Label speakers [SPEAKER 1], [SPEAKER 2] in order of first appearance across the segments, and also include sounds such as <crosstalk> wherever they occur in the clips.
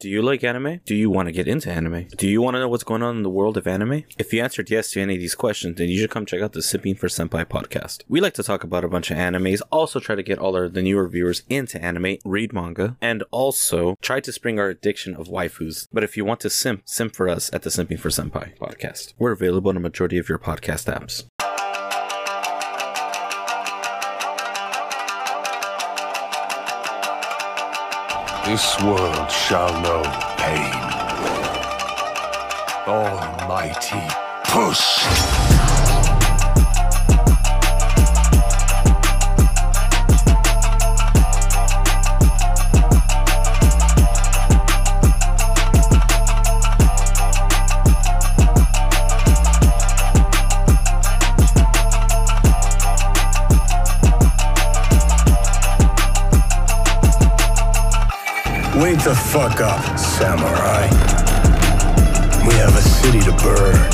[SPEAKER 1] Do you like anime? Do you want to get into anime? Do you want to know what's going on in the world of anime? If you answered yes to any of these questions, then you should come check out the Sipping for Senpai podcast. We like to talk about a bunch of animes, also try to get all our the newer viewers into anime, read manga, and also try to spring our addiction of waifus. But if you want to simp, simp for us at the Simping for Senpai podcast. We're available on a majority of your podcast apps.
[SPEAKER 2] This world shall know pain. Almighty push! Wake the fuck up, samurai. We have a city to burn.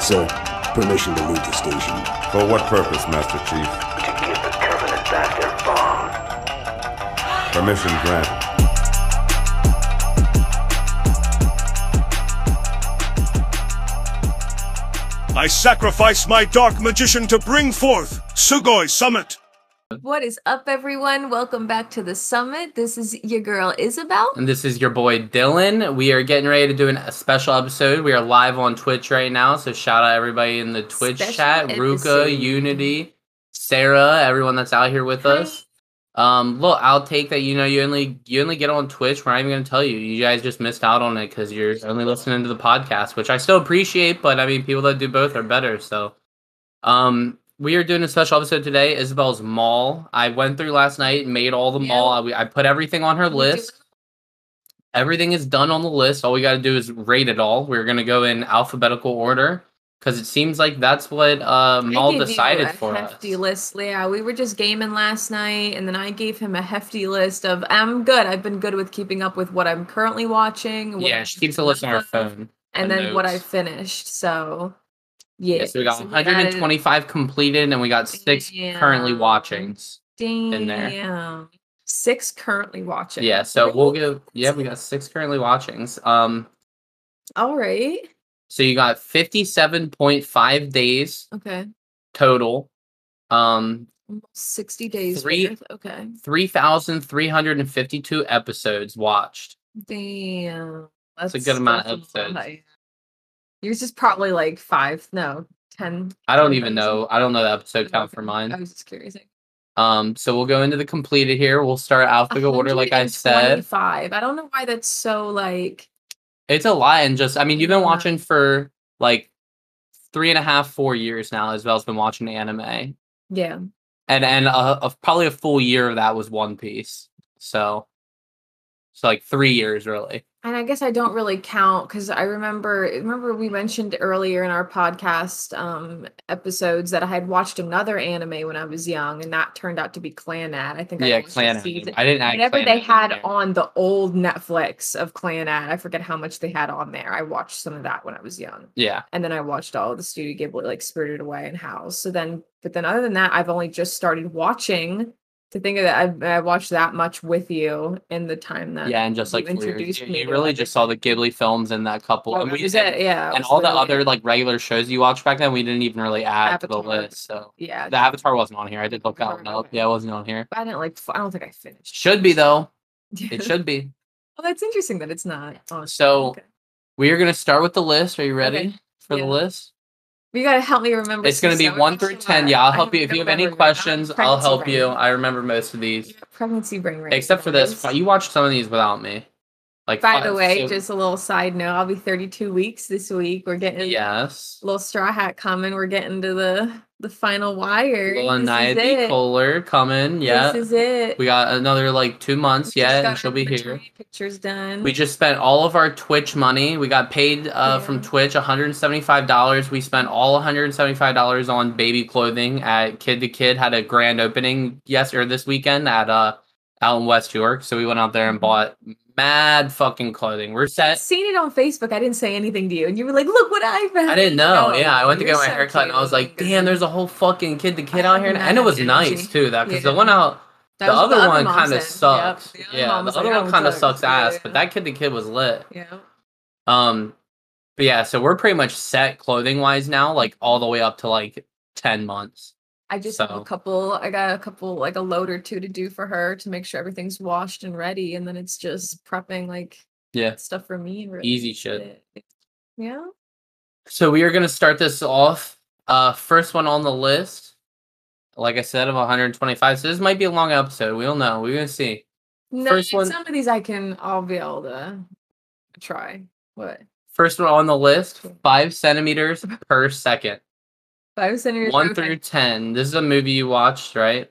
[SPEAKER 3] Sir, permission to leave the station.
[SPEAKER 4] For what purpose, Master Chief?
[SPEAKER 5] to give the Covenant back their bond.
[SPEAKER 4] Permission granted.
[SPEAKER 6] I sacrifice my dark magician to bring forth Sugoi Summit.
[SPEAKER 7] What is up, everyone? Welcome back to the summit. This is your girl Isabel.
[SPEAKER 8] And this is your boy Dylan. We are getting ready to do an, a special episode. We are live on Twitch right now, so shout out everybody in the Twitch
[SPEAKER 7] Special
[SPEAKER 8] chat,
[SPEAKER 7] episode.
[SPEAKER 8] Ruka, Unity, Sarah, everyone that's out here with us. Um, look, I'll take that. You know, you only you only get on Twitch. We're not even gonna tell you. You guys just missed out on it because you're only listening to the podcast, which I still appreciate. But I mean, people that do both are better. So, um, we are doing a special episode today. Isabel's mall. I went through last night, made all the
[SPEAKER 7] Yeah.
[SPEAKER 8] mall. I, we- I put everything on her
[SPEAKER 7] do
[SPEAKER 8] list. Everything is done on the list. All we got to do is rate it all. We're going to go in alphabetical order because it seems like that's what
[SPEAKER 7] I
[SPEAKER 8] uh, Maul
[SPEAKER 7] gave you
[SPEAKER 8] decided
[SPEAKER 7] a
[SPEAKER 8] for us.
[SPEAKER 7] hefty list. Yeah, we were just gaming last night, and then I gave him a hefty list of I'm good. I've been good with keeping up with what I'm currently watching. what
[SPEAKER 8] Yeah,
[SPEAKER 7] I'm
[SPEAKER 8] she keeps a list on her
[SPEAKER 7] keeping up with,
[SPEAKER 8] phone.
[SPEAKER 7] And
[SPEAKER 8] her
[SPEAKER 7] then what I
[SPEAKER 8] notes.
[SPEAKER 7] finished. So, yeah.
[SPEAKER 8] Yeah, so we got
[SPEAKER 7] so added-
[SPEAKER 8] 125 completed and we got six currently
[SPEAKER 7] Damn.
[SPEAKER 8] watchings. in there.
[SPEAKER 7] Damn. Six currently watching.
[SPEAKER 8] Yeah, so we'll
[SPEAKER 7] Really?
[SPEAKER 8] give. Yeah, we got six currently watchings. Um,
[SPEAKER 7] All right.
[SPEAKER 8] so you got 57.5 days
[SPEAKER 7] Okay.
[SPEAKER 8] total. Um,
[SPEAKER 7] Almost 60 days.
[SPEAKER 8] Three-
[SPEAKER 7] worth. Okay.
[SPEAKER 8] 3,352 episodes watched.
[SPEAKER 7] Damn. That's
[SPEAKER 8] a good amount of
[SPEAKER 7] that's a lot.
[SPEAKER 8] episodes.
[SPEAKER 7] Yours is probably like five, no, ten.
[SPEAKER 8] I don't
[SPEAKER 7] 10 thousand.
[SPEAKER 8] even know. I don't know the episode count for
[SPEAKER 7] Okay.
[SPEAKER 8] mine.
[SPEAKER 7] I was just curious.
[SPEAKER 8] Um, so we'll go into the completed here. We'll start alphabetical order, like I said.
[SPEAKER 7] Five. I don't know why that's so like.
[SPEAKER 8] It's a lot, and just I mean, you've been
[SPEAKER 7] Yeah.
[SPEAKER 8] watching for like three and a half, four years now. Isabel's been watching anime, and
[SPEAKER 7] Yeah.
[SPEAKER 8] and a, a, probably a full year of that was One Piece. So, so like three years really.
[SPEAKER 7] And I guess I don't really count because I remember remember we mentioned earlier in our podcast um episodes that I had watched another anime when I was young, and that turned out to be Clanad. I think I
[SPEAKER 8] yeah,
[SPEAKER 7] watched a
[SPEAKER 8] Clan.
[SPEAKER 7] season-
[SPEAKER 8] I didn't. add
[SPEAKER 7] Whatever
[SPEAKER 8] Clan
[SPEAKER 7] they
[SPEAKER 8] Anime
[SPEAKER 7] had
[SPEAKER 8] there.
[SPEAKER 7] on the old Netflix of Clan Ad, I forget how much they had on there. I watched some of that when I was young.
[SPEAKER 8] Yeah,
[SPEAKER 7] And then I watched all of the Studio Ghibli, like Spirited Away and House. So then, but then other than that, I've only just started watching. To think of that, I, I watched that much with you in the time that.
[SPEAKER 8] yeah, and just
[SPEAKER 7] you
[SPEAKER 8] like four years.
[SPEAKER 7] introduced
[SPEAKER 8] You,
[SPEAKER 7] me
[SPEAKER 8] you
[SPEAKER 7] to
[SPEAKER 8] really
[SPEAKER 7] everything.
[SPEAKER 8] just saw the Ghibli films and that couple,
[SPEAKER 7] Oh,
[SPEAKER 8] and
[SPEAKER 7] that
[SPEAKER 8] we
[SPEAKER 7] was
[SPEAKER 8] just
[SPEAKER 7] it, yeah. it
[SPEAKER 8] and
[SPEAKER 7] was
[SPEAKER 8] all the
[SPEAKER 7] literally
[SPEAKER 8] other
[SPEAKER 7] it.
[SPEAKER 8] like regular shows you watched back then, we didn't even really add to the
[SPEAKER 7] Avatar.
[SPEAKER 8] list. So
[SPEAKER 7] Yeah.
[SPEAKER 8] the Avatar wasn't on here. I did look
[SPEAKER 7] Avatar,
[SPEAKER 8] that one up.
[SPEAKER 7] Oh, okay.
[SPEAKER 8] Yeah, it wasn't on here.
[SPEAKER 7] I didn't like, f- I don't think I finished.
[SPEAKER 8] Should be though.
[SPEAKER 7] <laughs>
[SPEAKER 8] It should be.
[SPEAKER 7] well, that's interesting that it's not. on-
[SPEAKER 8] So,
[SPEAKER 7] okay.
[SPEAKER 8] We are gonna start with the list. Are you ready
[SPEAKER 7] Okay.
[SPEAKER 8] for
[SPEAKER 7] Yeah.
[SPEAKER 8] the list?
[SPEAKER 7] you gotta help me remember.
[SPEAKER 8] It's gonna
[SPEAKER 7] since
[SPEAKER 8] be
[SPEAKER 7] I was
[SPEAKER 8] one
[SPEAKER 7] watching
[SPEAKER 8] through
[SPEAKER 7] a
[SPEAKER 8] ten.
[SPEAKER 7] lot.
[SPEAKER 8] Yeah, I'll
[SPEAKER 7] I
[SPEAKER 8] help you
[SPEAKER 7] don't
[SPEAKER 8] if you have any
[SPEAKER 7] remember. I'm
[SPEAKER 8] questions. I'll
[SPEAKER 7] pregnancy
[SPEAKER 8] help you.
[SPEAKER 7] brain.
[SPEAKER 8] I remember most of these,
[SPEAKER 7] Pregnancy brain. right
[SPEAKER 8] except for
[SPEAKER 7] now,
[SPEAKER 8] this.
[SPEAKER 7] guys.
[SPEAKER 8] You watched some of these without me. Like
[SPEAKER 7] By
[SPEAKER 8] fi-
[SPEAKER 7] the way,
[SPEAKER 8] so-
[SPEAKER 7] just a little side note. I'll be 32 weeks this week. We're getting
[SPEAKER 8] yes,
[SPEAKER 7] little straw hat coming. We're getting to the the final wire.
[SPEAKER 8] little
[SPEAKER 7] this
[SPEAKER 8] Anaya
[SPEAKER 7] is
[SPEAKER 8] D.
[SPEAKER 7] it.
[SPEAKER 8] Kohler coming. Yeah,
[SPEAKER 7] This is it.
[SPEAKER 8] we got another like two
[SPEAKER 7] We
[SPEAKER 8] months
[SPEAKER 7] just
[SPEAKER 8] yet,
[SPEAKER 7] got
[SPEAKER 8] and she'll
[SPEAKER 7] our
[SPEAKER 8] be here.
[SPEAKER 7] maternity Pictures done.
[SPEAKER 8] We just spent all of our Twitch money. We got paid uh,
[SPEAKER 7] Yeah.
[SPEAKER 8] from Twitch $175. We spent all $175 on baby clothing at Kid to Kid. Had a
[SPEAKER 7] Mm-hmm.
[SPEAKER 8] grand opening yes or this weekend at uh out in West York. So we went out there and bought mad fucking clothing. We're set.
[SPEAKER 7] Seen it on Facebook. I didn't say anything to you, and you were like, "Look what I found."
[SPEAKER 8] I didn't know.
[SPEAKER 7] <laughs> No,
[SPEAKER 8] yeah, I went to
[SPEAKER 7] you're
[SPEAKER 8] get my
[SPEAKER 7] so
[SPEAKER 8] hair cut and I
[SPEAKER 7] cute.
[SPEAKER 8] was like, damn, there's a whole fucking kid to kid out here. And,
[SPEAKER 7] I
[SPEAKER 8] and it was
[SPEAKER 7] imagine,
[SPEAKER 8] nice
[SPEAKER 7] G.
[SPEAKER 8] too, that because the
[SPEAKER 7] Yeah.
[SPEAKER 8] one out,
[SPEAKER 7] That
[SPEAKER 8] the
[SPEAKER 7] was what
[SPEAKER 8] other one
[SPEAKER 7] mom
[SPEAKER 8] kind of
[SPEAKER 7] said. Yep.
[SPEAKER 8] sucked.
[SPEAKER 7] The other
[SPEAKER 8] Yeah,
[SPEAKER 7] mom
[SPEAKER 8] the
[SPEAKER 7] was
[SPEAKER 8] other
[SPEAKER 7] like,
[SPEAKER 8] one
[SPEAKER 7] "Oh,
[SPEAKER 8] kind of
[SPEAKER 7] sucks."
[SPEAKER 8] sucks
[SPEAKER 7] Yeah,
[SPEAKER 8] ass,
[SPEAKER 7] yeah.
[SPEAKER 8] but that kid to kid was lit.
[SPEAKER 7] Yeah.
[SPEAKER 8] Um, but yeah, so we're pretty much set clothing wise now, like all the way up to like ten months.
[SPEAKER 7] I just have
[SPEAKER 8] So-
[SPEAKER 7] a couple. I got a couple, like a load or two to do for her to make sure everything's washed and ready, and then it's just prepping like
[SPEAKER 8] Yeah.
[SPEAKER 7] stuff for me. Really.
[SPEAKER 8] Easy shit.
[SPEAKER 7] Yeah.
[SPEAKER 8] So we are gonna start this off. Uh, first one on the list, like I said, of 125. So this might be a long episode. We don't know. We're gonna see.
[SPEAKER 7] No,
[SPEAKER 8] First one-
[SPEAKER 7] some of these I can. I'll be able to try. What
[SPEAKER 8] First one on the list: five centimeters per second.
[SPEAKER 7] five centimeters?
[SPEAKER 8] one
[SPEAKER 7] okay.
[SPEAKER 8] through ten. This is a movie you watched, right?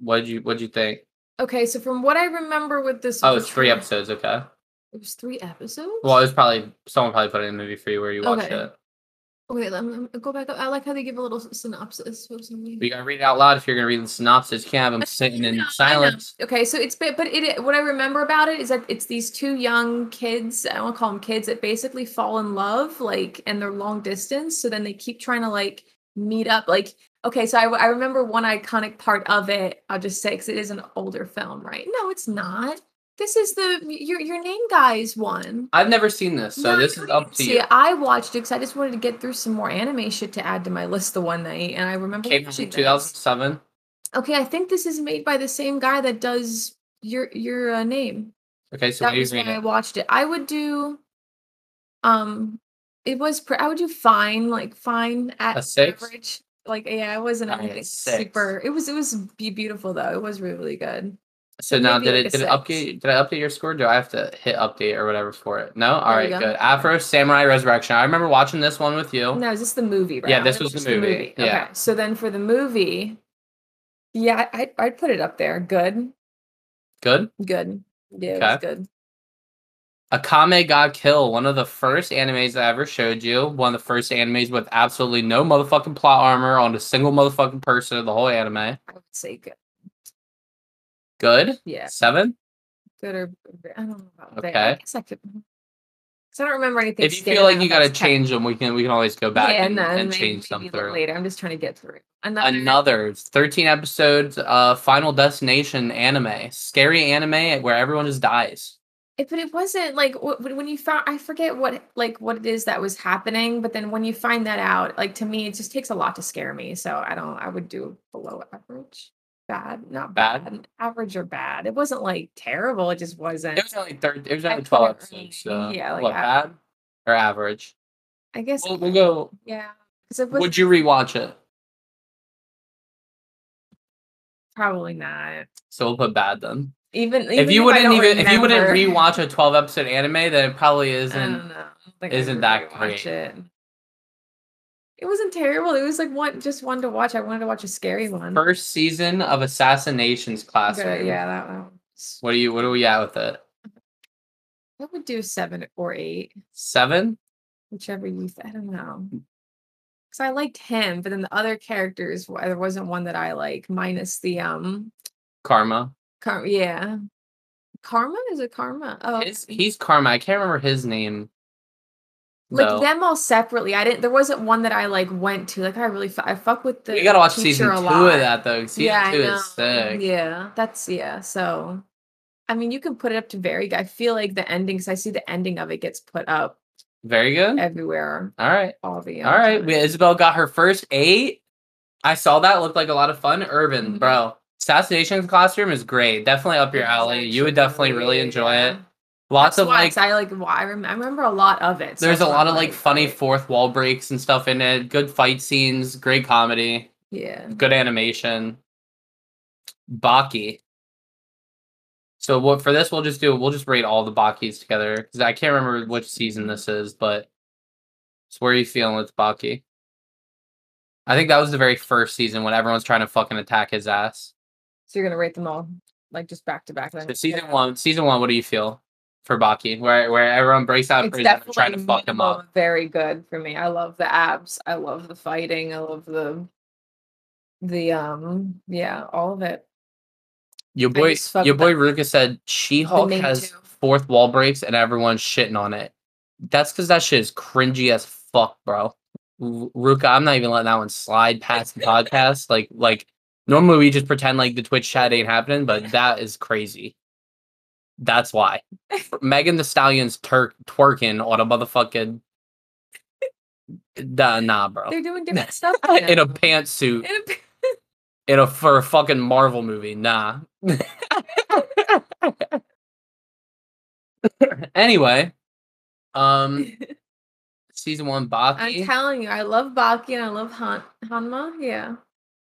[SPEAKER 8] What'd you What'd you think?
[SPEAKER 7] Okay, so from what I remember with this,
[SPEAKER 8] Oh, it's three
[SPEAKER 7] return-
[SPEAKER 8] episodes. Okay.
[SPEAKER 7] It was three episodes.
[SPEAKER 8] Well, it was probably someone probably put it in a movie for you where you watched
[SPEAKER 7] Okay.
[SPEAKER 8] it.
[SPEAKER 7] Wait, let me, let me go back up. I like how they give a little synopsis. What was the name?
[SPEAKER 8] But you gotta read it out loud if you're gonna read the synopsis. You can't have them sitting
[SPEAKER 7] I
[SPEAKER 8] in
[SPEAKER 7] know, I know.
[SPEAKER 8] silence.
[SPEAKER 7] Okay, so it's bit, but it what I remember about it is that it's these two young kids. I don't call them kids that basically fall in love, like, and they're long distance. So then they keep trying to like meet up. Like, okay, so I, I remember one iconic part of it. I'll just say because it is an older film, right? No, it's not. This is the your your name guys one.
[SPEAKER 8] I've never seen this, so
[SPEAKER 7] No, I
[SPEAKER 8] this is
[SPEAKER 7] couldn't
[SPEAKER 8] up to
[SPEAKER 7] see
[SPEAKER 8] you.
[SPEAKER 7] it. I watched it because I just wanted to get through some more anime shit to add to my list the one night, and I remember
[SPEAKER 8] Came out
[SPEAKER 7] watching
[SPEAKER 8] in
[SPEAKER 7] this.
[SPEAKER 8] 2007.
[SPEAKER 7] Okay, I think this is made by the same guy that does your your uh, name.
[SPEAKER 8] Okay, so
[SPEAKER 7] that
[SPEAKER 8] what are you
[SPEAKER 7] was when I
[SPEAKER 8] reading?
[SPEAKER 7] watched it. I would do, um, it was pre- I would do fine, like fine at
[SPEAKER 8] A six?
[SPEAKER 7] average. Like yeah, it wasn't
[SPEAKER 8] I had
[SPEAKER 7] anything
[SPEAKER 8] six.
[SPEAKER 7] super. It was it was be beautiful though. It was really good.
[SPEAKER 8] So now
[SPEAKER 7] maybe
[SPEAKER 8] did
[SPEAKER 7] like
[SPEAKER 8] it
[SPEAKER 7] a
[SPEAKER 8] did it
[SPEAKER 7] six.
[SPEAKER 8] update did I update your score? Do I have to hit update or whatever for it? No? Alright,
[SPEAKER 7] go.
[SPEAKER 8] good. Afro Samurai Resurrection. I remember watching this one with you.
[SPEAKER 7] No, is this the movie? Right?
[SPEAKER 8] Oh. Yeah, this
[SPEAKER 7] That
[SPEAKER 8] was the
[SPEAKER 7] just
[SPEAKER 8] movie, yeah.
[SPEAKER 7] Okay, so then for the movie, yeah, I, I- I'd put it up there. Good,
[SPEAKER 8] Good?
[SPEAKER 7] good. Yeah, it was
[SPEAKER 8] Okay.
[SPEAKER 7] good.
[SPEAKER 8] Akame ga Kill, one of the first animes I ever showed you. One of the first animes with absolutely no motherfucking plot armor on a single motherfucking person in the whole anime.
[SPEAKER 7] I would say good.
[SPEAKER 8] Good.
[SPEAKER 7] Yeah.
[SPEAKER 8] Seven.
[SPEAKER 7] good or b- I don't know about that. I
[SPEAKER 8] Okay.
[SPEAKER 7] guess I could. mm-hmm. Cause I don't remember anything.
[SPEAKER 8] If you
[SPEAKER 7] standing
[SPEAKER 8] feel like
[SPEAKER 7] out
[SPEAKER 8] you
[SPEAKER 7] that was kept-
[SPEAKER 8] gotta change them, we can we can always go back
[SPEAKER 7] yeah,
[SPEAKER 8] and,
[SPEAKER 7] no,
[SPEAKER 8] and
[SPEAKER 7] maybe-
[SPEAKER 8] change some
[SPEAKER 7] maybe a little
[SPEAKER 8] through.
[SPEAKER 7] later. I'm just trying to get through. Another, <laughs>
[SPEAKER 8] Another 13 episodes, uh Final Destination anime. Scary anime where everyone just dies.
[SPEAKER 7] It- but it wasn't like wh- wh- when you found. I forget what like what it is that was happening. But then when you find that out, like to me, it just takes a lot to scare me. So I don't. I would do below average. Bad, not
[SPEAKER 8] Bad?
[SPEAKER 7] Average or bad. It wasn't like terrible. It just wasn't.
[SPEAKER 8] It was only third it was
[SPEAKER 7] I
[SPEAKER 8] only
[SPEAKER 7] put it
[SPEAKER 8] 12
[SPEAKER 7] early.
[SPEAKER 8] episodes. So
[SPEAKER 7] Yeah, like
[SPEAKER 8] what,
[SPEAKER 7] average.
[SPEAKER 8] bad or average?
[SPEAKER 7] I guess.
[SPEAKER 8] We'll, we'll go.
[SPEAKER 7] yeah. Because it was
[SPEAKER 8] Would you rewatch it?
[SPEAKER 7] probably not.
[SPEAKER 8] So we'll put bad then.
[SPEAKER 7] Even, even
[SPEAKER 8] if you
[SPEAKER 7] I
[SPEAKER 8] wouldn't
[SPEAKER 7] don't
[SPEAKER 8] even if you wouldn't
[SPEAKER 7] remember-
[SPEAKER 8] rewatch a 12 episode anime then it probably
[SPEAKER 7] I
[SPEAKER 8] isn't
[SPEAKER 7] don't know. I don't think
[SPEAKER 8] isn't
[SPEAKER 7] I'd
[SPEAKER 8] that
[SPEAKER 7] rewatch
[SPEAKER 8] great.
[SPEAKER 7] It. It wasn't terrible. It was like one, just one to watch. I wanted to watch a scary one.
[SPEAKER 8] first season of assassinations
[SPEAKER 7] But,
[SPEAKER 8] classroom
[SPEAKER 7] yeah, that one. was-
[SPEAKER 8] what do you what are we at with it
[SPEAKER 7] I would do seven or eight,
[SPEAKER 8] seven
[SPEAKER 7] whichever you. th- I don't know.
[SPEAKER 8] Mm.
[SPEAKER 7] Because I liked him, but then the other characters, wa- there wasn't one that I like, minus the um,
[SPEAKER 8] karma
[SPEAKER 7] Car- yeah, Karma is it Karma? Oh,
[SPEAKER 8] His- he's karma i can't remember his name
[SPEAKER 7] like
[SPEAKER 8] though.
[SPEAKER 7] them all separately. I didn't. There wasn't one that I like went to. Like I really, fu- I fuck with the.
[SPEAKER 8] we gotta watch
[SPEAKER 7] teacher
[SPEAKER 8] season two
[SPEAKER 7] a
[SPEAKER 8] of
[SPEAKER 7] lot.
[SPEAKER 8] that though season
[SPEAKER 7] yeah,
[SPEAKER 8] two
[SPEAKER 7] I know.
[SPEAKER 8] is sick
[SPEAKER 7] Yeah, that's yeah. So, I mean, you can put it up to very. I feel like the endings. I see the ending of it gets put up
[SPEAKER 8] very good
[SPEAKER 7] everywhere.
[SPEAKER 8] all right
[SPEAKER 7] All the
[SPEAKER 8] Mm.
[SPEAKER 7] um,
[SPEAKER 8] all right we, isabel got her first eight i saw that looked like a lot of fun urban
[SPEAKER 7] Mhm.
[SPEAKER 8] bro assassinations classroom is great definitely up your alley you would definitely really enjoy it lots of like
[SPEAKER 7] I like. wa- I, rem- I remember a lot of it. so
[SPEAKER 8] There's a
[SPEAKER 7] that's why
[SPEAKER 8] lot
[SPEAKER 7] I'm
[SPEAKER 8] of like funny fourth wall breaks and stuff in it. Good fight scenes, great comedy,
[SPEAKER 7] Yeah.
[SPEAKER 8] good animation. Baki. So what for this we'll just do we'll just rate all the Bakis together because I can't remember which season this is, but so where are you feeling with Baki? I think that was the very first season when everyone's trying to fucking attack his ass.
[SPEAKER 7] So you're gonna rate them all like just back to back. then
[SPEAKER 8] So season one, season one, what do you feel for Baki? Where where everyone breaks out of
[SPEAKER 7] It's
[SPEAKER 8] prison and
[SPEAKER 7] definitely
[SPEAKER 8] trying to fuck him up.
[SPEAKER 7] minimum Very good for me. I love the abs. I love the fighting. I love the the um yeah all of it.
[SPEAKER 8] Your boy,
[SPEAKER 7] just fuck
[SPEAKER 8] your
[SPEAKER 7] with
[SPEAKER 8] boy
[SPEAKER 7] that.
[SPEAKER 8] Ruka said She-Hulk
[SPEAKER 7] name
[SPEAKER 8] has
[SPEAKER 7] too.
[SPEAKER 8] fourth wall breaks and everyone's shitting on it. That's because that shit is cringy as fuck, bro. R- Ruka, I'm not even letting that one slide past the podcast. Like, like normally we just pretend like the Twitch chat ain't happening, but that is crazy.
[SPEAKER 7] <laughs>
[SPEAKER 8] That's why Megan the Stallion's tur- twerking on
[SPEAKER 7] <laughs>
[SPEAKER 8] a motherfucking. Nah, nah, bro.
[SPEAKER 7] They're
[SPEAKER 8] <laughs>
[SPEAKER 7] doing different stuff.
[SPEAKER 8] In
[SPEAKER 7] now.
[SPEAKER 8] a pantsuit
[SPEAKER 7] In a pa-
[SPEAKER 8] in a for a fucking Marvel movie. Nah. <laughs> anyway, um, season one
[SPEAKER 7] <laughs> I'm
[SPEAKER 8] Baki.
[SPEAKER 7] telling you, I love Baki and I love Han- Hanma. Yeah.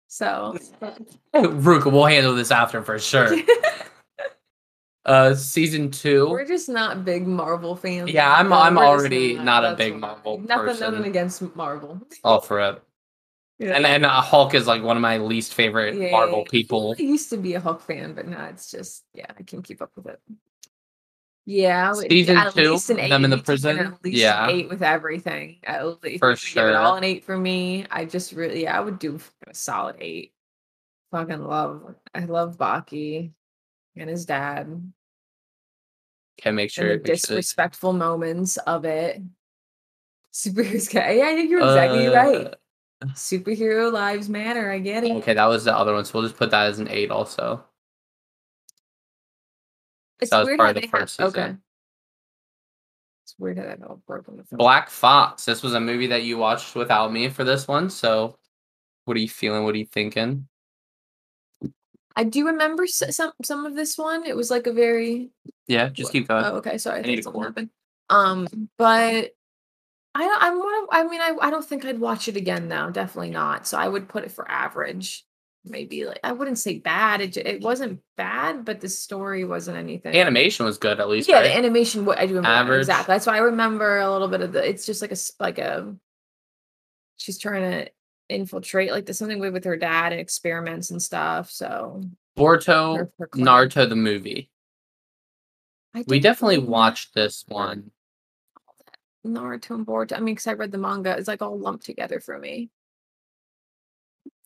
[SPEAKER 7] So
[SPEAKER 8] Ruka, we'll handle this after for
[SPEAKER 7] <laughs>
[SPEAKER 8] sure. Uh, season
[SPEAKER 7] we're
[SPEAKER 8] two.
[SPEAKER 7] just not big Marvel fans.
[SPEAKER 8] Yeah, I'm-
[SPEAKER 7] No,
[SPEAKER 8] I'm
[SPEAKER 7] we're just
[SPEAKER 8] already not a
[SPEAKER 7] that's
[SPEAKER 8] big
[SPEAKER 7] why.
[SPEAKER 8] Marvel
[SPEAKER 7] Nothing,
[SPEAKER 8] person.
[SPEAKER 7] nothing against Marvel. <laughs>
[SPEAKER 8] All for it.
[SPEAKER 7] Yeah.
[SPEAKER 8] And and uh, Hulk is like one of my least favorite
[SPEAKER 7] Yeah, yeah,
[SPEAKER 8] Marvel
[SPEAKER 7] yeah.
[SPEAKER 8] people.
[SPEAKER 7] I used to be a Hulk fan, but now it's just yeah, I can keep up with it. Yeah, I would-
[SPEAKER 8] Season
[SPEAKER 7] at
[SPEAKER 8] two,
[SPEAKER 7] least an eight.
[SPEAKER 8] them in the
[SPEAKER 7] We'd give it
[SPEAKER 8] prison?
[SPEAKER 7] At least an
[SPEAKER 8] Yeah.
[SPEAKER 7] eight with everything. At least
[SPEAKER 8] For
[SPEAKER 7] I'd give it all
[SPEAKER 8] sure.
[SPEAKER 7] an eight for me. I just really, yeah, I would do f- a solid eight. Fucking love, I love Baki and his dad
[SPEAKER 8] Okay, make sure.
[SPEAKER 7] and the
[SPEAKER 8] make sure that-
[SPEAKER 7] disrespectful moments of it. Superheroes, ca- yeah, I think you're exactly right.
[SPEAKER 8] Uh,
[SPEAKER 7] Superhero lives matter. I get it.
[SPEAKER 8] Okay, that was the other one. So we'll just put that as an eight also.
[SPEAKER 7] It's
[SPEAKER 8] That was
[SPEAKER 7] weird
[SPEAKER 8] part
[SPEAKER 7] how
[SPEAKER 8] of the
[SPEAKER 7] they
[SPEAKER 8] first
[SPEAKER 7] have,
[SPEAKER 8] season.
[SPEAKER 7] okay. It's weird how that all broke into film.
[SPEAKER 8] Black Fox. This was a movie that you watched without me for this one. So, what are you feeling? What are you thinking?
[SPEAKER 7] I do remember s- some some of this one. It was like a very
[SPEAKER 8] Yeah, just keep going.
[SPEAKER 7] oh okay sorry I,
[SPEAKER 8] Uh, need a
[SPEAKER 7] think something
[SPEAKER 8] corn.
[SPEAKER 7] happened. Um, but I don't. I'm one. Of, I mean, I I don't think I'd watch it again now. Definitely not. So I would put it for average. Maybe like I wouldn't say bad. It j- it wasn't bad, but the story wasn't anything.
[SPEAKER 8] Animation was good, at least.
[SPEAKER 7] yeah, the
[SPEAKER 8] right?
[SPEAKER 7] animation. What I do remember
[SPEAKER 8] Average.
[SPEAKER 7] exactly. That's why I remember a little bit of the. It's just like a s- like a. She's trying to infiltrate like there's something with with her dad and experiments and stuff. So
[SPEAKER 8] Borto,
[SPEAKER 7] her- her clan.
[SPEAKER 8] Naruto, the movie.
[SPEAKER 7] I
[SPEAKER 8] We
[SPEAKER 7] didn't
[SPEAKER 8] definitely
[SPEAKER 7] really
[SPEAKER 8] watched this one.
[SPEAKER 7] know Naruto and Boruto. I mean, because I read the manga, it's like all lumped together for me.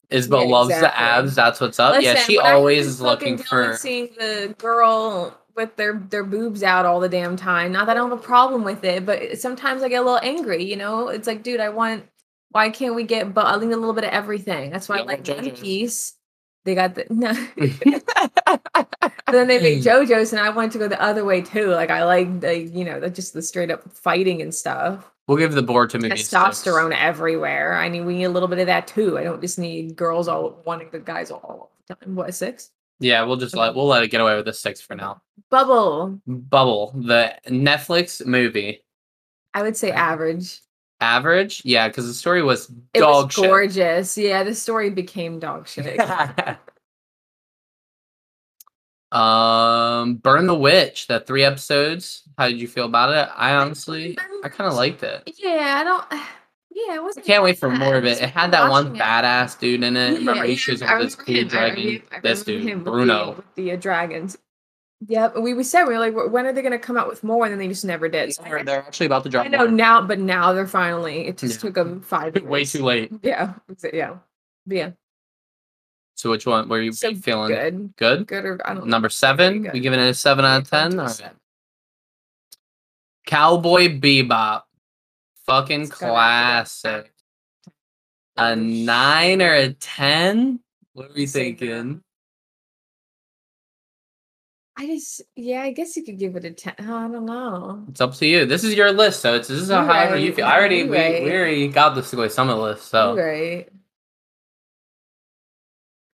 [SPEAKER 8] Isabel
[SPEAKER 7] Yeah,
[SPEAKER 8] loves the
[SPEAKER 7] exactly.
[SPEAKER 8] abs. That's what's up. yeah,
[SPEAKER 7] Listen,
[SPEAKER 8] she
[SPEAKER 7] when I was
[SPEAKER 8] always
[SPEAKER 7] in
[SPEAKER 8] is looking
[SPEAKER 7] fucking
[SPEAKER 8] for.
[SPEAKER 7] Dylan seeing the girl with their their boobs out all the damn time. Not that I don't have a problem with it, but it- sometimes I get a little angry. You know, it's like, dude, I want. Why can't we get? But I need a little bit of everything. That's why
[SPEAKER 8] Yeah,
[SPEAKER 7] I
[SPEAKER 8] no
[SPEAKER 7] like One
[SPEAKER 8] JoJo's.
[SPEAKER 7] Piece. They got the <laughs>
[SPEAKER 8] <laughs>
[SPEAKER 7] no. then they made JoJo's, and I wanted to go the other way too. Like I like the you know the, just the straight up fighting and stuff.
[SPEAKER 8] We'll give the Borto movie. a six.
[SPEAKER 7] testosterone everywhere. I mean, we need a little bit of that too. I don't just need girls all wanting the guys all the time. What six?
[SPEAKER 8] Yeah, we'll just let we'll let it get away with the six for now.
[SPEAKER 7] Bubble.
[SPEAKER 8] Bubble, the Netflix movie.
[SPEAKER 7] I would say average.
[SPEAKER 8] Average, yeah, because the story was
[SPEAKER 7] It
[SPEAKER 8] dog
[SPEAKER 7] was
[SPEAKER 8] shit.
[SPEAKER 7] gorgeous. Yeah, the story became
[SPEAKER 8] <laughs>
[SPEAKER 7] dog shit.
[SPEAKER 8] um, Burn the Witch, the three episodes. How did you feel about it? I honestly, I kind of liked it.
[SPEAKER 7] yeah, I don't. <sighs> Yeah, it
[SPEAKER 8] I
[SPEAKER 7] wasn't.
[SPEAKER 8] can't wait for
[SPEAKER 7] bad.
[SPEAKER 8] more of
[SPEAKER 7] I
[SPEAKER 8] it.
[SPEAKER 7] just
[SPEAKER 8] It had
[SPEAKER 7] remember
[SPEAKER 8] that one
[SPEAKER 7] watching it.
[SPEAKER 8] badass dude in it.
[SPEAKER 7] Yeah,
[SPEAKER 8] Remember, he
[SPEAKER 7] yeah,
[SPEAKER 8] shoots
[SPEAKER 7] I
[SPEAKER 8] with this
[SPEAKER 7] remember
[SPEAKER 8] cool
[SPEAKER 7] him. I
[SPEAKER 8] dragon.
[SPEAKER 7] remember- I
[SPEAKER 8] This
[SPEAKER 7] remember him
[SPEAKER 8] dude,
[SPEAKER 7] with the-
[SPEAKER 8] Bruno.
[SPEAKER 7] with the uh, dragons. Yep, we, we said we were like, "Wh- when are they going to come out with more? And then they just never did. So I
[SPEAKER 8] They're
[SPEAKER 7] guess-
[SPEAKER 8] they're actually about to drop.
[SPEAKER 7] I know
[SPEAKER 8] one.
[SPEAKER 7] now, but now they're finally. It just
[SPEAKER 8] Yeah.
[SPEAKER 7] took them five.
[SPEAKER 8] <laughs> Way
[SPEAKER 7] years.
[SPEAKER 8] too late.
[SPEAKER 7] Yeah, exa- yeah, yeah.
[SPEAKER 8] So which one were you
[SPEAKER 7] So
[SPEAKER 8] feeling? Good.
[SPEAKER 7] Good, good or I don't
[SPEAKER 8] Number seven. We
[SPEAKER 7] good.
[SPEAKER 8] giving it a seven out of
[SPEAKER 7] Yeah,
[SPEAKER 8] ten. All
[SPEAKER 7] just-
[SPEAKER 8] right. Cowboy Bebop, fucking
[SPEAKER 7] It's gotta be a-
[SPEAKER 8] classic. A nine or a ten? What are we
[SPEAKER 7] Same
[SPEAKER 8] thinking?
[SPEAKER 7] I just, yeah, I guess you could give it a ten. Oh, I don't know.
[SPEAKER 8] It's up to you. This is your list, so it's this is how
[SPEAKER 7] You
[SPEAKER 8] however
[SPEAKER 7] right,
[SPEAKER 8] you feel. I already
[SPEAKER 7] you
[SPEAKER 8] we,
[SPEAKER 7] right.
[SPEAKER 8] we already got this away some of the list, so
[SPEAKER 7] You're right.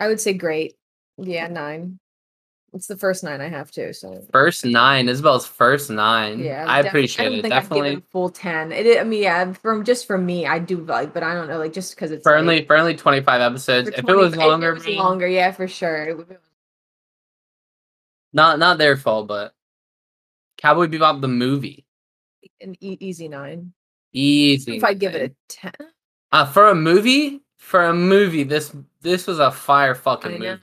[SPEAKER 7] I would say great. Yeah, nine. It's the first nine I have too. So
[SPEAKER 8] first nine, Isabel's first nine.
[SPEAKER 7] yeah,
[SPEAKER 8] I
[SPEAKER 7] def-
[SPEAKER 8] appreciate it.
[SPEAKER 7] I'd give
[SPEAKER 8] Definitely
[SPEAKER 7] it a full ten. It, I- I mean, yeah, from just for me, I do like, but I don't know, like just because it's
[SPEAKER 8] for
[SPEAKER 7] like,
[SPEAKER 8] only for only twenty five episodes.
[SPEAKER 7] for
[SPEAKER 8] If it
[SPEAKER 7] 20
[SPEAKER 8] was longer,
[SPEAKER 7] if it was
[SPEAKER 8] man,
[SPEAKER 7] longer, yeah, for sure. It would-
[SPEAKER 8] not not their fault, but Cowboy Bebop the movie.
[SPEAKER 7] an e- easy nine.
[SPEAKER 8] Easy.
[SPEAKER 7] If I give it a ten,
[SPEAKER 8] Uh, for a movie, for a movie, this this was a fire fucking
[SPEAKER 7] I know.
[SPEAKER 8] movie.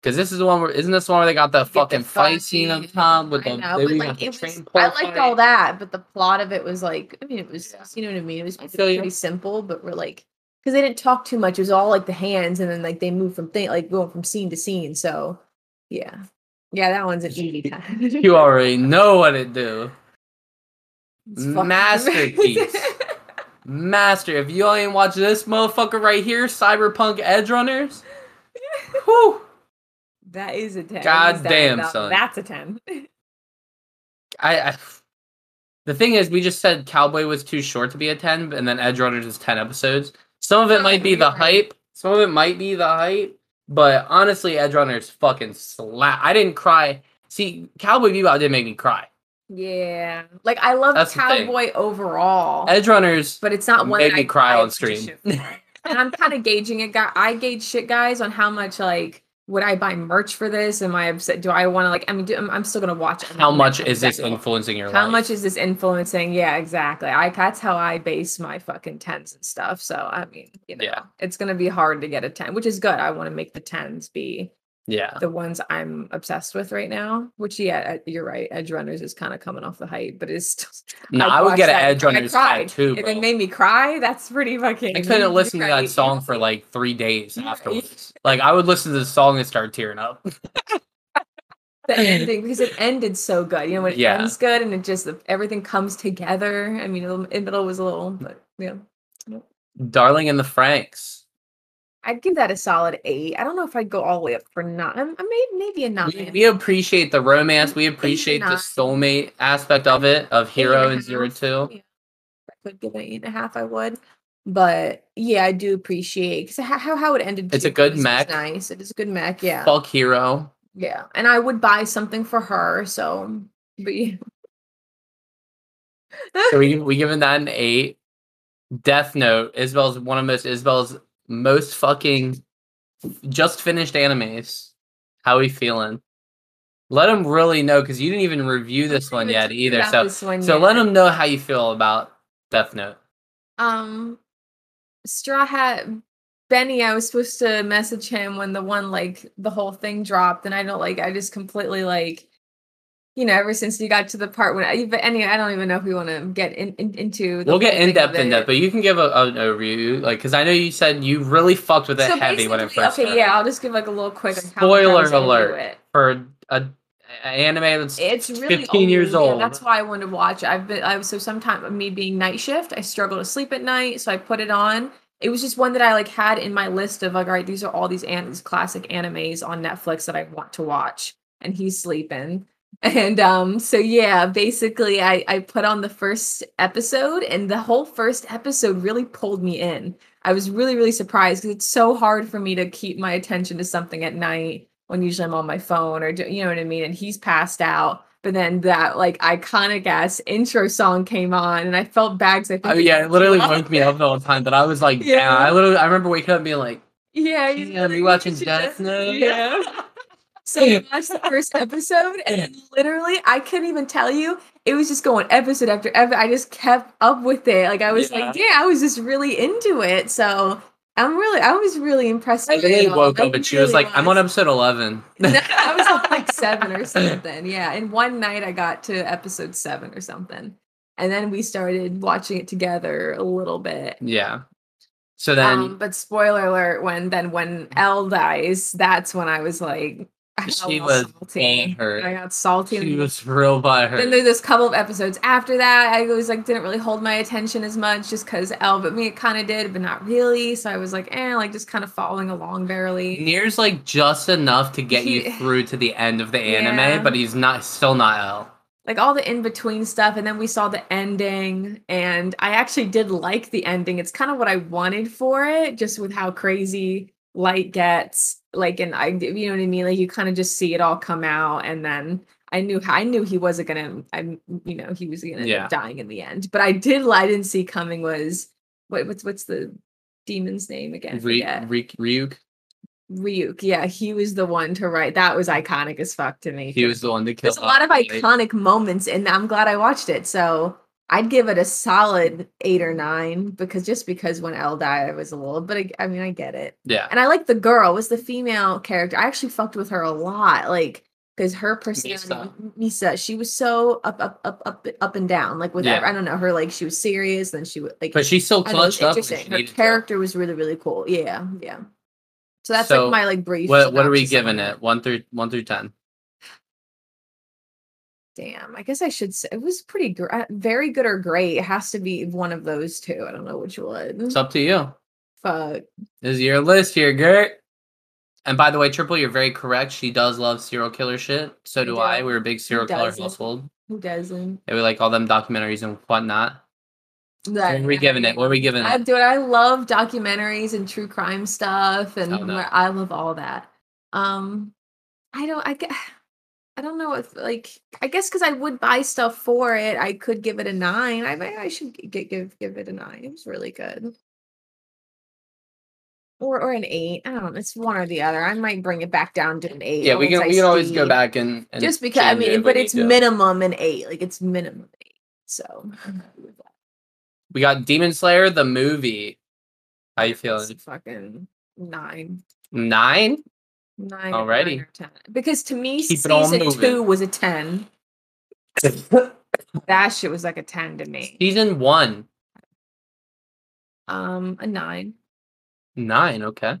[SPEAKER 8] Because this is the one where isn't this the one where they got the
[SPEAKER 7] get the
[SPEAKER 8] fucking fight scene up
[SPEAKER 7] <laughs> fight,
[SPEAKER 8] top with
[SPEAKER 7] I
[SPEAKER 8] the,
[SPEAKER 7] know, but,
[SPEAKER 8] they even
[SPEAKER 7] like,
[SPEAKER 8] got the
[SPEAKER 7] it was-
[SPEAKER 8] train
[SPEAKER 7] I
[SPEAKER 8] pole
[SPEAKER 7] liked all
[SPEAKER 8] fight.
[SPEAKER 7] that, but the plot of it was like, I mean, it was,
[SPEAKER 8] Yeah.
[SPEAKER 7] you know what I mean? It was
[SPEAKER 8] I feel you.
[SPEAKER 7] pretty simple, but we're like, because they didn't talk too much. It was all like the hands, and then like they moved from thing, like going from scene to scene. So Yeah. Yeah, that one's an easy time.
[SPEAKER 8] You already know what it do.
[SPEAKER 7] <laughs> It's fucking-
[SPEAKER 8] masterpiece. Master, if you ain't watch this motherfucker right here, Cyberpunk
[SPEAKER 7] <laughs>
[SPEAKER 8] Edge Runners. Whew.
[SPEAKER 7] <laughs> that is a 10.
[SPEAKER 8] God
[SPEAKER 7] Is that-
[SPEAKER 8] damn,
[SPEAKER 7] that-
[SPEAKER 8] son.
[SPEAKER 7] That's a 10.
[SPEAKER 8] I, I the thing is we just said Cowboy was too short to be a 10 and then Edge Runners is 10 episodes. Some of it might be the
[SPEAKER 7] You're right.
[SPEAKER 8] hype, some of it might be the hype, but honestly Edge Runners fucking slap. I didn't cry. See, Cowboy Bebop did make me cry.
[SPEAKER 7] <laughs> Yeah. Like, I love
[SPEAKER 8] That's the thing.
[SPEAKER 7] Cowboy overall,
[SPEAKER 8] Edge Runners
[SPEAKER 7] but it's not one
[SPEAKER 8] made
[SPEAKER 7] that
[SPEAKER 8] me
[SPEAKER 7] I-
[SPEAKER 8] cry
[SPEAKER 7] I
[SPEAKER 8] on stream.
[SPEAKER 7] appreciate. and I'm kind of gauging it. Guy, I gauge shit, guys, on how much like would I buy merch for this? Am I upset? Do I want to like? I mean, do, I'm, I'm still gonna watch. it.
[SPEAKER 8] How
[SPEAKER 7] I'm
[SPEAKER 8] much
[SPEAKER 7] not
[SPEAKER 8] is this
[SPEAKER 7] upset.
[SPEAKER 8] influencing your life?
[SPEAKER 7] How much is this influencing? Yeah, exactly. I that's how I base my fucking tens and stuff. So I mean, you know,
[SPEAKER 8] Yeah.
[SPEAKER 7] it's gonna be hard to get a ten, which is good. I want to make the tens be
[SPEAKER 8] Yeah.
[SPEAKER 7] the ones I'm obsessed with right now. Which yeah, uh, you're right. Edge runners is kind of coming off the hype, but it's <laughs> still.
[SPEAKER 8] No, I would
[SPEAKER 7] watched
[SPEAKER 8] get an
[SPEAKER 7] that
[SPEAKER 8] Edge
[SPEAKER 7] and I
[SPEAKER 8] Runners
[SPEAKER 7] cried.
[SPEAKER 8] tattoo.
[SPEAKER 7] If
[SPEAKER 8] bro.
[SPEAKER 7] it made me cry, that's pretty fucking.
[SPEAKER 8] I couldn't listen to that
[SPEAKER 7] crazy.
[SPEAKER 8] song for like three days
[SPEAKER 7] Yeah,
[SPEAKER 8] afterwards. Like I would listen to the song and start
[SPEAKER 7] <laughs>
[SPEAKER 8] tearing up. <clears throat>
[SPEAKER 7] the ending because it ended so good. You know, when it
[SPEAKER 8] Yeah.
[SPEAKER 7] ends good and it just everything comes together. I mean, in the middle was a little, but yeah,
[SPEAKER 8] Darling and the Franks.
[SPEAKER 7] I'd give that a solid eight. I don't know if I'd go all the way up for nine. I may maybe a nine.
[SPEAKER 8] We, we appreciate the romance. We appreciate the
[SPEAKER 7] nine.
[SPEAKER 8] soulmate aspect of it of
[SPEAKER 7] Eight a
[SPEAKER 8] Hero and
[SPEAKER 7] half.
[SPEAKER 8] Zero Two.
[SPEAKER 7] Yeah. If I could give it an eight and a half. I would. But yeah, I do appreciate because how how it ended.
[SPEAKER 8] It's a
[SPEAKER 7] too,
[SPEAKER 8] good
[SPEAKER 7] was- was
[SPEAKER 8] mech.
[SPEAKER 7] Nice. It is a good mech. Yeah. <laughs>
[SPEAKER 8] Fuck Hero.
[SPEAKER 7] Yeah. And I would buy something for her. So, but yeah.
[SPEAKER 8] So we we giving that an eight. Death Note. Isabel's one of most Isabel's most fucking just finished animes. How we feeling? Let him really know because you didn't even review this one yet either. So So let them know how you feel about Death Note.
[SPEAKER 7] um straw hat benny i was supposed to message him when the one like the whole thing dropped and i don't like i just completely like you know ever since you got to the part when I, but anyway i don't even know if we want to get in, in- into the
[SPEAKER 8] We'll get
[SPEAKER 7] whole thing
[SPEAKER 8] in depth
[SPEAKER 7] of
[SPEAKER 8] in
[SPEAKER 7] it.
[SPEAKER 8] depth, but you can give a, an overview, like because I know you said you really fucked with it
[SPEAKER 7] so
[SPEAKER 8] heavy when it
[SPEAKER 7] basically-
[SPEAKER 8] first.
[SPEAKER 7] okay
[SPEAKER 8] started.
[SPEAKER 7] yeah i'll just give like a little quick like, how I
[SPEAKER 8] Spoiler
[SPEAKER 7] was gonna do
[SPEAKER 8] alert.
[SPEAKER 7] it.
[SPEAKER 8] For a, a anime that's
[SPEAKER 7] it's really
[SPEAKER 8] 15 years
[SPEAKER 7] old. Yeah,
[SPEAKER 8] old.
[SPEAKER 7] that's why I wanted to watch. it. I've been I so sometimes me being night shift, I struggle to sleep at night, so I put it on. It was just one that I like had in my list of like, all right, these are all these, an- these classic animes on Netflix that I want to watch, and he's sleeping. And um, so yeah, basically, I I put on the first episode, and the whole first episode really pulled me in. I was really really surprised because it's so hard for me to keep my attention to something at night when usually I'm on my phone or do, you know what I mean. And he's passed out, but then that like iconic ass intro song came on, and I felt bad. 'cause I
[SPEAKER 8] oh
[SPEAKER 7] think
[SPEAKER 8] yeah,
[SPEAKER 7] <laughs>
[SPEAKER 8] it literally
[SPEAKER 7] Yeah.
[SPEAKER 8] woke me up the whole time. That I was like,
[SPEAKER 7] Yeah.
[SPEAKER 8] yeah, I literally I remember waking up and being like,
[SPEAKER 7] Yeah, you
[SPEAKER 8] yeah,
[SPEAKER 7] know,
[SPEAKER 8] me
[SPEAKER 7] you
[SPEAKER 8] watching
[SPEAKER 7] should
[SPEAKER 8] Death
[SPEAKER 7] just-
[SPEAKER 8] Note. <laughs>
[SPEAKER 7] Yeah. So we watched the first episode, and literally, I couldn't even tell you. It was just going episode after episode. I just kept up with it. Like I was like, yeah, I was just really into it. So I'm really, I was really impressed.
[SPEAKER 8] I
[SPEAKER 7] with it
[SPEAKER 8] literally
[SPEAKER 7] all.
[SPEAKER 8] woke up and she was
[SPEAKER 7] really
[SPEAKER 8] like, I'm on episode 11.
[SPEAKER 7] <laughs>
[SPEAKER 8] <laughs>
[SPEAKER 7] I was on like seven or something. Yeah, and one night I got to episode seven or something, and then we started watching it together a little bit.
[SPEAKER 8] yeah. So then
[SPEAKER 7] um, but spoiler alert when then when L dies, that's when I was like I got
[SPEAKER 8] She
[SPEAKER 7] a little
[SPEAKER 8] was
[SPEAKER 7] salty.
[SPEAKER 8] getting hurt.
[SPEAKER 7] I got salty.
[SPEAKER 8] she
[SPEAKER 7] and
[SPEAKER 8] was real by her.
[SPEAKER 7] then there's this couple of episodes after that. I was like didn't really hold my attention as much just because L, but me it kind of did, but not really. So I was like, eh, like just kind of following along barely.
[SPEAKER 8] Near's like just enough to get you
[SPEAKER 7] He- <laughs>
[SPEAKER 8] through to the end of the anime,
[SPEAKER 7] Yeah.
[SPEAKER 8] but he's not still not L.
[SPEAKER 7] like all the in between stuff and then we saw the ending and i actually did like the ending it's kind of what i wanted for it just with how crazy light gets like and i you know what i mean like you kind of just see it all come out and then i knew i knew he wasn't gonna i you know he was gonna end
[SPEAKER 8] Yeah.
[SPEAKER 7] up dying in the end but i did i didn't see coming was what, what's what's the demon's name again I
[SPEAKER 8] Ry-
[SPEAKER 7] forget.
[SPEAKER 8] Ry- Ryuk,
[SPEAKER 7] ryuk yeah he was the one to write that was iconic as fuck to me
[SPEAKER 8] he was the one to kill.
[SPEAKER 7] there's a lot of
[SPEAKER 8] L, right?
[SPEAKER 7] iconic moments and i'm glad i watched it so i'd give it a solid eight or nine because just because when l died i was a little but I, I mean i get it
[SPEAKER 8] Yeah,
[SPEAKER 7] and i like the girl was the female character i actually fucked with her a lot like because her personality
[SPEAKER 8] Misa.
[SPEAKER 7] M- misa she was so up up up up up and down like whatever
[SPEAKER 8] Yeah.
[SPEAKER 7] i don't know her like she was serious then she would like
[SPEAKER 8] but she still
[SPEAKER 7] I don't know, it was
[SPEAKER 8] clutched up. when she
[SPEAKER 7] interesting her
[SPEAKER 8] needed to.
[SPEAKER 7] character was really really cool yeah yeah So that's
[SPEAKER 8] So,
[SPEAKER 7] like my like brief.
[SPEAKER 8] What what are we
[SPEAKER 7] synopsis of
[SPEAKER 8] giving it? One through one through ten.
[SPEAKER 7] Damn, I guess I should say it was pretty gr- uh, very good or great. It has to be one of those two. I don't know which one.
[SPEAKER 8] It's up to you.
[SPEAKER 7] Fuck.
[SPEAKER 8] This is your list here, Gert. And by the way, Triple, you're very correct. She does love serial killer shit. So
[SPEAKER 7] I
[SPEAKER 8] do
[SPEAKER 7] do.
[SPEAKER 8] I. We're a big serial killer
[SPEAKER 7] doesn't?
[SPEAKER 8] household.
[SPEAKER 7] Who doesn't?
[SPEAKER 8] Yeah, we like all them documentaries and whatnot. What
[SPEAKER 7] That-
[SPEAKER 8] are we giving it? What are we giving
[SPEAKER 7] I,
[SPEAKER 8] it?
[SPEAKER 7] dude, I love documentaries and true crime stuff, and
[SPEAKER 8] Oh, no.
[SPEAKER 7] where- I love all that. Um, I don't, I, gue- <sighs> I don't know if like, I guess because I would buy stuff for it, I could give it a nine. I might, I should g- g- give give it a nine. It was really good. Or or an eight. I don't know. It's one or the other. I might bring it back down to an eight.
[SPEAKER 8] Yeah, we
[SPEAKER 7] once
[SPEAKER 8] can
[SPEAKER 7] I
[SPEAKER 8] we can always go
[SPEAKER 7] see-
[SPEAKER 8] back and, and
[SPEAKER 7] Just because I
[SPEAKER 8] change it
[SPEAKER 7] mean,
[SPEAKER 8] if
[SPEAKER 7] but
[SPEAKER 8] we
[SPEAKER 7] it's
[SPEAKER 8] need to.
[SPEAKER 7] minimum an eight. Like it's minimum eight. So <laughs>
[SPEAKER 8] We got Demon Slayer the movie. How you
[SPEAKER 7] it's
[SPEAKER 8] feeling?
[SPEAKER 7] fucking nine.
[SPEAKER 8] Nine?
[SPEAKER 7] Nine.
[SPEAKER 8] Alrighty.
[SPEAKER 7] Already. Ten. Because to me,
[SPEAKER 8] Keep it all
[SPEAKER 7] season
[SPEAKER 8] moving.
[SPEAKER 7] two was a ten. That shit was like a ten to me.
[SPEAKER 8] Season one.
[SPEAKER 7] Um, a nine,
[SPEAKER 8] Nine, okay.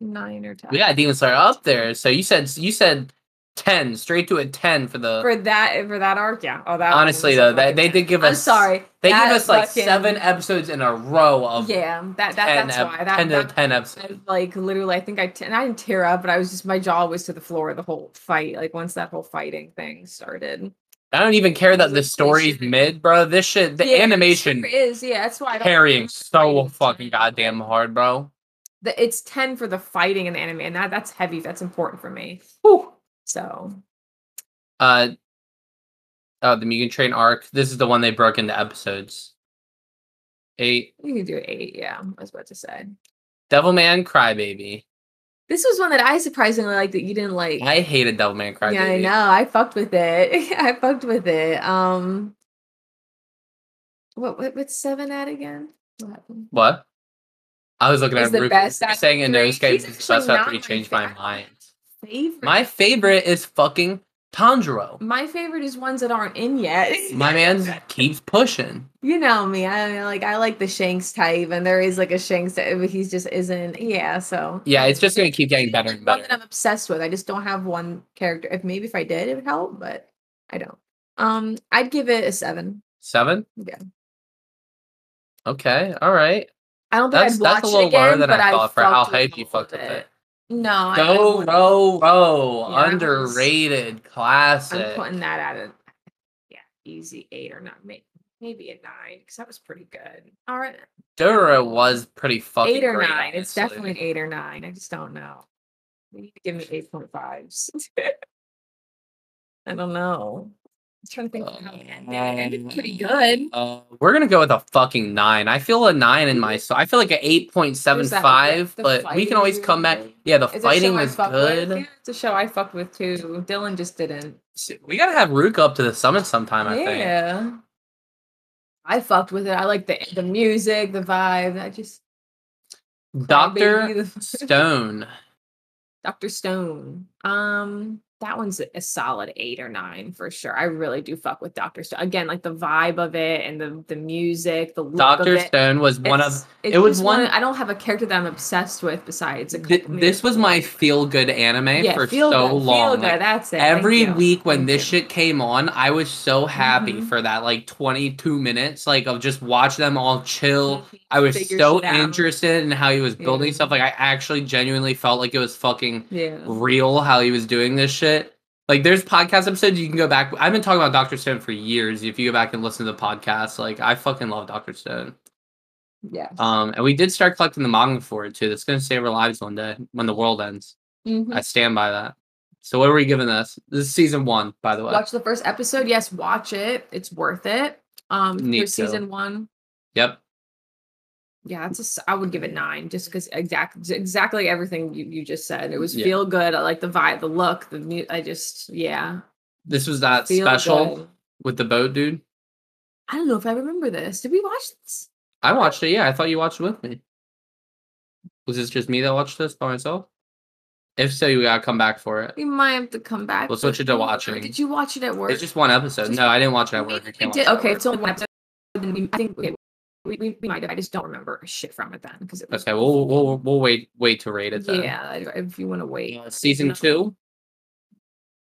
[SPEAKER 7] nine or ten.
[SPEAKER 8] We got Demon Slayer up there. So you said you said ten, straight to a ten for the
[SPEAKER 7] For that, for that arc, yeah. Oh, that. one
[SPEAKER 8] Honestly
[SPEAKER 7] was a
[SPEAKER 8] though, that
[SPEAKER 7] fucking
[SPEAKER 8] they
[SPEAKER 7] 10.
[SPEAKER 8] did give
[SPEAKER 7] I'm
[SPEAKER 8] us
[SPEAKER 7] sorry.
[SPEAKER 8] They
[SPEAKER 7] that
[SPEAKER 8] gave us like
[SPEAKER 7] fucking-
[SPEAKER 8] seven episodes in a row of
[SPEAKER 7] Yeah, that, that
[SPEAKER 8] 10,
[SPEAKER 7] that's
[SPEAKER 8] ep-
[SPEAKER 7] why that,
[SPEAKER 8] 10 to
[SPEAKER 7] that
[SPEAKER 8] 10
[SPEAKER 7] I,
[SPEAKER 8] episodes.
[SPEAKER 7] like literally, I think I t- and I didn't tear up, but I was just my jaw was to the floor the whole fight. Like once that whole fighting thing started.
[SPEAKER 8] I don't even care that
[SPEAKER 7] was
[SPEAKER 8] the
[SPEAKER 7] like, holy
[SPEAKER 8] story's
[SPEAKER 7] shit.
[SPEAKER 8] mid, bro. This shit, the
[SPEAKER 7] Yeah, it
[SPEAKER 8] animation
[SPEAKER 7] sure is yeah. That's why I don't
[SPEAKER 8] carrying
[SPEAKER 7] remember
[SPEAKER 8] so
[SPEAKER 7] fighting
[SPEAKER 8] fucking
[SPEAKER 7] tonight, but-
[SPEAKER 8] goddamn hard, bro.
[SPEAKER 7] the, it's 10 for the fighting in the anime and that that's heavy that's important for me so
[SPEAKER 8] Uh, oh, the Mugen Train arc. This is the one they broke into episodes. Eight.
[SPEAKER 7] you can do eight yeah i was about to say
[SPEAKER 8] Devilman Crybaby.
[SPEAKER 7] this was one that i surprisingly liked that you didn't like
[SPEAKER 8] I hated Devilman Crybaby.
[SPEAKER 7] yeah i know i fucked with it <laughs> i fucked with it um what what what's seven at again what happened
[SPEAKER 8] What? I was looking
[SPEAKER 7] Is
[SPEAKER 8] at
[SPEAKER 7] the
[SPEAKER 8] Ruka
[SPEAKER 7] best out of
[SPEAKER 8] saying in
[SPEAKER 7] three?
[SPEAKER 8] those
[SPEAKER 7] He's
[SPEAKER 8] games is the
[SPEAKER 7] actually
[SPEAKER 8] best out of
[SPEAKER 7] not
[SPEAKER 8] three.
[SPEAKER 7] my
[SPEAKER 8] Changed my
[SPEAKER 7] favorite.
[SPEAKER 8] mind.
[SPEAKER 7] favorite
[SPEAKER 8] My favorite is fucking Tanjiro.
[SPEAKER 7] my favorite is ones that aren't in yet
[SPEAKER 8] <laughs> My man keeps pushing.
[SPEAKER 7] you know me i like i like the shanks type and there is like a shanks type but he's just isn't yeah so
[SPEAKER 8] Yeah, it's just gonna keep getting better and
[SPEAKER 7] one
[SPEAKER 8] better.
[SPEAKER 7] that I'm obsessed with. I just don't have one character. If maybe if I did, it would help, but I don't. Um, I'd give it a seven.
[SPEAKER 8] Seven.
[SPEAKER 7] Yeah.
[SPEAKER 8] Okay. All right.
[SPEAKER 7] I don't think
[SPEAKER 8] That's
[SPEAKER 7] I'd watch
[SPEAKER 8] that's a little
[SPEAKER 7] it again,
[SPEAKER 8] lower than
[SPEAKER 7] but
[SPEAKER 8] I thought for how
[SPEAKER 7] fucked with
[SPEAKER 8] hype you
[SPEAKER 7] all of
[SPEAKER 8] fucked with it.
[SPEAKER 7] No, I- I
[SPEAKER 8] Go
[SPEAKER 7] wouldn't.
[SPEAKER 8] row row,
[SPEAKER 7] Yeah, I was-
[SPEAKER 8] underrated
[SPEAKER 7] I'm
[SPEAKER 8] classic.
[SPEAKER 7] putting that at a yeah, easy eight or not maybe maybe a nine because that was pretty good. All right,
[SPEAKER 8] Dura was pretty fucking
[SPEAKER 7] eight or
[SPEAKER 8] great,
[SPEAKER 7] nine. It's
[SPEAKER 8] honestly.
[SPEAKER 7] definitely an eight or nine. I just don't know. You need to give me eight point fives. <laughs> I don't know. I'm trying to think
[SPEAKER 8] Oh,
[SPEAKER 7] of how it ended. It ended pretty good.
[SPEAKER 8] Uh, we're gonna go with a fucking nine. I feel a nine in my soul. I feel like an eight point seven
[SPEAKER 7] There's that-
[SPEAKER 8] five,
[SPEAKER 7] the
[SPEAKER 8] but we
[SPEAKER 7] fighting
[SPEAKER 8] can always
[SPEAKER 7] was
[SPEAKER 8] come back.
[SPEAKER 7] really good.
[SPEAKER 8] Yeah, the
[SPEAKER 7] It's a
[SPEAKER 8] fighting
[SPEAKER 7] show I
[SPEAKER 8] was
[SPEAKER 7] fuck with.
[SPEAKER 8] good.
[SPEAKER 7] Yeah, it's a show I fucked with too. Dylan just didn't.
[SPEAKER 8] We gotta have Rook up to the summit sometime. I think.
[SPEAKER 7] yeah. I fucked with it. I like the the music, the vibe. I just
[SPEAKER 8] Doctor
[SPEAKER 7] Crybaby, the- <laughs>
[SPEAKER 8] Stone.
[SPEAKER 7] Dr. Stone. Um, that one's a solid eight or nine for sure. I really do fuck with Dr. Stone. Again, like the vibe of it and the the music, the look
[SPEAKER 8] Doctor
[SPEAKER 7] of it.
[SPEAKER 8] Stone was one of
[SPEAKER 7] It's- it's
[SPEAKER 8] it was
[SPEAKER 7] just one.
[SPEAKER 8] one-
[SPEAKER 7] I don't have a character that I'm obsessed with besides. A
[SPEAKER 8] Th-
[SPEAKER 7] couple- maybe
[SPEAKER 8] this was my
[SPEAKER 7] one.
[SPEAKER 8] feel good anime
[SPEAKER 7] Yeah,
[SPEAKER 8] for
[SPEAKER 7] feel
[SPEAKER 8] so
[SPEAKER 7] good, feel
[SPEAKER 8] long.
[SPEAKER 7] good,
[SPEAKER 8] Like,
[SPEAKER 7] that's it. thank
[SPEAKER 8] every
[SPEAKER 7] you,
[SPEAKER 8] week when
[SPEAKER 7] thank
[SPEAKER 8] this
[SPEAKER 7] you.
[SPEAKER 8] shit came on, I was so happy
[SPEAKER 7] Mhm.
[SPEAKER 8] for that like 22 minutes like of just watch them all
[SPEAKER 7] Mm-hmm.
[SPEAKER 8] chill. I was
[SPEAKER 7] Figure
[SPEAKER 8] so
[SPEAKER 7] shit out.
[SPEAKER 8] interested in how he was building
[SPEAKER 7] Yeah.
[SPEAKER 8] stuff. Like I actually genuinely felt like it was fucking
[SPEAKER 7] Yeah.
[SPEAKER 8] real how he was doing this shit. Like there's podcast episodes you can go back. I've been talking about Doctor Stone for years. If you go back and listen to the podcast, like I fucking love Doctor Stone.
[SPEAKER 7] Yeah.
[SPEAKER 8] Um, and we did start collecting the manga for it too. That's gonna save our lives one day when the world ends.
[SPEAKER 7] Mhm.
[SPEAKER 8] I stand by that. So what are we giving this? This is season one, by the way.
[SPEAKER 7] Watch the first episode. Yes, watch it. It's worth it. Um,
[SPEAKER 8] Need
[SPEAKER 7] for
[SPEAKER 8] to.
[SPEAKER 7] season one.
[SPEAKER 8] Yep.
[SPEAKER 7] Yeah, that's a s- I would give it nine just because exactly exactly everything you, you just said. It was
[SPEAKER 8] Yeah.
[SPEAKER 7] feel good. I like the vibe, the look, the mu- I just yeah.
[SPEAKER 8] This was that
[SPEAKER 7] feel
[SPEAKER 8] special
[SPEAKER 7] good.
[SPEAKER 8] with the boat dude.
[SPEAKER 7] I don't know if I remember this. Did we watch this?
[SPEAKER 8] I watched it. Yeah, I thought you watched it with me. Was this just me that watched this by myself? If so, you gotta come back for it.
[SPEAKER 7] We might have to come back.
[SPEAKER 8] We'll
[SPEAKER 7] to
[SPEAKER 8] switch
[SPEAKER 7] it.
[SPEAKER 8] it to
[SPEAKER 7] Or
[SPEAKER 8] watching.
[SPEAKER 7] Did you watch it at work?
[SPEAKER 8] It's just one episode.
[SPEAKER 7] Just-
[SPEAKER 8] No, I didn't watch it at
[SPEAKER 7] We-
[SPEAKER 8] work. I
[SPEAKER 7] we
[SPEAKER 8] can't watch
[SPEAKER 7] did-
[SPEAKER 8] it at
[SPEAKER 7] okay,
[SPEAKER 8] work.
[SPEAKER 7] it's only one episode. Then we, I think okay, We, we, we might have. I just don't remember shit from it then because it was.
[SPEAKER 8] Okay, we'll we'll we'll wait wait to rate it then.
[SPEAKER 7] yeah, if- if you want to wait.
[SPEAKER 8] Uh, season two.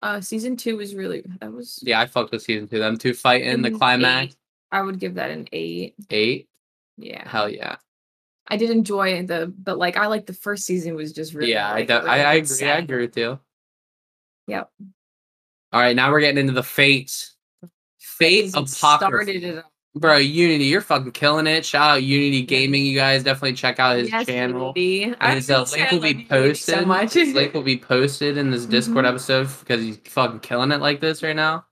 [SPEAKER 7] Uh, season two was really that was.
[SPEAKER 8] Yeah, I fucked with season two. Them two fighting the
[SPEAKER 7] an
[SPEAKER 8] climax
[SPEAKER 7] eight. I would give that an eight.
[SPEAKER 8] eight.
[SPEAKER 7] Yeah,
[SPEAKER 8] Hell yeah.
[SPEAKER 7] I did enjoy the, but like I like the first season was just really.
[SPEAKER 8] yeah, I,
[SPEAKER 7] like,
[SPEAKER 8] do-
[SPEAKER 7] really
[SPEAKER 8] I, I agree. I
[SPEAKER 7] sad.
[SPEAKER 8] agree with you.
[SPEAKER 7] Yep.
[SPEAKER 8] All right, now we're getting into the fates. Fate
[SPEAKER 7] Because it started
[SPEAKER 8] Apocrypha.
[SPEAKER 7] it all.
[SPEAKER 8] Bro, Unity, you're fucking killing it. Shout out Unity Gaming, you guys. Definitely check out his
[SPEAKER 7] Yes,
[SPEAKER 8] channel.
[SPEAKER 7] Ruby.
[SPEAKER 8] And
[SPEAKER 7] I've
[SPEAKER 8] his
[SPEAKER 7] been
[SPEAKER 8] uh,
[SPEAKER 7] saying I love
[SPEAKER 8] link will be
[SPEAKER 7] you, Ruby,
[SPEAKER 8] posted.
[SPEAKER 7] so much. <laughs>
[SPEAKER 8] His link will be posted in this Discord
[SPEAKER 7] Mhm.
[SPEAKER 8] episode because he's fucking killing it like this right now.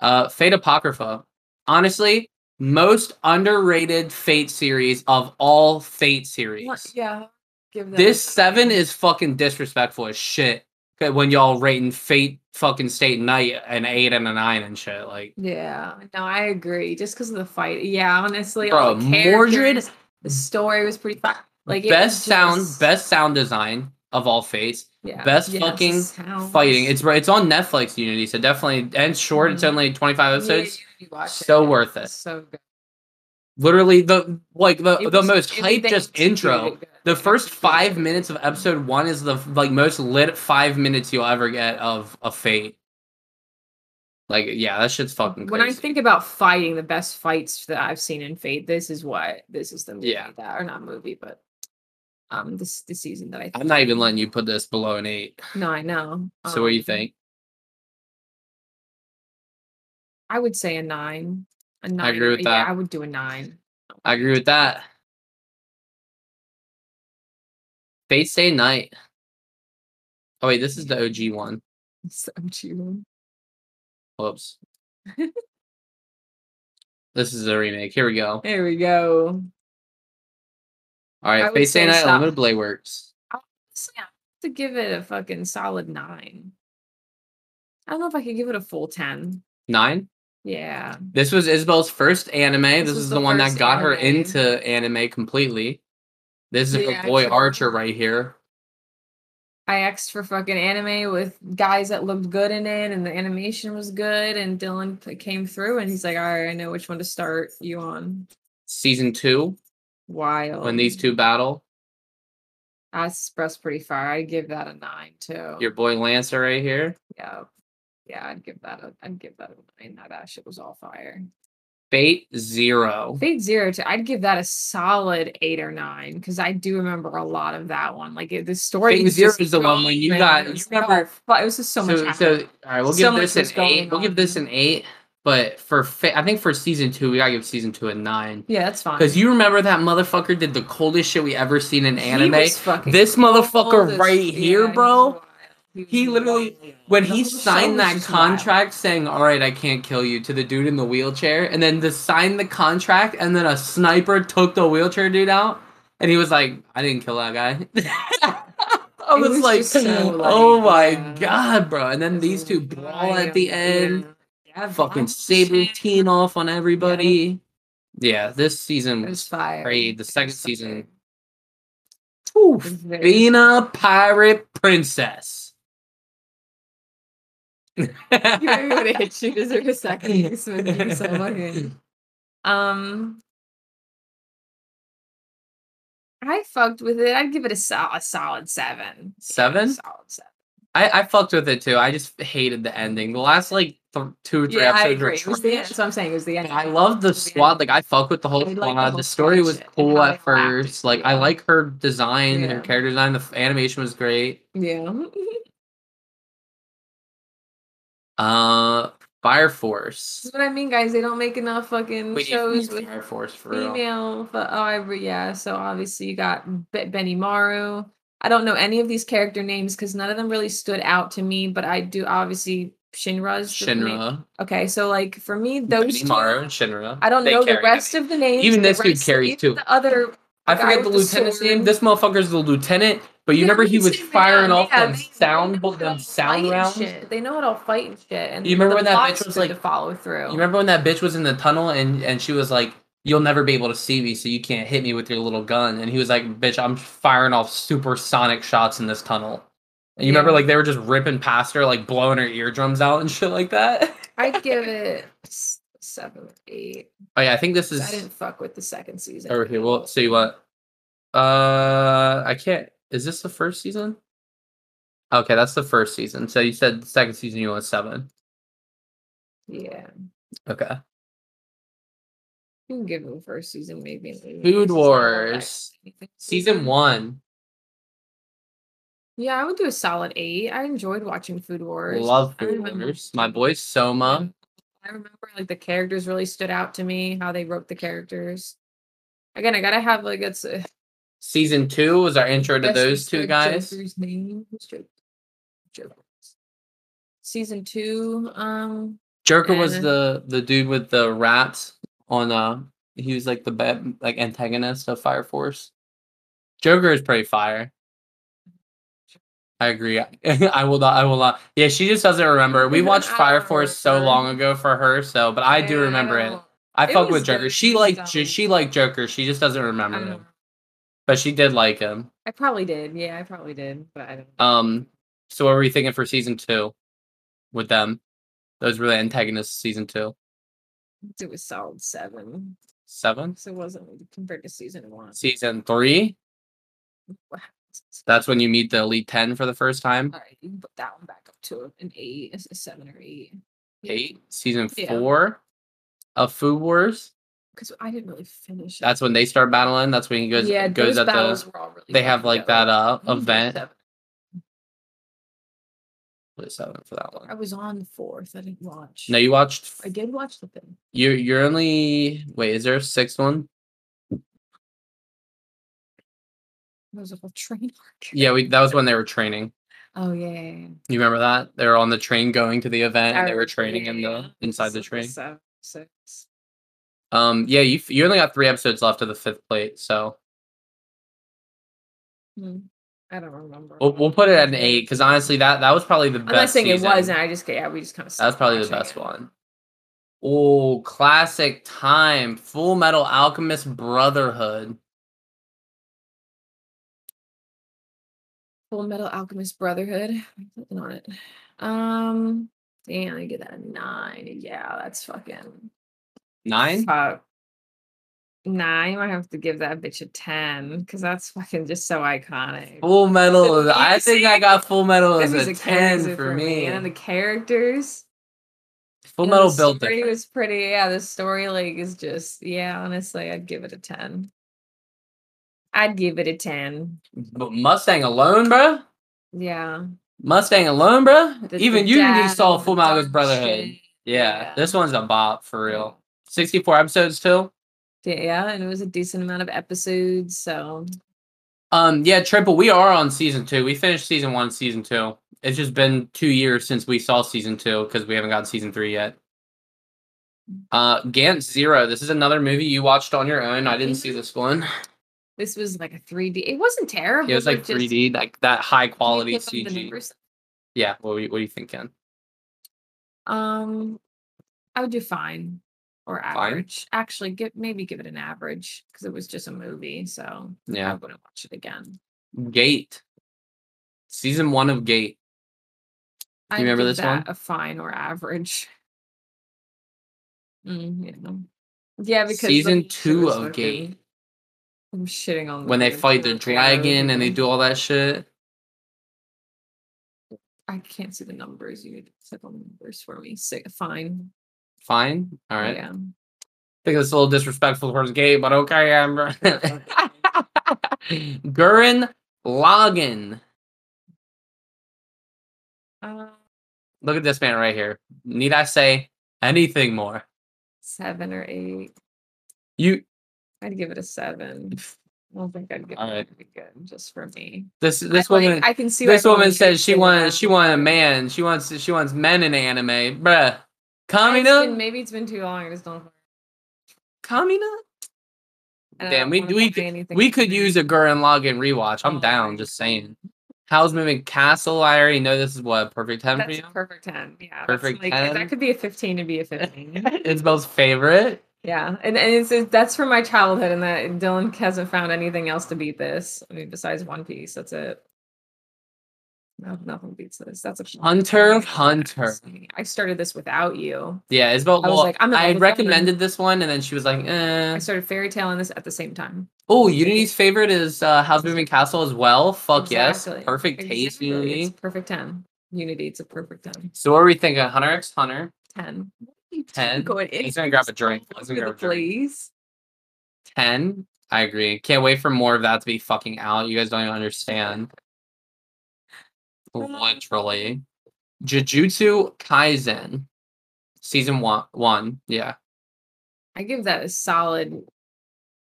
[SPEAKER 8] Uh, Fate Apocrypha. Honestly, most underrated Fate series of all Fate series.
[SPEAKER 7] What- Yeah, give that
[SPEAKER 8] This
[SPEAKER 7] a-
[SPEAKER 8] seven is fucking disrespectful as shit. 'Kay, When y'all rating Fate fucking State Night an eight and a nine and shit, like
[SPEAKER 7] Yeah, no, I agree. Just because of the fight. Yeah, honestly, all
[SPEAKER 8] bro,
[SPEAKER 7] the
[SPEAKER 8] Mordred
[SPEAKER 7] characters, The story was pretty fun. Like it
[SPEAKER 8] best
[SPEAKER 7] was
[SPEAKER 8] sound,
[SPEAKER 7] just-
[SPEAKER 8] best sound design of all Fates,
[SPEAKER 7] yeah,
[SPEAKER 8] best
[SPEAKER 7] yes,
[SPEAKER 8] fucking
[SPEAKER 7] sounds.
[SPEAKER 8] fighting. It's it's on Netflix Unity, so definitely and short. It's
[SPEAKER 7] Mhm.
[SPEAKER 8] only twenty five
[SPEAKER 7] Yeah,
[SPEAKER 8] episodes.
[SPEAKER 7] you- you watch
[SPEAKER 8] so worth it.
[SPEAKER 7] It's So good.
[SPEAKER 8] Literally the like the
[SPEAKER 7] It
[SPEAKER 8] the
[SPEAKER 7] was-
[SPEAKER 8] most
[SPEAKER 7] it-
[SPEAKER 8] hype
[SPEAKER 7] they
[SPEAKER 8] just
[SPEAKER 7] executed
[SPEAKER 8] intro.
[SPEAKER 7] it good.
[SPEAKER 8] The first five
[SPEAKER 7] Executed it.
[SPEAKER 8] minutes of episode one is the like most lit five minutes you'll ever get of a Fate. Like yeah, that shit's fucking. Crazy.
[SPEAKER 7] When I think about fighting, the best fights that I've seen in Fate, this is what this is the movie
[SPEAKER 8] Yeah.
[SPEAKER 7] that or not movie, but um this the season that I
[SPEAKER 8] I'm not even letting you put this below an eight.
[SPEAKER 7] No, I know.
[SPEAKER 8] So what do you
[SPEAKER 7] Um,
[SPEAKER 8] think?
[SPEAKER 7] I would say a nine. A nine.
[SPEAKER 8] agree with
[SPEAKER 7] yeah,
[SPEAKER 8] that.
[SPEAKER 7] I would do a nine. <laughs>
[SPEAKER 8] I agree with that. Fate Stay Night. Oh wait, this is the OG one.
[SPEAKER 7] So chew. <laughs>
[SPEAKER 8] Whoops. this is a remake. Here we go.
[SPEAKER 7] There we go.
[SPEAKER 8] All
[SPEAKER 7] I
[SPEAKER 8] right,
[SPEAKER 7] would
[SPEAKER 8] Fate Stay
[SPEAKER 7] say
[SPEAKER 8] Night,
[SPEAKER 7] stop.
[SPEAKER 8] Unlimited Blade Works.
[SPEAKER 7] So, yeah, to give it a fucking solid nine. I don't know if I could give it a full ten.
[SPEAKER 8] Nine.
[SPEAKER 7] Yeah.
[SPEAKER 8] This was Isabel's first anime. This,
[SPEAKER 7] This was
[SPEAKER 8] is
[SPEAKER 7] the
[SPEAKER 8] the, one that
[SPEAKER 7] first
[SPEAKER 8] got her
[SPEAKER 7] anime.
[SPEAKER 8] into anime completely. This is
[SPEAKER 7] Yeah,
[SPEAKER 8] her boy
[SPEAKER 7] actually.
[SPEAKER 8] Archer right here.
[SPEAKER 7] I asked for fucking anime with guys that looked good in it and the animation was good and Dylan p- came through and he's like, all right, I know which one to start you on.
[SPEAKER 8] Season two,
[SPEAKER 7] Wild.
[SPEAKER 8] when these two battle.
[SPEAKER 7] I expressed pretty far. I'd give that a nine too.
[SPEAKER 8] Your boy Lancer right here.
[SPEAKER 7] yeah. Yeah, I'd give that a I'd give that a nine. That, that shit was all fire.
[SPEAKER 8] Fate Zero.
[SPEAKER 7] Fate Zero to I'd give that a solid eight or nine because I do remember a lot of that one. Like it, the story.
[SPEAKER 8] Fate
[SPEAKER 7] was
[SPEAKER 8] Zero
[SPEAKER 7] just
[SPEAKER 8] is the one when you
[SPEAKER 7] going,
[SPEAKER 8] got-
[SPEAKER 7] it
[SPEAKER 8] you
[SPEAKER 7] was
[SPEAKER 8] remember-
[SPEAKER 7] so fu- it was just so, much.
[SPEAKER 8] So,
[SPEAKER 7] happening.
[SPEAKER 8] so all right, we'll
[SPEAKER 7] So
[SPEAKER 8] give
[SPEAKER 7] much
[SPEAKER 8] this
[SPEAKER 7] was
[SPEAKER 8] an
[SPEAKER 7] going
[SPEAKER 8] eight. We'll give this
[SPEAKER 7] on.
[SPEAKER 8] an eight. But for Fa- I think for season two, we gotta give season two a nine.
[SPEAKER 7] yeah, that's fine.
[SPEAKER 8] Because you remember that motherfucker did the coldest shit we ever seen in
[SPEAKER 7] He
[SPEAKER 8] anime.
[SPEAKER 7] was fucking
[SPEAKER 8] This
[SPEAKER 7] cold
[SPEAKER 8] motherfucker
[SPEAKER 7] as-
[SPEAKER 8] right
[SPEAKER 7] yeah,
[SPEAKER 8] here,
[SPEAKER 7] was
[SPEAKER 8] bro.
[SPEAKER 7] wild. was
[SPEAKER 8] He literally,
[SPEAKER 7] wild.
[SPEAKER 8] when
[SPEAKER 7] The
[SPEAKER 8] he
[SPEAKER 7] whole show
[SPEAKER 8] signed
[SPEAKER 7] was
[SPEAKER 8] that
[SPEAKER 7] just wild.
[SPEAKER 8] contract saying, All right, I can't kill you, to the dude in the wheelchair, and then to sign the contract, and then a sniper took the wheelchair dude out, and he was like, I didn't kill that guy. <laughs> I
[SPEAKER 7] It
[SPEAKER 8] was,
[SPEAKER 7] was
[SPEAKER 8] like,
[SPEAKER 7] just so,
[SPEAKER 8] Oh my
[SPEAKER 7] like, yeah.
[SPEAKER 8] god, bro. And then
[SPEAKER 7] It
[SPEAKER 8] these
[SPEAKER 7] was
[SPEAKER 8] two brawl
[SPEAKER 7] wild,
[SPEAKER 8] at the end.
[SPEAKER 7] Yeah, Yeah,
[SPEAKER 8] Fucking
[SPEAKER 7] violent
[SPEAKER 8] saber
[SPEAKER 7] shit.
[SPEAKER 8] teen off on everybody. Yeah, this season
[SPEAKER 7] It was fire.
[SPEAKER 8] Great, the
[SPEAKER 7] It was
[SPEAKER 8] second
[SPEAKER 7] so
[SPEAKER 8] season-
[SPEAKER 7] good.
[SPEAKER 8] Ooh,
[SPEAKER 7] It's very-
[SPEAKER 8] Fina Pirate Princess.
[SPEAKER 7] you know, would have hit you just for a second. You smacked you so fucking- Um, I fucked with it. I'd give it a, sol- a solid seven. Yeah,
[SPEAKER 8] Seven?
[SPEAKER 7] solid seven.
[SPEAKER 8] <laughs> I, I fucked with it too. I just hated the ending. The last like th- two or three
[SPEAKER 7] Yeah, I
[SPEAKER 8] episodes
[SPEAKER 7] agree.
[SPEAKER 8] were
[SPEAKER 7] It was the end.
[SPEAKER 8] trash.
[SPEAKER 7] That's what I'm saying. It was the end.
[SPEAKER 8] I love the squad. Like I fuck with the whole
[SPEAKER 7] I like
[SPEAKER 8] squad.
[SPEAKER 7] the
[SPEAKER 8] the,
[SPEAKER 7] whole
[SPEAKER 8] story
[SPEAKER 7] squad
[SPEAKER 8] was
[SPEAKER 7] shit and
[SPEAKER 8] cool
[SPEAKER 7] how
[SPEAKER 8] at
[SPEAKER 7] they acted,
[SPEAKER 8] first. Like I
[SPEAKER 7] yeah.
[SPEAKER 8] like her design, her
[SPEAKER 7] Yeah.
[SPEAKER 8] character design. The f- animation was great.
[SPEAKER 7] yeah. <laughs>
[SPEAKER 8] Uh, Fire
[SPEAKER 7] This
[SPEAKER 8] Force.
[SPEAKER 7] is what I mean, guys. They don't make enough fucking
[SPEAKER 8] We need- we
[SPEAKER 7] shows
[SPEAKER 8] need
[SPEAKER 7] with
[SPEAKER 8] Fire Force for real.
[SPEAKER 7] female. fu- oh, I re- yeah. So obviously you got Be- Benny Maru. I don't know any of these character names because none of them really stood out to me. But I do obviously Shinra's the main-
[SPEAKER 8] Shinra,
[SPEAKER 7] Okay, so like for me, those two,
[SPEAKER 8] Maru, and Shinra.
[SPEAKER 7] I don't
[SPEAKER 8] They
[SPEAKER 7] know the
[SPEAKER 8] carry
[SPEAKER 7] rest
[SPEAKER 8] it.
[SPEAKER 7] of the names.
[SPEAKER 8] Even
[SPEAKER 7] the
[SPEAKER 8] this dude
[SPEAKER 7] rest-
[SPEAKER 8] carries
[SPEAKER 7] even
[SPEAKER 8] two.
[SPEAKER 7] The other,
[SPEAKER 8] I
[SPEAKER 7] guy with
[SPEAKER 8] forget the
[SPEAKER 7] the
[SPEAKER 8] lieutenant's name.
[SPEAKER 7] sword.
[SPEAKER 8] This motherfucker's the lieutenant, but you
[SPEAKER 7] Yeah,
[SPEAKER 8] remember
[SPEAKER 7] but
[SPEAKER 8] he
[SPEAKER 7] it's
[SPEAKER 8] was
[SPEAKER 7] different
[SPEAKER 8] firing
[SPEAKER 7] now.
[SPEAKER 8] off
[SPEAKER 7] Yeah,
[SPEAKER 8] them
[SPEAKER 7] they-
[SPEAKER 8] sound,
[SPEAKER 7] they know how
[SPEAKER 8] them
[SPEAKER 7] to
[SPEAKER 8] sound
[SPEAKER 7] fight and
[SPEAKER 8] rounds.
[SPEAKER 7] shit. They know how to fight and shit. And
[SPEAKER 8] You remember
[SPEAKER 7] the
[SPEAKER 8] when that bitch
[SPEAKER 7] plot's
[SPEAKER 8] was
[SPEAKER 7] good to
[SPEAKER 8] like-
[SPEAKER 7] follow through?
[SPEAKER 8] You remember when that bitch was in the tunnel and and she was like, "You'll never be able to see me, so you can't hit me with your little gun." And he was like, "Bitch, I'm firing off supersonic shots in this tunnel." And you remember
[SPEAKER 7] Yeah.
[SPEAKER 8] like they were <laughs> just ripping past her, like blowing her eardrums out and shit like that.
[SPEAKER 7] I'd give it s- seven or eight.
[SPEAKER 8] Oh yeah, I think this
[SPEAKER 7] I
[SPEAKER 8] is
[SPEAKER 7] didn't fuck with the second season.
[SPEAKER 8] over here. We'll see what. Uh, I can't. Is this the first season? Okay, that's the first season. So you said the second season you want seven.
[SPEAKER 7] Yeah.
[SPEAKER 8] Okay.
[SPEAKER 7] You can give them first season maybe. and leave
[SPEAKER 8] Food
[SPEAKER 7] season one back.
[SPEAKER 8] Wars season one.
[SPEAKER 7] Yeah, I would do a solid eight. I enjoyed watching Food Wars.
[SPEAKER 8] Love
[SPEAKER 7] I
[SPEAKER 8] Food
[SPEAKER 7] remember-
[SPEAKER 8] Wars. My boy Soma.
[SPEAKER 7] I remember like the characters really stood out to me, how they wrote the characters. Again, I gotta have like it's uh,
[SPEAKER 8] Season two was our intro to
[SPEAKER 7] best
[SPEAKER 8] those two
[SPEAKER 7] Easter
[SPEAKER 8] guys.
[SPEAKER 7] Joker's name. Who's Joker? Joker. Season two, um,
[SPEAKER 8] Jerker was
[SPEAKER 7] Yeah.
[SPEAKER 8] the the dude with the rats on uh he was like the bad like antagonist of Fire Force. Joker is pretty fire. I agree. <laughs> I will not I will not yeah, she just doesn't remember. We
[SPEAKER 7] Even
[SPEAKER 8] watched
[SPEAKER 7] I
[SPEAKER 8] Fire
[SPEAKER 7] don't
[SPEAKER 8] Force so
[SPEAKER 7] remember.
[SPEAKER 8] long ago for her, so but I do
[SPEAKER 7] yeah,
[SPEAKER 8] remember it.
[SPEAKER 7] eh, don't-
[SPEAKER 8] I
[SPEAKER 7] It
[SPEAKER 8] fuck with
[SPEAKER 7] was
[SPEAKER 8] Joker.
[SPEAKER 7] good.
[SPEAKER 8] She liked
[SPEAKER 7] Um,
[SPEAKER 8] she, she liked Joker, she just doesn't
[SPEAKER 7] I
[SPEAKER 8] remember
[SPEAKER 7] don't
[SPEAKER 8] him.
[SPEAKER 7] know.
[SPEAKER 8] But she did like him.
[SPEAKER 7] I probably did. Yeah, I probably did, but I don't. know.
[SPEAKER 8] Um so what were you thinking for season two with them? Those were the antagonists of season two.
[SPEAKER 7] It was solid seven,
[SPEAKER 8] Seven?
[SPEAKER 7] so it wasn't compared to season one.
[SPEAKER 8] Season three?
[SPEAKER 7] Wow.
[SPEAKER 8] That's when you meet the Elite Ten for the first time.
[SPEAKER 7] All right, you can put that one back up to an eight, a seven or eight.
[SPEAKER 8] Eight, season
[SPEAKER 7] Yeah.
[SPEAKER 8] four of Food Wars.
[SPEAKER 7] because I didn't really finish. it.
[SPEAKER 8] That's when they start battling. That's when he goes
[SPEAKER 7] yeah,
[SPEAKER 8] goes
[SPEAKER 7] those
[SPEAKER 8] at
[SPEAKER 7] battles
[SPEAKER 8] the.
[SPEAKER 7] were all really.
[SPEAKER 8] They have
[SPEAKER 7] good
[SPEAKER 8] like that
[SPEAKER 7] though.
[SPEAKER 8] uh
[SPEAKER 7] I didn't do
[SPEAKER 8] event.
[SPEAKER 7] seven.
[SPEAKER 8] What is that for that
[SPEAKER 7] I
[SPEAKER 8] one?
[SPEAKER 7] was on the fourth. I didn't watch.
[SPEAKER 8] No, you watched.
[SPEAKER 7] I did watch the thing.
[SPEAKER 8] You're you're only wait. Is there a sixth one?
[SPEAKER 7] There was a whole <laughs> train arc.
[SPEAKER 8] Yeah, we that was when they were training.
[SPEAKER 7] Oh yeah. yeah, yeah.
[SPEAKER 8] You remember that they were on the train going to the event
[SPEAKER 7] I
[SPEAKER 8] and they were
[SPEAKER 7] remember,
[SPEAKER 8] training
[SPEAKER 7] yeah,
[SPEAKER 8] in
[SPEAKER 7] yeah,
[SPEAKER 8] the inside the
[SPEAKER 7] So it
[SPEAKER 8] train.
[SPEAKER 7] was Seven, six.
[SPEAKER 8] Um, yeah, you you only got three episodes left of the fifth plate, so
[SPEAKER 7] Hmm. I don't remember.
[SPEAKER 8] we'll, we'll put it at an eight because honestly, that that was probably the
[SPEAKER 7] I'm
[SPEAKER 8] best.
[SPEAKER 7] not saying it
[SPEAKER 8] season.
[SPEAKER 7] was, and I just yeah, we just kind of.
[SPEAKER 8] That's probably the best one. Oh, classic time. Full Metal Alchemist Brotherhood.
[SPEAKER 7] Full Metal Alchemist Brotherhood. I'm clicking on it. Um, damn, I get that a nine. Yeah, that's fucking
[SPEAKER 8] Nine?
[SPEAKER 7] Fuck. Nah, you might have to give that bitch a 10 because that's fucking just so iconic.
[SPEAKER 8] Full Metal. is-
[SPEAKER 7] The
[SPEAKER 8] I think I
[SPEAKER 7] music-
[SPEAKER 8] got Full Metal
[SPEAKER 7] That
[SPEAKER 8] as a
[SPEAKER 7] music
[SPEAKER 8] 10
[SPEAKER 7] crazy
[SPEAKER 8] for me.
[SPEAKER 7] And the characters.
[SPEAKER 8] Full
[SPEAKER 7] and
[SPEAKER 8] Metal
[SPEAKER 7] the
[SPEAKER 8] built
[SPEAKER 7] story
[SPEAKER 8] different.
[SPEAKER 7] was pretty. Yeah, the story like is just, yeah, honestly, I'd give it a 10. I'd give it a 10.
[SPEAKER 8] But Mustang alone, bruh.
[SPEAKER 7] Yeah.
[SPEAKER 8] Mustang alone, bruh.
[SPEAKER 7] The-
[SPEAKER 8] Even
[SPEAKER 7] the
[SPEAKER 8] you can
[SPEAKER 7] dad,
[SPEAKER 8] saw
[SPEAKER 7] the
[SPEAKER 8] Full Metal
[SPEAKER 7] dark
[SPEAKER 8] Alchemist Brotherhood.
[SPEAKER 7] shit.
[SPEAKER 8] Yeah,
[SPEAKER 7] Yeah.
[SPEAKER 8] this one's a bop for real. 64 episodes too.
[SPEAKER 7] Yeah, and it was a decent amount of episodes. So
[SPEAKER 8] Um, yeah, Triple, we are on season two. We finished season one, season two. It's just been two years since we saw season two because we haven't gotten season three yet. Uh, Gant Zero. This is another movie you watched on your own. I didn't see this one.
[SPEAKER 7] this was like a 3D. It wasn't terrible.
[SPEAKER 8] It was like
[SPEAKER 7] but just-
[SPEAKER 8] 3D, like that high
[SPEAKER 7] Can you
[SPEAKER 8] quality
[SPEAKER 7] give them the
[SPEAKER 8] CG.
[SPEAKER 7] numbers?
[SPEAKER 8] Yeah, what were you, what are you thinking?
[SPEAKER 7] Um, I would do fine or
[SPEAKER 8] Fine?
[SPEAKER 7] average. Actually, give maybe give it an average because it was just a movie, so I
[SPEAKER 8] Yeah,
[SPEAKER 7] wouldn't watch it again.
[SPEAKER 8] Gate. Season one of Gate.
[SPEAKER 7] I
[SPEAKER 8] remember this one?
[SPEAKER 7] A fine or average. Mm, yeah. yeah, because the
[SPEAKER 8] Season
[SPEAKER 7] lead
[SPEAKER 8] two
[SPEAKER 7] was
[SPEAKER 8] of
[SPEAKER 7] fucking-
[SPEAKER 8] Gate.
[SPEAKER 7] I'm shitting on
[SPEAKER 8] When they
[SPEAKER 7] the
[SPEAKER 8] fight the
[SPEAKER 7] entire
[SPEAKER 8] dragon and they
[SPEAKER 7] movie.
[SPEAKER 8] do all that shit.
[SPEAKER 7] I can't see the numbers. You need to click on the numbers for me. Sick, fine.
[SPEAKER 8] Fine. All right.
[SPEAKER 7] Yeah.
[SPEAKER 8] think it's a little disrespectful towards Gabe, but okay, I'm <laughs> Gurren Lagann.
[SPEAKER 7] Uh,
[SPEAKER 8] Look at this man right here. Need I say anything more?
[SPEAKER 7] seven or eight.
[SPEAKER 8] You
[SPEAKER 7] I'd give it a seven. I don't think I'd give
[SPEAKER 8] All
[SPEAKER 7] it
[SPEAKER 8] right.
[SPEAKER 7] a good just for me.
[SPEAKER 8] this this
[SPEAKER 7] I, like,
[SPEAKER 8] woman
[SPEAKER 7] I can see why
[SPEAKER 8] this woman
[SPEAKER 7] people
[SPEAKER 8] says she
[SPEAKER 7] say
[SPEAKER 8] wants
[SPEAKER 7] that.
[SPEAKER 8] she wants a man. She wants she wants men in anime. Bruh.
[SPEAKER 7] It's been-
[SPEAKER 8] Kamina?
[SPEAKER 7] maybe it's been too long. I just don't.
[SPEAKER 8] Kamina?
[SPEAKER 7] and I don't
[SPEAKER 8] Damn, we
[SPEAKER 7] wanna
[SPEAKER 8] we
[SPEAKER 7] buy
[SPEAKER 8] could,
[SPEAKER 7] anything
[SPEAKER 8] we
[SPEAKER 7] from
[SPEAKER 8] could
[SPEAKER 7] them.
[SPEAKER 8] use a Gurren Lagann rewatch. I'm
[SPEAKER 7] Oh
[SPEAKER 8] down,
[SPEAKER 7] my
[SPEAKER 8] just saying. How's Moving Castle? I already know this is what a perfect time for
[SPEAKER 7] That's
[SPEAKER 8] you.
[SPEAKER 7] a perfect ten. Yeah, that's
[SPEAKER 8] Perfect
[SPEAKER 7] like,
[SPEAKER 8] 10.
[SPEAKER 7] That could be a fifteen to be a fifteen.
[SPEAKER 8] <laughs> Isabel's favorite.
[SPEAKER 7] yeah, and, and it's, it- that's from my childhood, and that Dylan hasn't found anything else to beat this. I mean, besides One Piece, that's it. No, nothing beats this. That's a
[SPEAKER 8] Hunter of Hunter.
[SPEAKER 7] I started this without you.
[SPEAKER 8] Yeah, it's about.
[SPEAKER 7] I was
[SPEAKER 8] well,
[SPEAKER 7] like, I'm in love
[SPEAKER 8] I had
[SPEAKER 7] with Evelyn.
[SPEAKER 8] recommended this one, and then she was like, eh.
[SPEAKER 7] I started fairy tailing this at the same time.
[SPEAKER 8] Oh, Unity's favorite is uh, House Moving Castle as well. Fuck yes,
[SPEAKER 7] Exactly.
[SPEAKER 8] perfect taste,
[SPEAKER 7] Exactly. It's
[SPEAKER 8] Unity.
[SPEAKER 7] perfect ten. Unity. It's a perfect ten.
[SPEAKER 8] So what are we thinking? Hunter x Hunter.
[SPEAKER 7] Ten.
[SPEAKER 8] 10?
[SPEAKER 7] Going in.
[SPEAKER 8] He's gonna grab a drink. He's gonna
[SPEAKER 7] Please.
[SPEAKER 8] grab a drink. Ten. I agree. Can't wait for more of that to be fucking out. You guys don't even understand.
[SPEAKER 7] Um,
[SPEAKER 8] Literally, Jujutsu Kaisen, season one. One. Yeah.
[SPEAKER 7] I give that a solid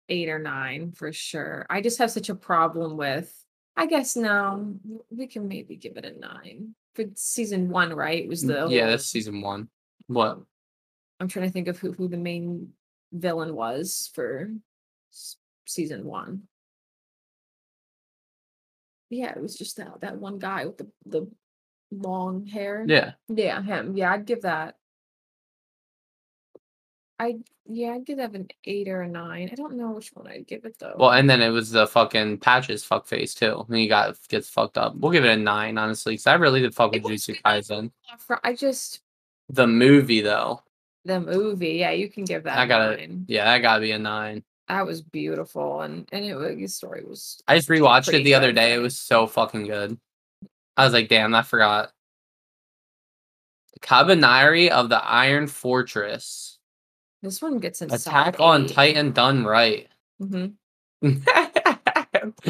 [SPEAKER 7] eight or nine for sure. I just have such a problem with. I guess no, w- we can maybe give it a nine. For season one, right? Was the
[SPEAKER 8] Mm, yeah,
[SPEAKER 7] whole-
[SPEAKER 8] that's season one. What?
[SPEAKER 7] I'm trying to think of who who the main villain was for s- season one. Yeah, it was just that that one guy with the the long hair.
[SPEAKER 8] Yeah.
[SPEAKER 7] Yeah, him. Yeah, I'd give that. I yeah, I'd give that an eight or a nine. I don't know which one I'd give it though.
[SPEAKER 8] Well, and then it was the fucking patches fuck face too. And he got gets fucked up. We'll give it a nine, honestly, because I really did fuck with
[SPEAKER 7] It was
[SPEAKER 8] Jujutsu
[SPEAKER 7] really
[SPEAKER 8] Kaisen.
[SPEAKER 7] Fr- I just
[SPEAKER 8] The movie though,
[SPEAKER 7] the movie. Yeah, you can give that.
[SPEAKER 8] I
[SPEAKER 7] a
[SPEAKER 8] gotta-
[SPEAKER 7] nine.
[SPEAKER 8] yeah, that gotta be a nine.
[SPEAKER 7] That was beautiful, and and it was the story was.
[SPEAKER 8] I just rewatched
[SPEAKER 7] pretty
[SPEAKER 8] it the other
[SPEAKER 7] good.
[SPEAKER 8] day. It was so fucking good. I was like, damn, I forgot. Kabanari of the Iron Fortress.
[SPEAKER 7] This one gets in
[SPEAKER 8] Attack on Titan done right. <laughs>
[SPEAKER 7] Mm-hmm.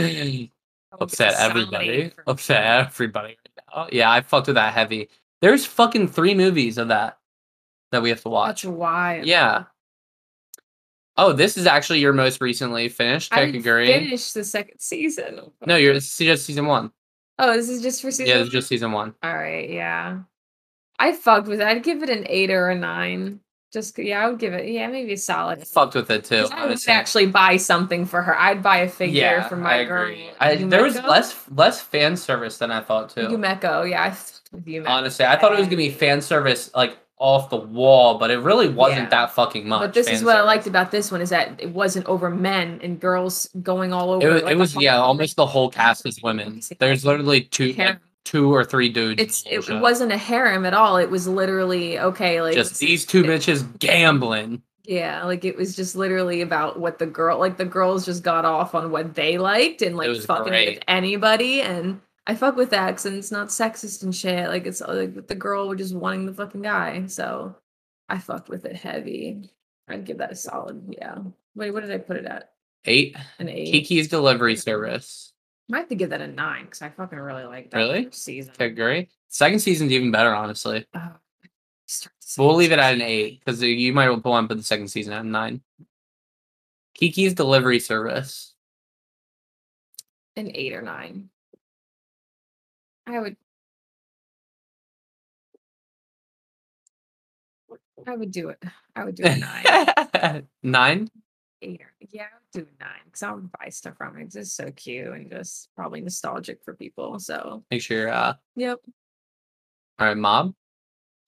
[SPEAKER 8] upset everybody. <laughs> Upset everybody right now. Yeah, I fucked with that heavy. There's fucking three movies of that that we have to
[SPEAKER 7] That's
[SPEAKER 8] watch.
[SPEAKER 7] why.
[SPEAKER 8] Yeah. Oh, this is actually your most recently finished
[SPEAKER 7] I didn't
[SPEAKER 8] Kakaguri.
[SPEAKER 7] finish the second season.
[SPEAKER 8] No, you're this is just season one.
[SPEAKER 7] Oh, this is just for season.
[SPEAKER 8] Yeah,
[SPEAKER 7] one?
[SPEAKER 8] it's just season one.
[SPEAKER 7] All right, yeah. I fucked with it. I'd give it an eight or a nine. Just c- yeah, I would give it yeah, maybe a solid.
[SPEAKER 8] I fucked with it too.
[SPEAKER 7] 'Cause I would
[SPEAKER 8] honestly.
[SPEAKER 7] actually buy something for her. I'd buy a figure
[SPEAKER 8] yeah,
[SPEAKER 7] for
[SPEAKER 8] I
[SPEAKER 7] my girl.
[SPEAKER 8] agree. I, there was
[SPEAKER 7] Yumeko?
[SPEAKER 8] less less fan service than I thought too.
[SPEAKER 7] Yumeko, yeah. I fucked with Yumeko.
[SPEAKER 8] Honestly, I thought it was gonna be fan service like off the wall, but it really wasn't
[SPEAKER 7] Yeah.
[SPEAKER 8] that fucking much.
[SPEAKER 7] But this
[SPEAKER 8] fan
[SPEAKER 7] is what I
[SPEAKER 8] service.
[SPEAKER 7] liked about this one is that it wasn't over men and girls going all over.
[SPEAKER 8] It was,
[SPEAKER 7] like
[SPEAKER 8] it
[SPEAKER 7] a
[SPEAKER 8] was yeah,
[SPEAKER 7] fucking-
[SPEAKER 8] almost the whole cast is women. There's literally two,
[SPEAKER 7] harem.
[SPEAKER 8] like, two or three dudes. in
[SPEAKER 7] It's
[SPEAKER 8] the whole
[SPEAKER 7] it
[SPEAKER 8] show.
[SPEAKER 7] wasn't a harem at all. It was literally okay, like
[SPEAKER 8] just these two bitches gambling.
[SPEAKER 7] Yeah, like it was just literally about what the girl, like the girls just got off on what they liked and like
[SPEAKER 8] was
[SPEAKER 7] fucking
[SPEAKER 8] great.
[SPEAKER 7] with anybody. And I fuck with that because it's not sexist and shit. Like it's uh, like the girl was just wanting the fucking guy. So I fucked with it heavy. I'd give that a solid. Yeah. Wait, what did I put it at?
[SPEAKER 8] Eight
[SPEAKER 7] An eight.
[SPEAKER 8] Kiki's delivery service.
[SPEAKER 7] Might have to give that a nine because I fucking really like that
[SPEAKER 8] Really?
[SPEAKER 7] first season.
[SPEAKER 8] Okay, great. Second season's even better, honestly.
[SPEAKER 7] Oh, start the
[SPEAKER 8] We'll
[SPEAKER 7] second
[SPEAKER 8] leave it at an
[SPEAKER 7] season.
[SPEAKER 8] eight because you might want to put the second season at a nine. Kiki's delivery service. <laughs>
[SPEAKER 7] an eight or nine. I would. I would do it. I would do a
[SPEAKER 8] <laughs>
[SPEAKER 7] nine,
[SPEAKER 8] nine?
[SPEAKER 7] eight. Or, yeah, I would do a nine because I would buy stuff from it. It's just so cute and just probably nostalgic for people. So,
[SPEAKER 8] Make sure you're uh
[SPEAKER 7] yep. that's
[SPEAKER 8] all right, mob.
[SPEAKER 7] an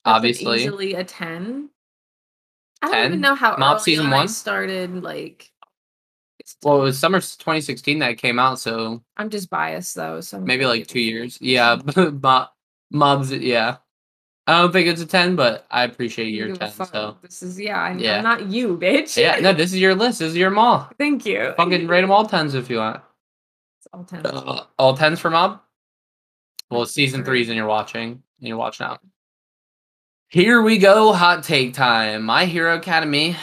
[SPEAKER 8] Obviously.
[SPEAKER 7] easily a ten. I don't
[SPEAKER 8] 10?
[SPEAKER 7] even know how
[SPEAKER 8] Mob
[SPEAKER 7] early
[SPEAKER 8] season
[SPEAKER 7] on I
[SPEAKER 8] one?
[SPEAKER 7] started. Like, it's-
[SPEAKER 8] Well, it was summer s- 2016 that it came out, so
[SPEAKER 7] I'm just biased though. So I'm
[SPEAKER 8] maybe
[SPEAKER 7] gonna
[SPEAKER 8] like
[SPEAKER 7] give
[SPEAKER 8] two
[SPEAKER 7] it-
[SPEAKER 8] years. Yeah, <laughs> mob, mobs. Yeah, I don't think it's a 10, but I appreciate
[SPEAKER 7] I don't
[SPEAKER 8] your
[SPEAKER 7] give a
[SPEAKER 8] 10. So
[SPEAKER 7] fuck. this is yeah. I'm,
[SPEAKER 8] Yeah.
[SPEAKER 7] I'm not you, <laughs> bitch.
[SPEAKER 8] yeah, no, this is your list. This is your mall.
[SPEAKER 7] Thank you.
[SPEAKER 8] Fucking rate them all tens if you want.
[SPEAKER 7] It's all ten.
[SPEAKER 8] Uh, all tens for mob. Well,
[SPEAKER 7] That's
[SPEAKER 8] season
[SPEAKER 7] great.
[SPEAKER 8] threes, and you're watching. And you're watching out. Here we go. Hot take time. My Hero Academy.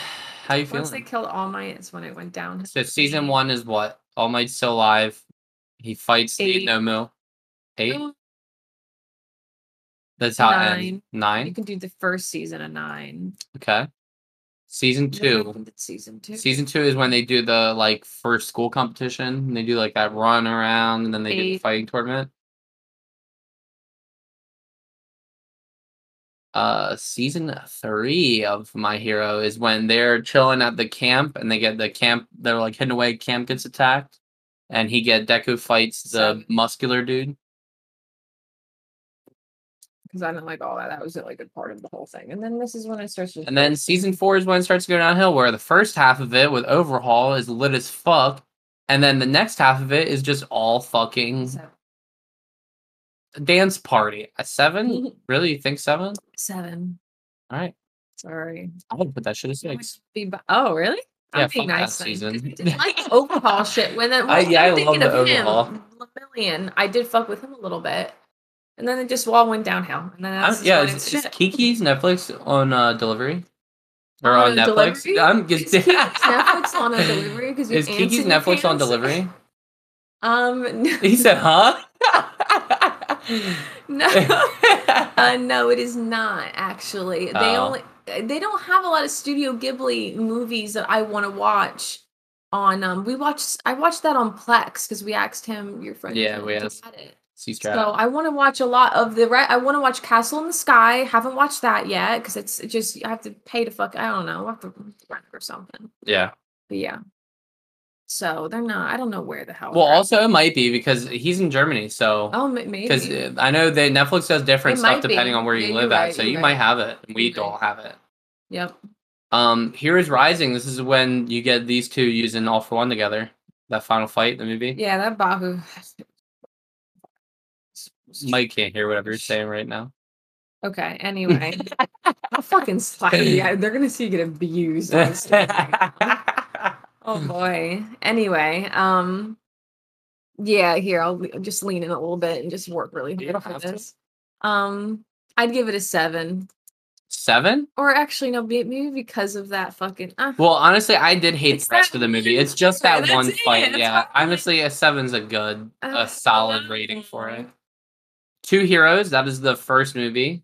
[SPEAKER 8] How you
[SPEAKER 7] Once they
[SPEAKER 8] feeling?
[SPEAKER 7] killed All Might, is when it went down.
[SPEAKER 8] So season one is what? All Might's still alive. He fights the
[SPEAKER 7] Eight.
[SPEAKER 8] no mill. Eight.
[SPEAKER 7] Well,
[SPEAKER 8] That's how it ends.
[SPEAKER 7] Nine. You
[SPEAKER 8] Nine.
[SPEAKER 7] can do the first season a nine.
[SPEAKER 8] Okay. Season
[SPEAKER 7] Then we
[SPEAKER 8] two.
[SPEAKER 7] did Season two.
[SPEAKER 8] Season two is when they do the like first school competition. and They do like that run around and then they do the
[SPEAKER 7] Eight.
[SPEAKER 8] fighting tournament. Uh, season three of My Hero is when they're chilling at the camp and they get the camp. They're like hidden away. Camp gets attacked, and he get Deku fights the
[SPEAKER 7] Seven.
[SPEAKER 8] muscular dude.
[SPEAKER 7] Because I didn't like all that. That was a really good part of the whole thing. And then this is when it starts. to-
[SPEAKER 8] And then season four is when it starts to go downhill, where the first half of it with Overhaul is lit as fuck. And then the next half of it is just all fucking
[SPEAKER 7] Seven.
[SPEAKER 8] dance party.
[SPEAKER 7] <laughs>
[SPEAKER 8] A seven? really? You think seven?
[SPEAKER 7] Seven.
[SPEAKER 8] All right.
[SPEAKER 7] Sorry.
[SPEAKER 8] I would put that shit at
[SPEAKER 7] I would
[SPEAKER 8] six.
[SPEAKER 7] be bu- oh, really?
[SPEAKER 8] Yeah,
[SPEAKER 7] I'm being
[SPEAKER 8] fuck that
[SPEAKER 7] nice. then, 'cause
[SPEAKER 8] season.
[SPEAKER 7] I <laughs> didn't like overhaul shit. When
[SPEAKER 8] <laughs>
[SPEAKER 7] I,
[SPEAKER 8] I- yeah, I
[SPEAKER 7] am thinking
[SPEAKER 8] love the
[SPEAKER 7] of him,
[SPEAKER 8] overhaul.
[SPEAKER 7] Lemillion, I did fuck with him a little bit, and then it just all went downhill. And then
[SPEAKER 8] I'm-
[SPEAKER 7] that's
[SPEAKER 8] yeah,
[SPEAKER 7] when
[SPEAKER 8] is,
[SPEAKER 7] it's
[SPEAKER 8] is Kiki's Netflix on uh, delivery or
[SPEAKER 7] On
[SPEAKER 8] on
[SPEAKER 7] a
[SPEAKER 8] Netflix?
[SPEAKER 7] delivery?
[SPEAKER 8] I'm
[SPEAKER 7] Is
[SPEAKER 8] just
[SPEAKER 7] Kiki's
[SPEAKER 8] <laughs>
[SPEAKER 7] Netflix on a delivery? Because
[SPEAKER 8] Is Kiki's Netflix
[SPEAKER 7] <laughs>
[SPEAKER 8] on delivery?
[SPEAKER 7] Um, <laughs>
[SPEAKER 8] <laughs> He said, "Huh."
[SPEAKER 7] no. Uh, no, it is not actually. They
[SPEAKER 8] Oh.
[SPEAKER 7] only they don't have a lot of Studio Ghibli movies that I want to watch. On um, we watched I watched that on Plex because we asked him your friend.
[SPEAKER 8] Yeah,
[SPEAKER 7] Jim,
[SPEAKER 8] we
[SPEAKER 7] if he
[SPEAKER 8] asked.
[SPEAKER 7] had it.
[SPEAKER 8] She's
[SPEAKER 7] So
[SPEAKER 8] trapped.
[SPEAKER 7] I want to watch a lot of the right. I want to watch Castle in the Sky. Haven't watched that yet because it's it just I have to pay to fuck. I don't know. I have to rent or something.
[SPEAKER 8] yeah.
[SPEAKER 7] But yeah. So they're not. I don't know where the hell.
[SPEAKER 8] Well,
[SPEAKER 7] they're at.
[SPEAKER 8] also it might be because he's in Germany, so
[SPEAKER 7] oh ma- maybe
[SPEAKER 8] because I know that Netflix does
[SPEAKER 7] It
[SPEAKER 8] different stuff
[SPEAKER 7] might be.
[SPEAKER 8] depending on where
[SPEAKER 7] Yeah,
[SPEAKER 8] you
[SPEAKER 7] you're
[SPEAKER 8] live at.
[SPEAKER 7] right,
[SPEAKER 8] So
[SPEAKER 7] you're
[SPEAKER 8] you
[SPEAKER 7] right.
[SPEAKER 8] might have it. We
[SPEAKER 7] You're
[SPEAKER 8] don't
[SPEAKER 7] right.
[SPEAKER 8] have it.
[SPEAKER 7] Yep.
[SPEAKER 8] Um, Heroes Rising. This is when you get these two using all for one together. That final fight, the movie.
[SPEAKER 7] Yeah, that Bahu.
[SPEAKER 8] Mike can't hear whatever you're saying right now.
[SPEAKER 7] Okay.
[SPEAKER 8] <laughs>
[SPEAKER 7] Anyway, I'll fucking slap you. I- They're gonna see you get abused. on
[SPEAKER 8] <laughs>
[SPEAKER 7] stage. oh boy. Anyway, um, yeah. Here, I'll le- just lean in a little bit and just work really hard
[SPEAKER 8] You don't
[SPEAKER 7] for
[SPEAKER 8] have to.
[SPEAKER 7] this. Um, I'd give it a seven,
[SPEAKER 8] <laughs> Seven?
[SPEAKER 7] or actually, no, be- maybe because of that fucking. Uh,
[SPEAKER 8] Well, honestly, I did hate
[SPEAKER 7] It's
[SPEAKER 8] the rest
[SPEAKER 7] that
[SPEAKER 8] of the movie.
[SPEAKER 7] one
[SPEAKER 8] It's just
[SPEAKER 7] fight,
[SPEAKER 8] that
[SPEAKER 7] that's
[SPEAKER 8] one
[SPEAKER 7] it,
[SPEAKER 8] fight.
[SPEAKER 7] that's
[SPEAKER 8] Yeah,
[SPEAKER 7] what I'm like-
[SPEAKER 8] honestly, a seven's a good,
[SPEAKER 7] Uh, um,
[SPEAKER 8] a solid rating for it. Two Heroes. That is the first movie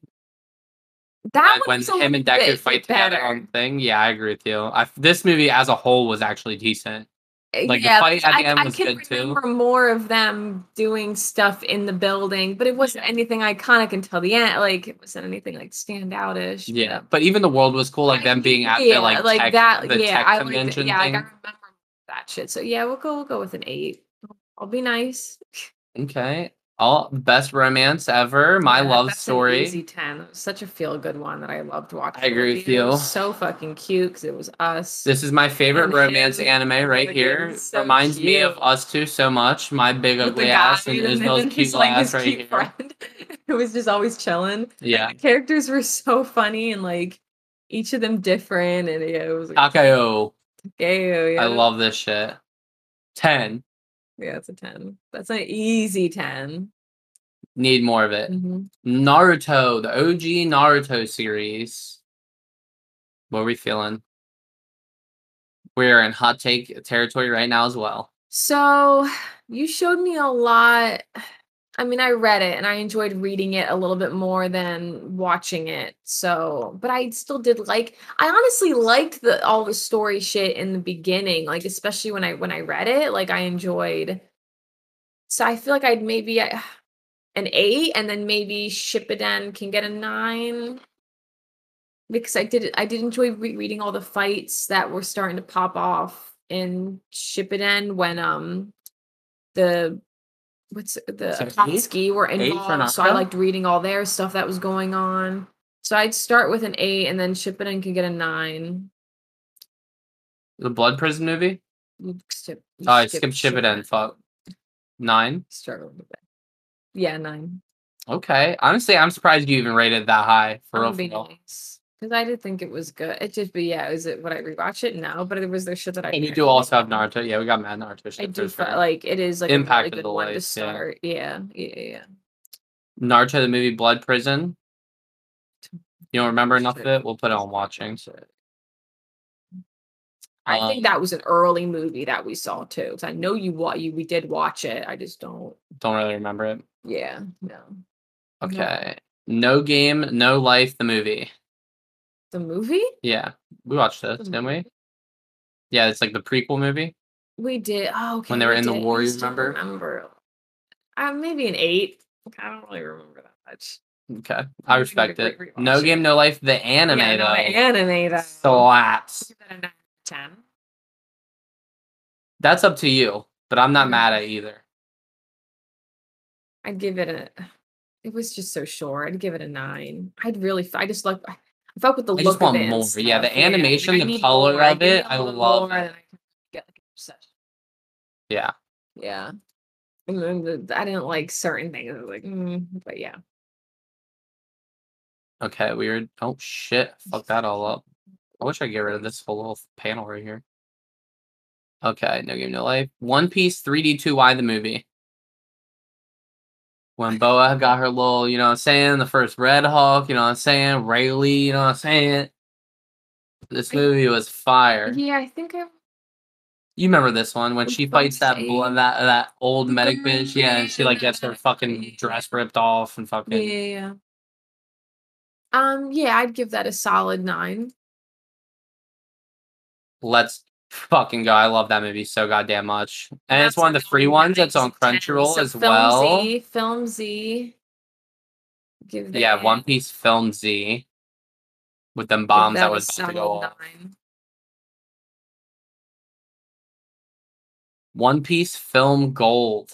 [SPEAKER 7] that one
[SPEAKER 8] like, when
[SPEAKER 7] was a
[SPEAKER 8] him and
[SPEAKER 7] little
[SPEAKER 8] Deku
[SPEAKER 7] bit
[SPEAKER 8] fight together
[SPEAKER 7] better.
[SPEAKER 8] on thing. Yeah, I agree with you. I, this movie as a whole was actually decent. Like, the fight
[SPEAKER 7] because
[SPEAKER 8] at the
[SPEAKER 7] Uh, I,
[SPEAKER 8] end
[SPEAKER 7] I
[SPEAKER 8] was
[SPEAKER 7] can
[SPEAKER 8] good, too.
[SPEAKER 7] remember more of them doing stuff in the building, but it wasn't anything iconic until the end. Like it wasn't anything like standoutish. but-
[SPEAKER 8] Yeah, but even the world was cool. Like them being at the like, tech, the tech
[SPEAKER 7] I liked it.
[SPEAKER 8] convention
[SPEAKER 7] yeah,
[SPEAKER 8] thing.
[SPEAKER 7] like, I remember that shit. So yeah, we'll go. We'll go with an eight. I'll be nice.
[SPEAKER 8] Okay. All best romance ever. My
[SPEAKER 7] Yeah,
[SPEAKER 8] love
[SPEAKER 7] that's an
[SPEAKER 8] story.
[SPEAKER 7] easy ten. It was such a feel good one that I loved watching.
[SPEAKER 8] I
[SPEAKER 7] in the
[SPEAKER 8] agree with
[SPEAKER 7] theater. It was
[SPEAKER 8] you.
[SPEAKER 7] So fucking cute because it was us.
[SPEAKER 8] This is my favorite
[SPEAKER 7] And <laughs>
[SPEAKER 8] romance
[SPEAKER 7] him.
[SPEAKER 8] anime right
[SPEAKER 7] Like, it
[SPEAKER 8] here.
[SPEAKER 7] was so
[SPEAKER 8] Reminds me of
[SPEAKER 7] cute.
[SPEAKER 8] us two so much. My big
[SPEAKER 7] with
[SPEAKER 8] ugly
[SPEAKER 7] the
[SPEAKER 8] ass
[SPEAKER 7] guy
[SPEAKER 8] and
[SPEAKER 7] then <laughs>
[SPEAKER 8] Ismael's cute
[SPEAKER 7] he's,
[SPEAKER 8] little
[SPEAKER 7] like,
[SPEAKER 8] ass
[SPEAKER 7] his
[SPEAKER 8] right
[SPEAKER 7] cute
[SPEAKER 8] here.
[SPEAKER 7] friend <laughs> who was just always chilling.
[SPEAKER 8] Yeah.
[SPEAKER 7] The characters were so funny and like each of them different, and yeah, it was like,
[SPEAKER 8] Takao.
[SPEAKER 7] okay, yeah,
[SPEAKER 8] I love this shit. Ten.
[SPEAKER 7] Yeah, it's a ten. That's an easy 10
[SPEAKER 8] Need more of it.
[SPEAKER 7] Mhm.
[SPEAKER 8] Naruto, the OG Naruto series. What are we feeling? We're in hot take territory right now as well.
[SPEAKER 7] So you showed me a lot. I mean, I read it and I enjoyed reading it a little bit more than watching it. So, but I still did like. I honestly liked the all the story shit in the beginning, like especially when I when I read it. Like I enjoyed. So I feel like I'd maybe uh, an eight, and then maybe Shippuden can get a nine. Because I did I did enjoy rereading all the fights that were starting to pop off in Shippuden when um the what's it- the
[SPEAKER 8] So eight-
[SPEAKER 7] Akatsuki were
[SPEAKER 8] eight for
[SPEAKER 7] involved. So I
[SPEAKER 8] Naka?
[SPEAKER 7] liked reading all their stuff that was going on. So I'd start with an eight, and then Shippuden can get a nine.
[SPEAKER 8] The Blood Prison movie?
[SPEAKER 7] You skip- you
[SPEAKER 8] Oh, I skipped Shippuden.
[SPEAKER 7] Shippuden.
[SPEAKER 8] Fuck. Nine.
[SPEAKER 7] Start a little bit. Yeah, nine.
[SPEAKER 8] Okay. Honestly, I'm surprised you even rated it that high. For real.
[SPEAKER 7] That would be
[SPEAKER 8] For real.
[SPEAKER 7] nice. Because I did think it was good. It just, but yeah, is it would I rewatch it? No, but it was the shit that I.
[SPEAKER 8] And you
[SPEAKER 7] did.
[SPEAKER 8] do also have Naruto. Yeah, we got Mad Naruto.
[SPEAKER 7] I
[SPEAKER 8] shit
[SPEAKER 7] do
[SPEAKER 8] for sure.
[SPEAKER 7] feel like it is like
[SPEAKER 8] Impact
[SPEAKER 7] Impact a
[SPEAKER 8] of
[SPEAKER 7] really
[SPEAKER 8] the
[SPEAKER 7] good one to
[SPEAKER 8] life,
[SPEAKER 7] start.
[SPEAKER 8] yeah.
[SPEAKER 7] Yeah, yeah, yeah.
[SPEAKER 8] Naruto the movie Blood Prison. You don't remember enough of it? We'll put it on watching.
[SPEAKER 7] I
[SPEAKER 8] Um,
[SPEAKER 7] think that was an early movie that we saw too. Because I know you what you we did watch it. I just don't.
[SPEAKER 8] Don't really remember it.
[SPEAKER 7] Yeah, no. No.
[SPEAKER 8] Okay. No game, no life. The movie.
[SPEAKER 7] The movie
[SPEAKER 8] Yeah, we watched this, didn't we? Yeah, it's like the prequel movie.
[SPEAKER 7] we did. Oh, okay.
[SPEAKER 8] When they were
[SPEAKER 7] we
[SPEAKER 8] in the
[SPEAKER 7] did. I
[SPEAKER 8] war, you
[SPEAKER 7] just don't
[SPEAKER 8] remember?
[SPEAKER 7] Remember? Uh, maybe an eight. I don't really remember that much.
[SPEAKER 8] Okay, I
[SPEAKER 7] Maybe
[SPEAKER 8] respect
[SPEAKER 7] re-
[SPEAKER 8] it.
[SPEAKER 7] re-
[SPEAKER 8] No
[SPEAKER 7] rewatch it.
[SPEAKER 8] game, no life. The anime
[SPEAKER 7] yeah, no,
[SPEAKER 8] though.
[SPEAKER 7] anime though.
[SPEAKER 8] Slaps.
[SPEAKER 7] Give it a nine, ten.
[SPEAKER 8] That's up to you, but I'm not
[SPEAKER 7] Mhm.
[SPEAKER 8] mad at either.
[SPEAKER 7] I'd give it a. It was just so short. I'd give it a nine. I'd really. f- I just like. I fuck with the
[SPEAKER 8] I
[SPEAKER 7] look
[SPEAKER 8] just want
[SPEAKER 7] of it and
[SPEAKER 8] more. Yeah, the
[SPEAKER 7] stuff, like,
[SPEAKER 8] animation,
[SPEAKER 7] I
[SPEAKER 8] the
[SPEAKER 7] need
[SPEAKER 8] color
[SPEAKER 7] more, I
[SPEAKER 8] of
[SPEAKER 7] need
[SPEAKER 8] it,
[SPEAKER 7] a
[SPEAKER 8] I
[SPEAKER 7] little
[SPEAKER 8] love
[SPEAKER 7] more
[SPEAKER 8] it.
[SPEAKER 7] than I can get like obsessed.
[SPEAKER 8] Yeah.
[SPEAKER 7] Yeah. And then the- I didn't like certain things. I was like, mm, but yeah.
[SPEAKER 8] Okay, weird. Oh shit! Fuck that all up. I wish I could get rid of this whole little panel right here. Okay, no game, no life. One Piece 3D2Y the movie. When Boa got her little, you know what I'm saying, the first Red Hawk, you know what I'm saying, Rayleigh, you know what I'm saying. This movie was fire.
[SPEAKER 7] Yeah, I think I
[SPEAKER 8] You remember this one when
[SPEAKER 7] With
[SPEAKER 8] she fights that
[SPEAKER 7] Bugsy.
[SPEAKER 8] bl- that that old medic bitch, yeah, and she like gets her
[SPEAKER 7] Yeah.
[SPEAKER 8] fucking dress ripped off and
[SPEAKER 7] yeah,
[SPEAKER 8] fucking.
[SPEAKER 7] yeah, yeah. Um, yeah, I'd give that a solid nine.
[SPEAKER 8] Let's fucking go! I love that movie so goddamn much, and it's
[SPEAKER 7] That's
[SPEAKER 8] one of the
[SPEAKER 7] another
[SPEAKER 8] free ones that's
[SPEAKER 7] nice
[SPEAKER 8] on
[SPEAKER 7] 10.
[SPEAKER 8] Crunchyroll
[SPEAKER 7] So
[SPEAKER 8] as
[SPEAKER 7] Film
[SPEAKER 8] well.
[SPEAKER 7] Z, Film Z. Give that.
[SPEAKER 8] Yeah, One Piece film Z with them bombs that was about to go off. One Piece film gold.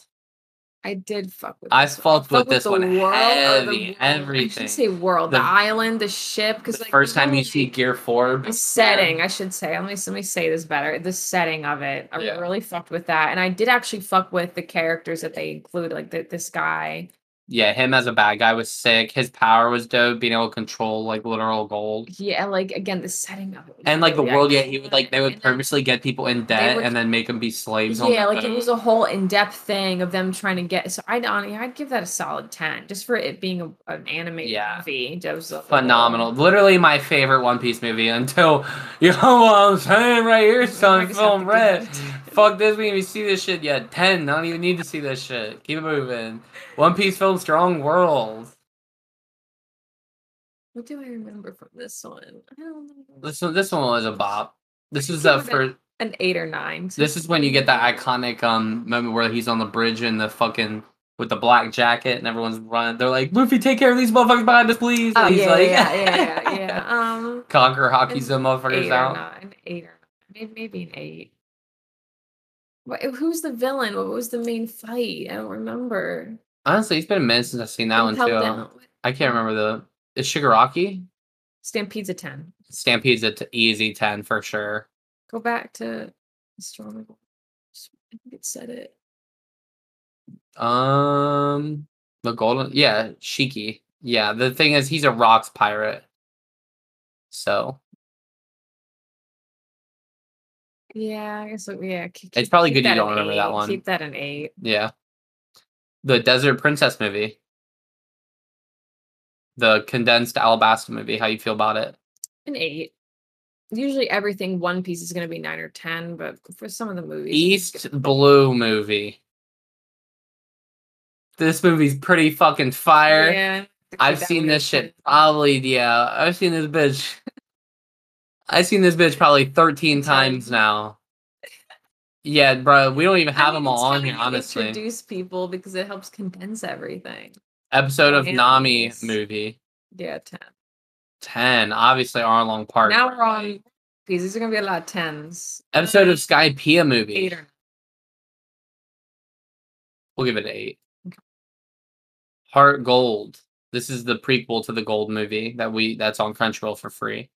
[SPEAKER 7] I did fuck with.
[SPEAKER 8] I
[SPEAKER 7] this one.
[SPEAKER 8] fucked with
[SPEAKER 7] Fuck
[SPEAKER 8] this
[SPEAKER 7] the
[SPEAKER 8] one
[SPEAKER 7] world or the
[SPEAKER 8] heavy,
[SPEAKER 7] world. I
[SPEAKER 8] everything.
[SPEAKER 7] should say world, the,
[SPEAKER 8] The-
[SPEAKER 7] island, the ship. Because
[SPEAKER 8] the first time you see Gear Four,
[SPEAKER 7] the setting, I should say. Let me let me say this better. The setting of it, I
[SPEAKER 8] Yeah.
[SPEAKER 7] really fucked with that, and I did actually fuck with the characters that they include, like the, this guy.
[SPEAKER 8] yeah, him as a bad guy was sick. His power was dope, being able to control like literal gold.
[SPEAKER 7] Yeah, like again, the setting of it. was
[SPEAKER 8] And like the
[SPEAKER 7] really
[SPEAKER 8] world, yeah, he would like they
[SPEAKER 7] iconic,
[SPEAKER 8] would
[SPEAKER 7] and then-
[SPEAKER 8] purposely get people in debt
[SPEAKER 7] would-
[SPEAKER 8] and then make them be slaves. on
[SPEAKER 7] Yeah,
[SPEAKER 8] the
[SPEAKER 7] like it
[SPEAKER 8] boat.
[SPEAKER 7] was a whole in-depth thing of them trying to get. So I'd honestly, I'd give that a solid ten, just for it being a, an animated
[SPEAKER 8] Yeah.
[SPEAKER 7] movie. That was a-
[SPEAKER 8] phenomenal. Literally my favorite One Piece movie until <laughs> you know what I'm saying right here,
[SPEAKER 7] I
[SPEAKER 8] son.
[SPEAKER 7] just
[SPEAKER 8] Film
[SPEAKER 7] have to
[SPEAKER 8] red.
[SPEAKER 7] give it-
[SPEAKER 8] Fuck this. We didn't even see this shit yet. Ten. I don't even need to see this shit. Keep it moving. One Piece film, strong world.
[SPEAKER 7] What do I remember from this one? I don't know.
[SPEAKER 8] This one, this one was a bop. This is
[SPEAKER 7] Keep
[SPEAKER 8] the
[SPEAKER 7] it
[SPEAKER 8] first.
[SPEAKER 7] An eight or nine. so-
[SPEAKER 8] This is when you get that iconic um moment where he's on the bridge in the fucking with the black jacket and everyone's running. They're like, "Luffy, take care of these motherfuckers behind us, please."
[SPEAKER 7] Oh
[SPEAKER 8] and he's
[SPEAKER 7] yeah,
[SPEAKER 8] like,
[SPEAKER 7] yeah, yeah,
[SPEAKER 8] <laughs>
[SPEAKER 7] yeah, yeah. Um,
[SPEAKER 8] Conquer hockey's
[SPEAKER 7] And
[SPEAKER 8] them motherfuckers
[SPEAKER 7] eight
[SPEAKER 8] out.
[SPEAKER 7] or nine, eight or maybe maybe an eight. What, who's the villain? What was the main fight? I don't remember.
[SPEAKER 8] Honestly, it's been a minute since I've seen that
[SPEAKER 7] Who
[SPEAKER 8] one too.
[SPEAKER 7] held down-
[SPEAKER 8] I can't remember the. Is Shigaraki?
[SPEAKER 7] Stampede's a ten.
[SPEAKER 8] Stampede's a t- easy 10 for sure.
[SPEAKER 7] Go back to Astronomy. I think it said it.
[SPEAKER 8] Um, the golden, yeah, Shiki. Yeah, the thing is, he's a rocks pirate. So
[SPEAKER 7] Yeah, I guess. so, Yeah, ke- keep,
[SPEAKER 8] probably
[SPEAKER 7] keep
[SPEAKER 8] good
[SPEAKER 7] that
[SPEAKER 8] you don't
[SPEAKER 7] an
[SPEAKER 8] remember that
[SPEAKER 7] eight,
[SPEAKER 8] one.
[SPEAKER 7] Keep that an eight.
[SPEAKER 8] yeah, the Desert Princess movie, the condensed Alabasta movie. How you feel about it?
[SPEAKER 7] An eight. Usually everything One Piece is going to be nine or ten, but for some of the movies, it's
[SPEAKER 8] East Blue movie. This movie's pretty fucking
[SPEAKER 7] good.
[SPEAKER 8] fire.
[SPEAKER 7] Yeah,
[SPEAKER 8] I've seen this shit probably yeah. I've seen this bitch. <laughs> I've seen this bitch probably thirteen
[SPEAKER 7] Times.
[SPEAKER 8] times now. Yeah, bro, we don't even have them all on here, honestly.
[SPEAKER 7] Introduce people because it helps condense everything.
[SPEAKER 8] Episode of
[SPEAKER 7] Yeah,
[SPEAKER 8] Nami
[SPEAKER 7] it's-
[SPEAKER 8] movie
[SPEAKER 7] Yeah, ten.
[SPEAKER 8] ten, obviously Arlong Park.
[SPEAKER 7] Now we're on. These these are going to be a lot of tens. Uh,
[SPEAKER 8] Episode of Sky Pia movie.
[SPEAKER 7] Eight or
[SPEAKER 8] We'll give it an eight. Heart Gold. This is the prequel to the Gold movie that we that's on Crunchyroll for free.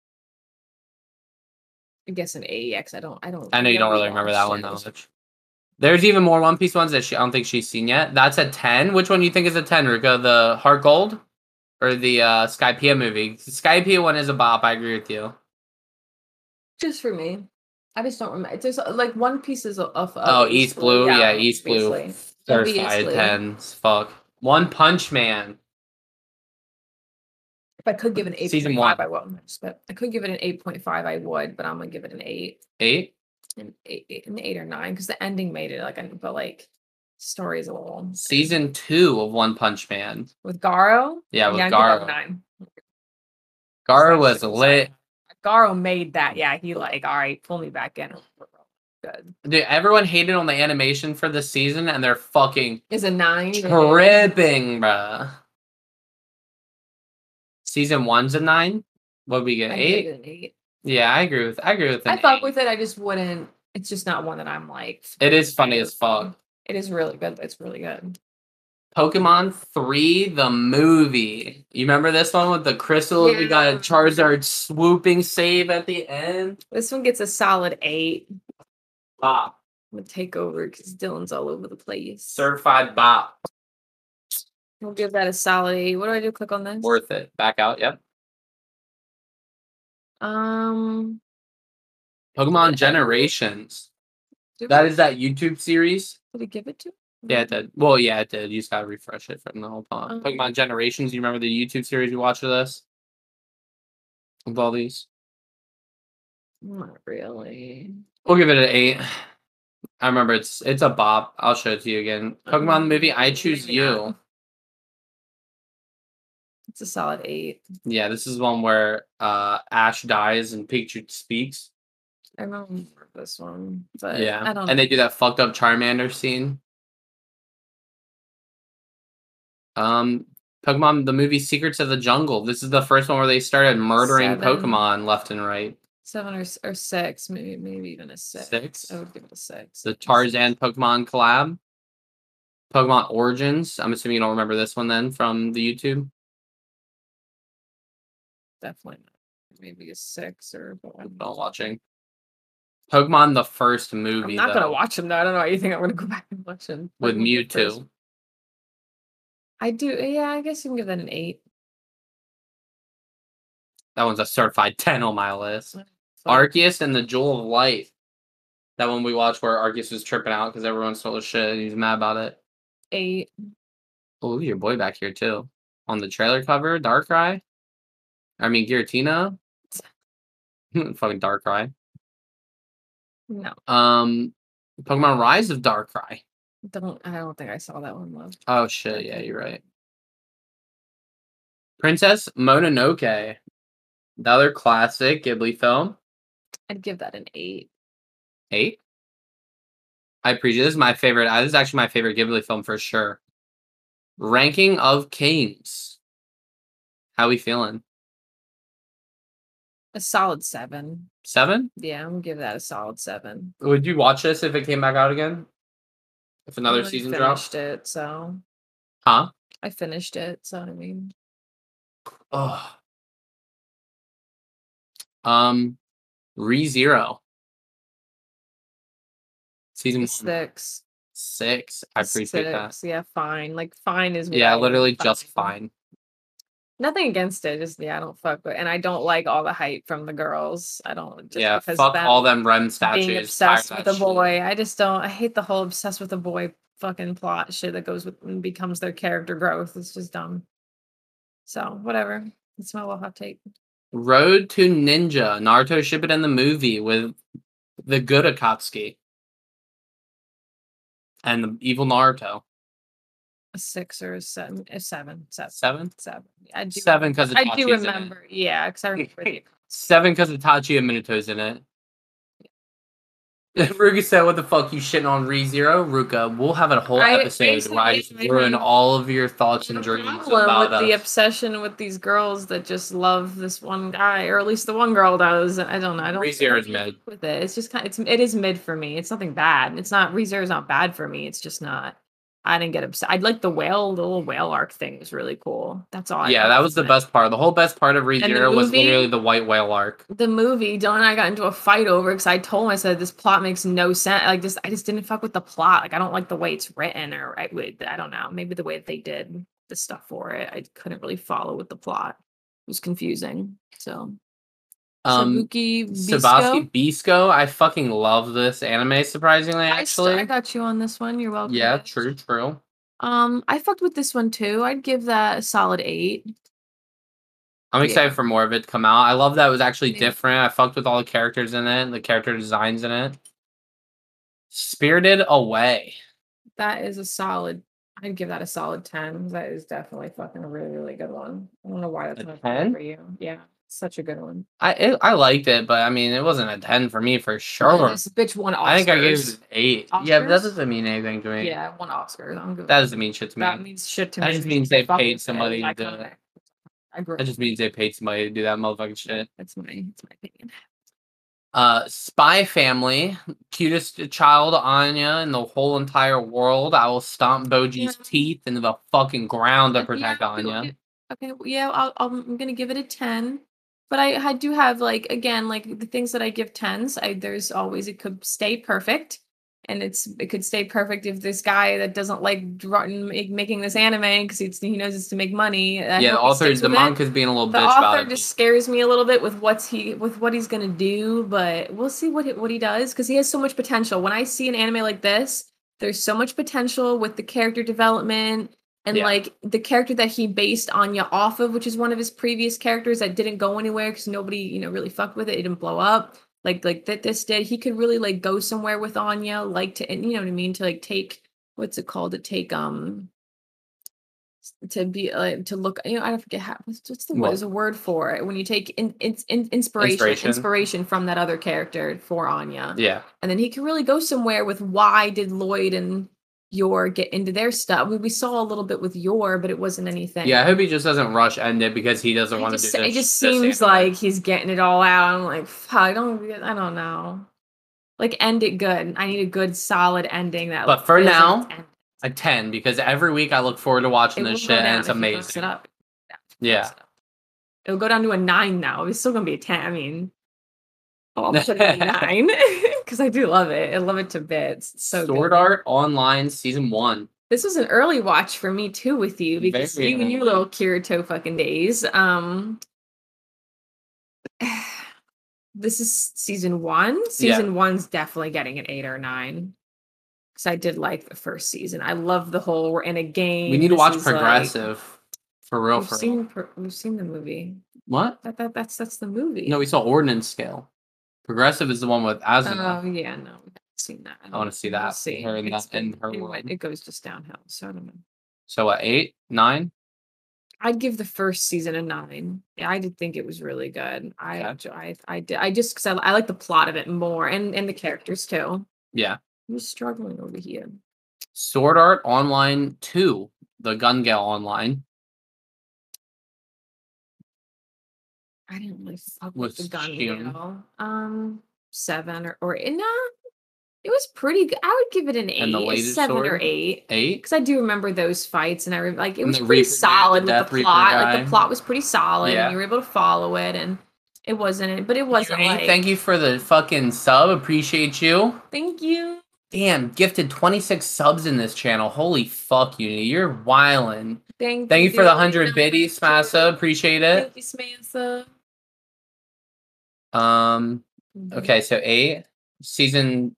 [SPEAKER 7] I guess an eight. X. I don't. I don't.
[SPEAKER 8] I know you don't
[SPEAKER 7] never
[SPEAKER 8] really remember that
[SPEAKER 7] watched
[SPEAKER 8] one
[SPEAKER 7] it.
[SPEAKER 8] that much. There's even more One Piece ones that she, I don't think she's seen yet. That's a ten. Which one do you think is a ten, Ruka? The Heart Gold or the uh, Skypea movie? The Skypea one is a bop. I agree with you.
[SPEAKER 7] Just for me. I just don't remember. There's uh, like One Piece is of uh,
[SPEAKER 8] oh, East Blue. Yeah, East Blue. Certified
[SPEAKER 7] Obviously.
[SPEAKER 8] ten. Fuck. One Punch Man.
[SPEAKER 7] If I could give it an eight
[SPEAKER 8] Season
[SPEAKER 7] point
[SPEAKER 8] one.
[SPEAKER 7] five, I won't. But I could give it an eight point five, I would. But I'm gonna give it an eight,
[SPEAKER 8] Eight.
[SPEAKER 7] an eight, eight- an eight or nine, because the ending made it like. I- But like, story is a little
[SPEAKER 8] Season two of One Punch Man.
[SPEAKER 7] with Garo.
[SPEAKER 8] Yeah, with
[SPEAKER 7] I'd give that
[SPEAKER 8] Garo.
[SPEAKER 7] nine.
[SPEAKER 8] Gar was
[SPEAKER 7] Season
[SPEAKER 8] lit.
[SPEAKER 7] Garo made that. Yeah, he like, all right, pull me back in. Good.
[SPEAKER 8] Dude, everyone hated on the animation for this season, and they're fucking
[SPEAKER 7] Is a nine. an eight.
[SPEAKER 8] Tripping, bruh. Season one's a nine. What we get?
[SPEAKER 7] I'd give
[SPEAKER 8] eight?
[SPEAKER 7] it an eight.
[SPEAKER 8] Yeah, I agree with. I agree with.
[SPEAKER 7] I
[SPEAKER 8] an
[SPEAKER 7] fuck
[SPEAKER 8] eight.
[SPEAKER 7] with it. I just wouldn't. It's just not one that I'm like.
[SPEAKER 8] It is funny as fuck.
[SPEAKER 7] It is really good. It's really good.
[SPEAKER 8] Pokemon Three, the movie. You remember this one with the crystal? We got a
[SPEAKER 7] Yeah.
[SPEAKER 8] Charizard swooping save at the end.
[SPEAKER 7] This one gets a solid eight.
[SPEAKER 8] Bop.
[SPEAKER 7] I'm gonna take over because Dylan's all over the place.
[SPEAKER 8] Certified bop.
[SPEAKER 7] We'll give that a solid eight. What do I do? Click on this.
[SPEAKER 8] Worth it. Back out. Yep.
[SPEAKER 7] Um,
[SPEAKER 8] Pokemon Generations.
[SPEAKER 7] do
[SPEAKER 8] That
[SPEAKER 7] we-
[SPEAKER 8] is that YouTube series.
[SPEAKER 7] Did we give it to?
[SPEAKER 8] Yeah, it did. Well, yeah, it did. You just gotta refresh it from the whole
[SPEAKER 7] Um,
[SPEAKER 8] pond. Pokemon Generations. You remember the YouTube series we watched with us? With all these,
[SPEAKER 7] Not really.
[SPEAKER 8] we'll give it an eight. I remember it's it's a bop. I'll show it to you again. Pokemon movie. I choose you.
[SPEAKER 7] It's a solid eight.
[SPEAKER 8] Yeah, this is one where uh Ash dies and Pikachu speaks.
[SPEAKER 7] I remember this one, but
[SPEAKER 8] yeah,
[SPEAKER 7] I don't.
[SPEAKER 8] and they do that fucked up Charmander scene. Um, Pokemon the movie Secrets of the Jungle. This is the first one where they started murdering
[SPEAKER 7] Seven.
[SPEAKER 8] Pokemon left and right.
[SPEAKER 7] seven or s- or six, maybe maybe even a six. Oh,
[SPEAKER 8] Six?
[SPEAKER 7] I would give it a six.
[SPEAKER 8] The Tarzan Pokemon collab. Pokemon Origins. I'm assuming you don't remember this one then from the YouTube.
[SPEAKER 7] definitely not. Maybe a six or. But
[SPEAKER 8] I'm
[SPEAKER 7] I'm,
[SPEAKER 8] not watching. Pokemon the first
[SPEAKER 7] I'm
[SPEAKER 8] movie.
[SPEAKER 7] not gonna
[SPEAKER 8] though,
[SPEAKER 7] watch them though. I don't know. why You think I'm gonna go back and watch them
[SPEAKER 8] with
[SPEAKER 7] Like, the first-
[SPEAKER 8] Mewtwo.
[SPEAKER 7] I do. Yeah, I guess you can give that an eight.
[SPEAKER 8] That one's a certified <laughs> ten on my list.
[SPEAKER 7] Fuck.
[SPEAKER 8] Arceus and the Jewel of Light. That one we watched where Arceus was tripping out because everyone stole his shit and he was mad about it.
[SPEAKER 7] eight.
[SPEAKER 8] Oh, your boy back here too. On the trailer cover, Darkrai. I mean Giratina. <laughs> Fucking Darkrai.
[SPEAKER 7] No,
[SPEAKER 8] Um Pokemon Rise of Darkrai.
[SPEAKER 7] don't. I don't think I saw that one. Love.
[SPEAKER 8] Oh shit, yeah, you're right. Princess Mononoke. The other classic Ghibli film.
[SPEAKER 7] I'd give that an eight.
[SPEAKER 8] Eight. I appreciate this is my favorite. uh, This is actually my favorite Ghibli film for sure. Ranking of Kings. How we feeling?
[SPEAKER 7] A solid seven.
[SPEAKER 8] Seven?
[SPEAKER 7] Yeah, I'm gonna give that a solid seven.
[SPEAKER 8] Would you watch this if it came back out again? If
[SPEAKER 7] I
[SPEAKER 8] another
[SPEAKER 7] already
[SPEAKER 8] season
[SPEAKER 7] finished
[SPEAKER 8] dropped?
[SPEAKER 7] it, so
[SPEAKER 8] Huh?
[SPEAKER 7] I finished it. So I mean,
[SPEAKER 8] Oh. Um, Re Zero. Season
[SPEAKER 7] a
[SPEAKER 8] one,
[SPEAKER 7] six.
[SPEAKER 8] six. Mm. I
[SPEAKER 7] a
[SPEAKER 8] appreciate that.
[SPEAKER 7] six, Yeah, fine. Like fine is. what
[SPEAKER 8] Yeah,
[SPEAKER 7] I-
[SPEAKER 8] literally just fine.
[SPEAKER 7] Nothing against it. Just yeah, I don't fuck with, and I don't like all the hype from the girls. I don't. Just
[SPEAKER 8] yeah,
[SPEAKER 7] because
[SPEAKER 8] fuck
[SPEAKER 7] them
[SPEAKER 8] all them REM statues.
[SPEAKER 7] Being
[SPEAKER 8] fire
[SPEAKER 7] obsessed
[SPEAKER 8] that
[SPEAKER 7] with a
[SPEAKER 8] shit.
[SPEAKER 7] boy. I just don't. I hate the whole obsessed with a boy fucking plot shit that goes with and becomes their character growth. It's just dumb. So whatever. It's my little hot take.
[SPEAKER 8] Road to Ninja, Naruto Shippuden in the movie with the good Akatsuki and the evil Naruto.
[SPEAKER 7] A six or a seven. A seven. Seven.
[SPEAKER 8] Seven?
[SPEAKER 7] Seven. I do.
[SPEAKER 8] Seven because
[SPEAKER 7] I do remember. Yeah, because I remember. the-
[SPEAKER 8] Seven because Itachi and Minato's in it. <laughs> Ruka said, "What the fuck you shitting on Re Zero, Ruka? We'll have a whole
[SPEAKER 7] I-
[SPEAKER 8] episode where I just
[SPEAKER 7] basically,
[SPEAKER 8] ruin
[SPEAKER 7] I-
[SPEAKER 8] all of your thoughts
[SPEAKER 7] the
[SPEAKER 8] and dreams
[SPEAKER 7] problem
[SPEAKER 8] about
[SPEAKER 7] with the
[SPEAKER 8] us.
[SPEAKER 7] obsession with these girls that just love this one guy, or at least the one girl does. I don't know. I don't.
[SPEAKER 8] ReZero
[SPEAKER 7] I
[SPEAKER 8] is mid.
[SPEAKER 7] with it. It's just kind. Of, it's it is mid for me. It's nothing bad. It's not Rezero is not bad for me. It's just not. I didn't get upset. I'd like the whale, the little whale arc thing was really cool. That's all. I
[SPEAKER 8] yeah,
[SPEAKER 7] got
[SPEAKER 8] that was the
[SPEAKER 7] from it.
[SPEAKER 8] best part. The whole best part of Re
[SPEAKER 7] the
[SPEAKER 8] Zero was
[SPEAKER 7] movie-
[SPEAKER 8] literally the white whale arc.
[SPEAKER 7] The movie, Dylan and I got into a fight over because I told him I said this plot makes no sense. Like this, I just didn't fuck with the plot. Like I don't like the way it's written, or I would, I don't know, maybe the way that they did the stuff for it. I couldn't really follow with the plot. It was confusing. So
[SPEAKER 8] Um,
[SPEAKER 7] Sabuki
[SPEAKER 8] Sabaski
[SPEAKER 7] Bisco.
[SPEAKER 8] Bisco, I fucking love this anime. Surprisingly,
[SPEAKER 7] I, st- I
[SPEAKER 8] actually,
[SPEAKER 7] got you on this one. You're welcome.
[SPEAKER 8] yeah,
[SPEAKER 7] guys.
[SPEAKER 8] true, true.
[SPEAKER 7] Um, I fucked with this one too. I'd give that a solid eight.
[SPEAKER 8] I'm
[SPEAKER 7] Yeah.
[SPEAKER 8] excited for more of it to come out. I love that it was actually
[SPEAKER 7] Same.
[SPEAKER 8] different. I fucked with all the characters in it, the character designs in it. Spirited Away.
[SPEAKER 7] That is a solid. I'd give that a solid ten. That is definitely fucking a really, really good one. I don't know why that's
[SPEAKER 8] A
[SPEAKER 7] not
[SPEAKER 8] 10?
[SPEAKER 7] for you. Yeah, such a good one.
[SPEAKER 8] I it, I liked it, but I mean, it wasn't a ten for me for sure.
[SPEAKER 7] This bitch won Oscars.
[SPEAKER 8] I think I gave it an eight. Yeah, but that
[SPEAKER 7] Oscars?
[SPEAKER 8] doesn't mean anything to me.
[SPEAKER 7] Yeah, won Oscars. I'm good.
[SPEAKER 8] that doesn't mean shit to me.
[SPEAKER 7] that means shit to
[SPEAKER 8] that
[SPEAKER 7] me.
[SPEAKER 8] just means they
[SPEAKER 7] Fuck
[SPEAKER 8] paid
[SPEAKER 7] with it.
[SPEAKER 8] somebody
[SPEAKER 7] I
[SPEAKER 8] to do
[SPEAKER 7] can't-
[SPEAKER 8] it.
[SPEAKER 7] I agree.
[SPEAKER 8] that just means they paid somebody to do that motherfucking shit.
[SPEAKER 7] That's my that's my opinion.
[SPEAKER 8] Uh, Spy Family, cutest child Anya in the whole entire world. I will stomp Boji's
[SPEAKER 7] Yeah.
[SPEAKER 8] teeth into the fucking ground to
[SPEAKER 7] Yeah,
[SPEAKER 8] protect
[SPEAKER 7] I'll do
[SPEAKER 8] Anya.
[SPEAKER 7] it. Okay, well, yeah, I'll, I'll, I'm gonna give it a ten, but I, I do have like again like the things that I give tens. I there's always it could stay perfect. and it's it could stay perfect if this guy that doesn't like dra- make, making this anime because he knows it's to make money. I
[SPEAKER 8] yeah, the
[SPEAKER 7] hope he
[SPEAKER 8] author,
[SPEAKER 7] sticks
[SPEAKER 8] the
[SPEAKER 7] with it.
[SPEAKER 8] manga is being a little
[SPEAKER 7] The
[SPEAKER 8] bitch about
[SPEAKER 7] author
[SPEAKER 8] it.
[SPEAKER 7] just scares me a little bit with what's he with what he's gonna do, but we'll see what he, what he does because he has so much potential. When I see an anime like this, there's so much potential with the character development and
[SPEAKER 8] Yeah.
[SPEAKER 7] like the character that he based Anya off of, which is one of his previous characters that didn't go anywhere because nobody you know really fucked with it. It didn't blow up like like that this did. He could really like go somewhere with Anya, like to and you know what I mean to like take what's it called to take um to be uh, to look you know i forget how what's, what's the word
[SPEAKER 8] Well-
[SPEAKER 7] there's a word for it when you take in, in, in, inspiration,
[SPEAKER 8] Inspiration.
[SPEAKER 7] inspiration from that other character for anya
[SPEAKER 8] yeah,
[SPEAKER 7] and then he can really go somewhere with why did lloyd and yor get into their stuff we, we saw a little bit with yor but it wasn't anything
[SPEAKER 8] yeah. I hope he just doesn't rush end it because he doesn't
[SPEAKER 7] it
[SPEAKER 8] want to do
[SPEAKER 7] just,
[SPEAKER 8] this.
[SPEAKER 7] it just
[SPEAKER 8] this
[SPEAKER 7] seems
[SPEAKER 8] anime.
[SPEAKER 7] like he's getting it all out i'm like "Fuck, i don't i don't know like end it good i need a good solid ending that
[SPEAKER 8] But for
[SPEAKER 7] feels like
[SPEAKER 8] now,
[SPEAKER 7] it's ended.
[SPEAKER 8] a ten because every week I look forward to watching
[SPEAKER 7] will
[SPEAKER 8] this
[SPEAKER 7] go
[SPEAKER 8] shit
[SPEAKER 7] down
[SPEAKER 8] and it's
[SPEAKER 7] if he fucks it
[SPEAKER 8] amazing.
[SPEAKER 7] up.
[SPEAKER 8] Yeah,
[SPEAKER 7] It'll go down to a nine now. It's still gonna be a ten. I mean, oh, I'll put it
[SPEAKER 8] <laughs>
[SPEAKER 7] at a nine <laughs> because I do love it. I love it to bits. It's so
[SPEAKER 8] Sword
[SPEAKER 7] good.
[SPEAKER 8] Art Online season one.
[SPEAKER 7] This was an early watch for me too with you because
[SPEAKER 8] Very
[SPEAKER 7] you and your
[SPEAKER 8] early.
[SPEAKER 7] little Kirito fucking days. Um, <sighs> this is season one. Season one's definitely getting an eight or nine because I did like the first season. I love the whole we're in a game.
[SPEAKER 8] We need to
[SPEAKER 7] this
[SPEAKER 8] watch
[SPEAKER 7] is like-
[SPEAKER 8] Progressive for real.
[SPEAKER 7] we've
[SPEAKER 8] For real.
[SPEAKER 7] seen Pro- we've seen the movie.
[SPEAKER 8] what?
[SPEAKER 7] That, that that's that's the movie.
[SPEAKER 8] No, we saw Ordinance Scale. Progressive is the one with Azuma.
[SPEAKER 7] Oh yeah, no, we haven't seen that.
[SPEAKER 8] I wanna see
[SPEAKER 7] We'll
[SPEAKER 8] that,
[SPEAKER 7] see.
[SPEAKER 8] her in
[SPEAKER 7] It's
[SPEAKER 8] that- in
[SPEAKER 7] been-
[SPEAKER 8] her
[SPEAKER 7] it, went-
[SPEAKER 8] world.
[SPEAKER 7] it goes just downhill. So I don't know.
[SPEAKER 8] so what? Eight, nine.
[SPEAKER 7] I'd give the first season a nine. Yeah, I did think it was really good. I
[SPEAKER 8] Okay.
[SPEAKER 7] I, I did. I just because I, I like the plot of it more and and the characters too.
[SPEAKER 8] Yeah.
[SPEAKER 7] I'm just struggling over here.
[SPEAKER 8] Sword Art Online two, the Gun Gale Online.
[SPEAKER 7] I didn't really fuck
[SPEAKER 8] Was
[SPEAKER 7] with the gun
[SPEAKER 8] Shion-
[SPEAKER 7] deal. Um, seven or or eh, nah, it was pretty. good. I would give it an eight,
[SPEAKER 8] And the
[SPEAKER 7] a
[SPEAKER 8] latest
[SPEAKER 7] seven or
[SPEAKER 8] sword?
[SPEAKER 7] eight.
[SPEAKER 8] Eight.
[SPEAKER 7] because I do remember those fights, and I re- like it
[SPEAKER 8] And
[SPEAKER 7] was
[SPEAKER 8] the
[SPEAKER 7] pretty
[SPEAKER 8] Reaper dude, the
[SPEAKER 7] solid with
[SPEAKER 8] Death
[SPEAKER 7] the
[SPEAKER 8] Reaper
[SPEAKER 7] plot. Like
[SPEAKER 8] guy.
[SPEAKER 7] the plot was pretty solid,
[SPEAKER 8] Yeah.
[SPEAKER 7] and you were able to follow it, and it wasn't. But it wasn't
[SPEAKER 8] Unity,
[SPEAKER 7] like
[SPEAKER 8] Thank you for the fucking sub. Appreciate you.
[SPEAKER 7] Thank you.
[SPEAKER 8] Damn, gifted 26 subs in this channel. Holy fuck, Unity. You're wildin'.
[SPEAKER 7] Thank,
[SPEAKER 8] Thank you for the 100
[SPEAKER 7] Thank you.
[SPEAKER 8] biddies, Smasa. Appreciate it.
[SPEAKER 7] Thank you, Samantha.
[SPEAKER 8] Um,
[SPEAKER 7] Mm-hmm.
[SPEAKER 8] okay, so eight season.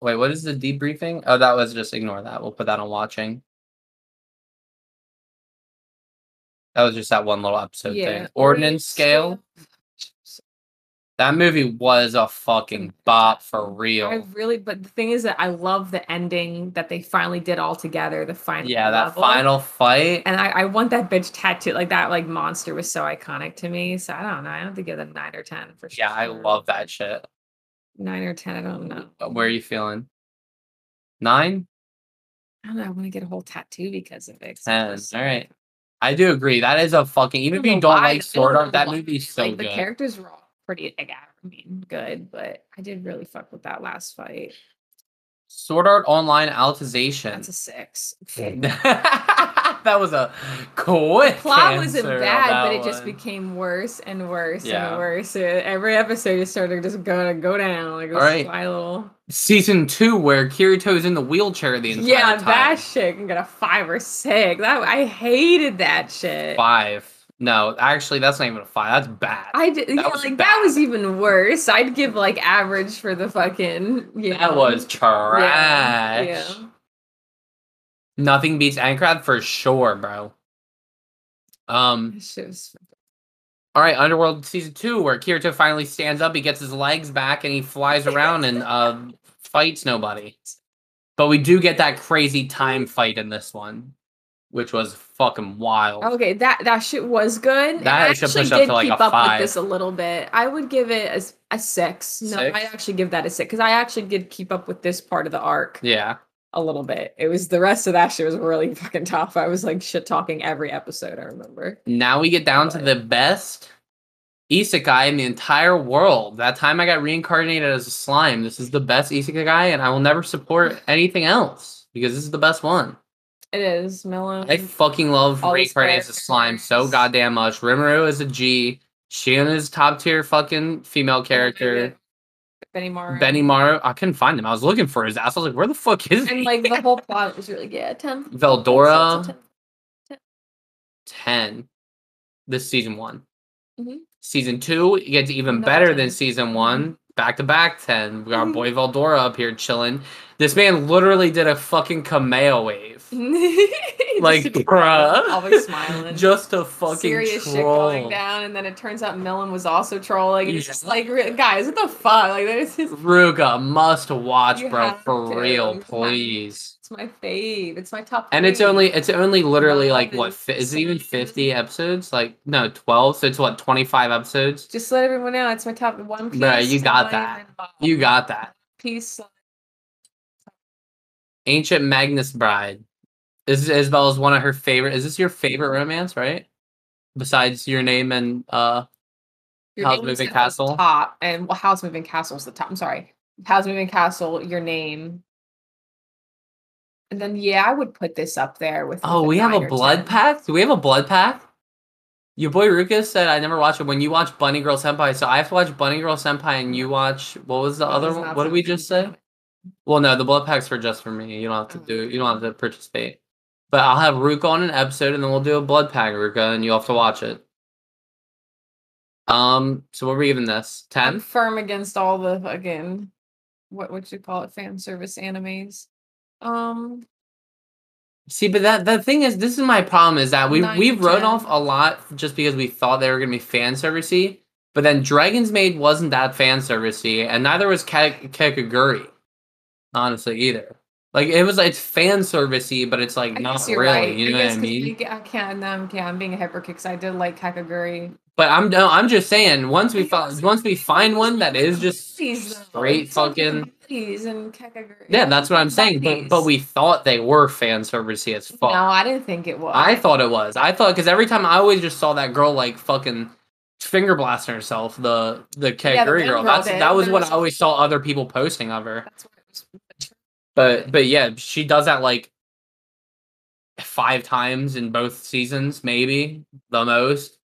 [SPEAKER 8] Wait, what is the debriefing? Oh, that was just ignore that. We'll put that on watching. That was just that one little episode thing. Ordnance scale. That movie was a fucking bop for real.
[SPEAKER 7] I really, but the thing is that I love the ending that they finally did all together. The final,
[SPEAKER 8] yeah, that
[SPEAKER 7] level.
[SPEAKER 8] final fight.
[SPEAKER 7] And I, I want that bitch tattoo. Like that, like monster was so iconic to me. So I don't know. I have to give it a nine or ten for sure.
[SPEAKER 8] Yeah, I love that shit.
[SPEAKER 7] nine or ten. I don't know.
[SPEAKER 8] Where are you feeling? Nine?
[SPEAKER 7] I don't know. I want to get a whole tattoo because of it. 'cause I
[SPEAKER 8] Ten.
[SPEAKER 7] was so-
[SPEAKER 8] All right. I do agree. That is a fucking even
[SPEAKER 7] I
[SPEAKER 8] if you
[SPEAKER 7] know
[SPEAKER 8] don't
[SPEAKER 7] why, I
[SPEAKER 8] like Sword
[SPEAKER 7] don't
[SPEAKER 8] Art, that
[SPEAKER 7] know why.
[SPEAKER 8] movie's so
[SPEAKER 7] like,
[SPEAKER 8] good.
[SPEAKER 7] The characters were all pretty, like, I mean, good, but I did really fuck with that last fight.
[SPEAKER 8] Sword Art Online Altization.
[SPEAKER 7] That's a six.
[SPEAKER 8] <laughs> Mm-hmm. that was a quick. <laughs>
[SPEAKER 7] Plot wasn't
[SPEAKER 8] answer on
[SPEAKER 7] bad, but it
[SPEAKER 8] that
[SPEAKER 7] just
[SPEAKER 8] one.
[SPEAKER 7] became worse and worse
[SPEAKER 8] Yeah.
[SPEAKER 7] and worse. Uh, Every episode just started just going to go down. Like, it was
[SPEAKER 8] All right.
[SPEAKER 7] spiral.
[SPEAKER 8] season two where Kirito is in the wheelchair the entire
[SPEAKER 7] Yeah,
[SPEAKER 8] time.
[SPEAKER 7] that shit can get a five or six. That I hated that shit.
[SPEAKER 8] five. No, actually, that's not even a five. That's bad.
[SPEAKER 7] I did, yeah,
[SPEAKER 8] was
[SPEAKER 7] like that was
[SPEAKER 8] bad.
[SPEAKER 7] even worse. I'd give like average for the fucking yeah.
[SPEAKER 8] that was trash.
[SPEAKER 7] Yeah, yeah.
[SPEAKER 8] Nothing beats Ankrad for sure, bro. Um.
[SPEAKER 7] That shit was-
[SPEAKER 8] All right, Underworld season two, where Kirito finally stands up, he gets his legs back, and he flies around and uh, fights nobody. But we do get that crazy time fight in this one, which was fucking wild.
[SPEAKER 7] Okay, that that shit was good. and
[SPEAKER 8] That
[SPEAKER 7] I
[SPEAKER 8] should
[SPEAKER 7] actually
[SPEAKER 8] push up
[SPEAKER 7] did
[SPEAKER 8] to, like, a
[SPEAKER 7] keep up
[SPEAKER 8] five.
[SPEAKER 7] with this a little bit. I would give it a, s- a six. No,
[SPEAKER 8] Six?
[SPEAKER 7] I'd actually give that a six because I actually did keep up with this part of the arc
[SPEAKER 8] Yeah,
[SPEAKER 7] a little bit. It was the rest of that shit was really fucking tough. I was like shit talking every episode. I remember.
[SPEAKER 8] Now we get down to
[SPEAKER 7] Right.
[SPEAKER 8] the best isekai in the entire world. That time I got reincarnated as a slime. This is the best isekai, and I will never support anything else because this is the best one.
[SPEAKER 7] It is Melon.
[SPEAKER 8] I fucking love
[SPEAKER 7] Um, All these
[SPEAKER 8] reincarnated as a slime so
[SPEAKER 7] characters.
[SPEAKER 8] goddamn much. Rimuru is a G. Shion is top tier fucking female character.
[SPEAKER 7] Benny Morrow.
[SPEAKER 8] Benny Morrow. I couldn't find him. I was looking for his ass. I was like, where the fuck is
[SPEAKER 7] And
[SPEAKER 8] he?
[SPEAKER 7] like the whole plot was really yeah, ten.
[SPEAKER 8] Veldora.
[SPEAKER 7] So it's a 10.
[SPEAKER 8] 10 this season one
[SPEAKER 7] Mhm.
[SPEAKER 8] season two it gets even
[SPEAKER 7] Another Mm-hmm.
[SPEAKER 8] better
[SPEAKER 7] 10.
[SPEAKER 8] than season one back to back 10 we got our boy Valdora up here chilling this man literally did a fucking cameo wave
[SPEAKER 7] Mm-hmm. <laughs> Just
[SPEAKER 8] like
[SPEAKER 7] to be quiet,
[SPEAKER 8] bruh
[SPEAKER 7] always smiling.
[SPEAKER 8] <laughs> just a fucking
[SPEAKER 7] serious
[SPEAKER 8] troll.
[SPEAKER 7] shit going down, and then it turns out Millen was also trolling. And it's
[SPEAKER 8] Yeah.
[SPEAKER 7] just like, re- guys, what the fuck? Like, this is
[SPEAKER 8] Ruga must watch
[SPEAKER 7] You
[SPEAKER 8] bro
[SPEAKER 7] have
[SPEAKER 8] for
[SPEAKER 7] to.
[SPEAKER 8] real
[SPEAKER 7] Come on.
[SPEAKER 8] please
[SPEAKER 7] it's my fave. It's my top.
[SPEAKER 8] and it's
[SPEAKER 7] three.
[SPEAKER 8] only it's only literally like what
[SPEAKER 7] Eleven,
[SPEAKER 8] fi- is it even 50 episodes like no 12 so it's what 25 episodes
[SPEAKER 7] just let everyone know it's my top one piece.
[SPEAKER 8] Bruh, you got
[SPEAKER 7] Time
[SPEAKER 8] that.
[SPEAKER 7] and Bob.
[SPEAKER 8] you got that
[SPEAKER 7] piece.
[SPEAKER 8] Ancient Magnus Bride. This is Isabel's one of her favorite. Is this your favorite romance, right? Besides your name and uh
[SPEAKER 7] Your
[SPEAKER 8] How's
[SPEAKER 7] Name
[SPEAKER 8] Moving
[SPEAKER 7] is at the
[SPEAKER 8] Castle?
[SPEAKER 7] Top and well, House Moving Castle's the top. I'm sorry, House Moving Castle. Your name. And then yeah, I would put this up there with.
[SPEAKER 8] oh,
[SPEAKER 7] with
[SPEAKER 8] we have
[SPEAKER 7] nine
[SPEAKER 8] a
[SPEAKER 7] or
[SPEAKER 8] blood
[SPEAKER 7] 10.
[SPEAKER 8] pact. Do we have a blood pact? Your boy Rukus said I never watched it. When you watch Bunny Girl Senpai, so I have to watch Bunny Girl Senpai, and you watch what was the
[SPEAKER 7] That
[SPEAKER 8] other
[SPEAKER 7] was
[SPEAKER 8] one?
[SPEAKER 7] not
[SPEAKER 8] What did we
[SPEAKER 7] something
[SPEAKER 8] just say? Well, no, the blood packs were just for me. You don't have to
[SPEAKER 7] Oh.
[SPEAKER 8] do. You don't have to participate. But I'll have Ruka on an episode, and then we'll do a blood pack, Ruka, and you'll have to watch it. Um. So what are we giving this?
[SPEAKER 7] I'm
[SPEAKER 8] Ten.
[SPEAKER 7] firm against all the fucking what would you call it fan service animes. Um,
[SPEAKER 8] See, but that the thing is, this is my problem is that we
[SPEAKER 7] Nine to
[SPEAKER 8] we wrote
[SPEAKER 7] 10.
[SPEAKER 8] off a lot just because we thought they were gonna be fan servicey, but then Dragon's Maid wasn't that fan servicey, and neither was Ka- Kakaguri, honestly either. Like it was, it's fan servicey, but it's like
[SPEAKER 7] I
[SPEAKER 8] not
[SPEAKER 7] guess
[SPEAKER 8] really.
[SPEAKER 7] you're right.
[SPEAKER 8] You know what I
[SPEAKER 7] guess 'cause
[SPEAKER 8] mean?
[SPEAKER 7] we get- I can't. Um, yeah, I'm being a hypocrite because I did like Kakaguri.
[SPEAKER 8] But I'm no, I'm just saying. Once we
[SPEAKER 7] Because
[SPEAKER 8] find once we find one that is just
[SPEAKER 7] Buddies, though,
[SPEAKER 8] straight
[SPEAKER 7] it's all
[SPEAKER 8] fucking-
[SPEAKER 7] buddies and Kakaguri.
[SPEAKER 8] yeah, that's what I'm saying. But but we thought they were fan servicey as
[SPEAKER 7] No,
[SPEAKER 8] fuck.
[SPEAKER 7] I didn't think it was.
[SPEAKER 8] I thought it was. I thought because every time I always just saw that girl like fucking finger blasting herself, the the
[SPEAKER 7] Yeah, the
[SPEAKER 8] Kaguri
[SPEAKER 7] one
[SPEAKER 8] girl.
[SPEAKER 7] girl
[SPEAKER 8] That's
[SPEAKER 7] did.
[SPEAKER 8] that was
[SPEAKER 7] There <laughs>
[SPEAKER 8] what
[SPEAKER 7] was-
[SPEAKER 8] I always saw other people posting of her.
[SPEAKER 7] That's what it was.
[SPEAKER 8] But but yeah, she does that like five times in both seasons, maybe the most.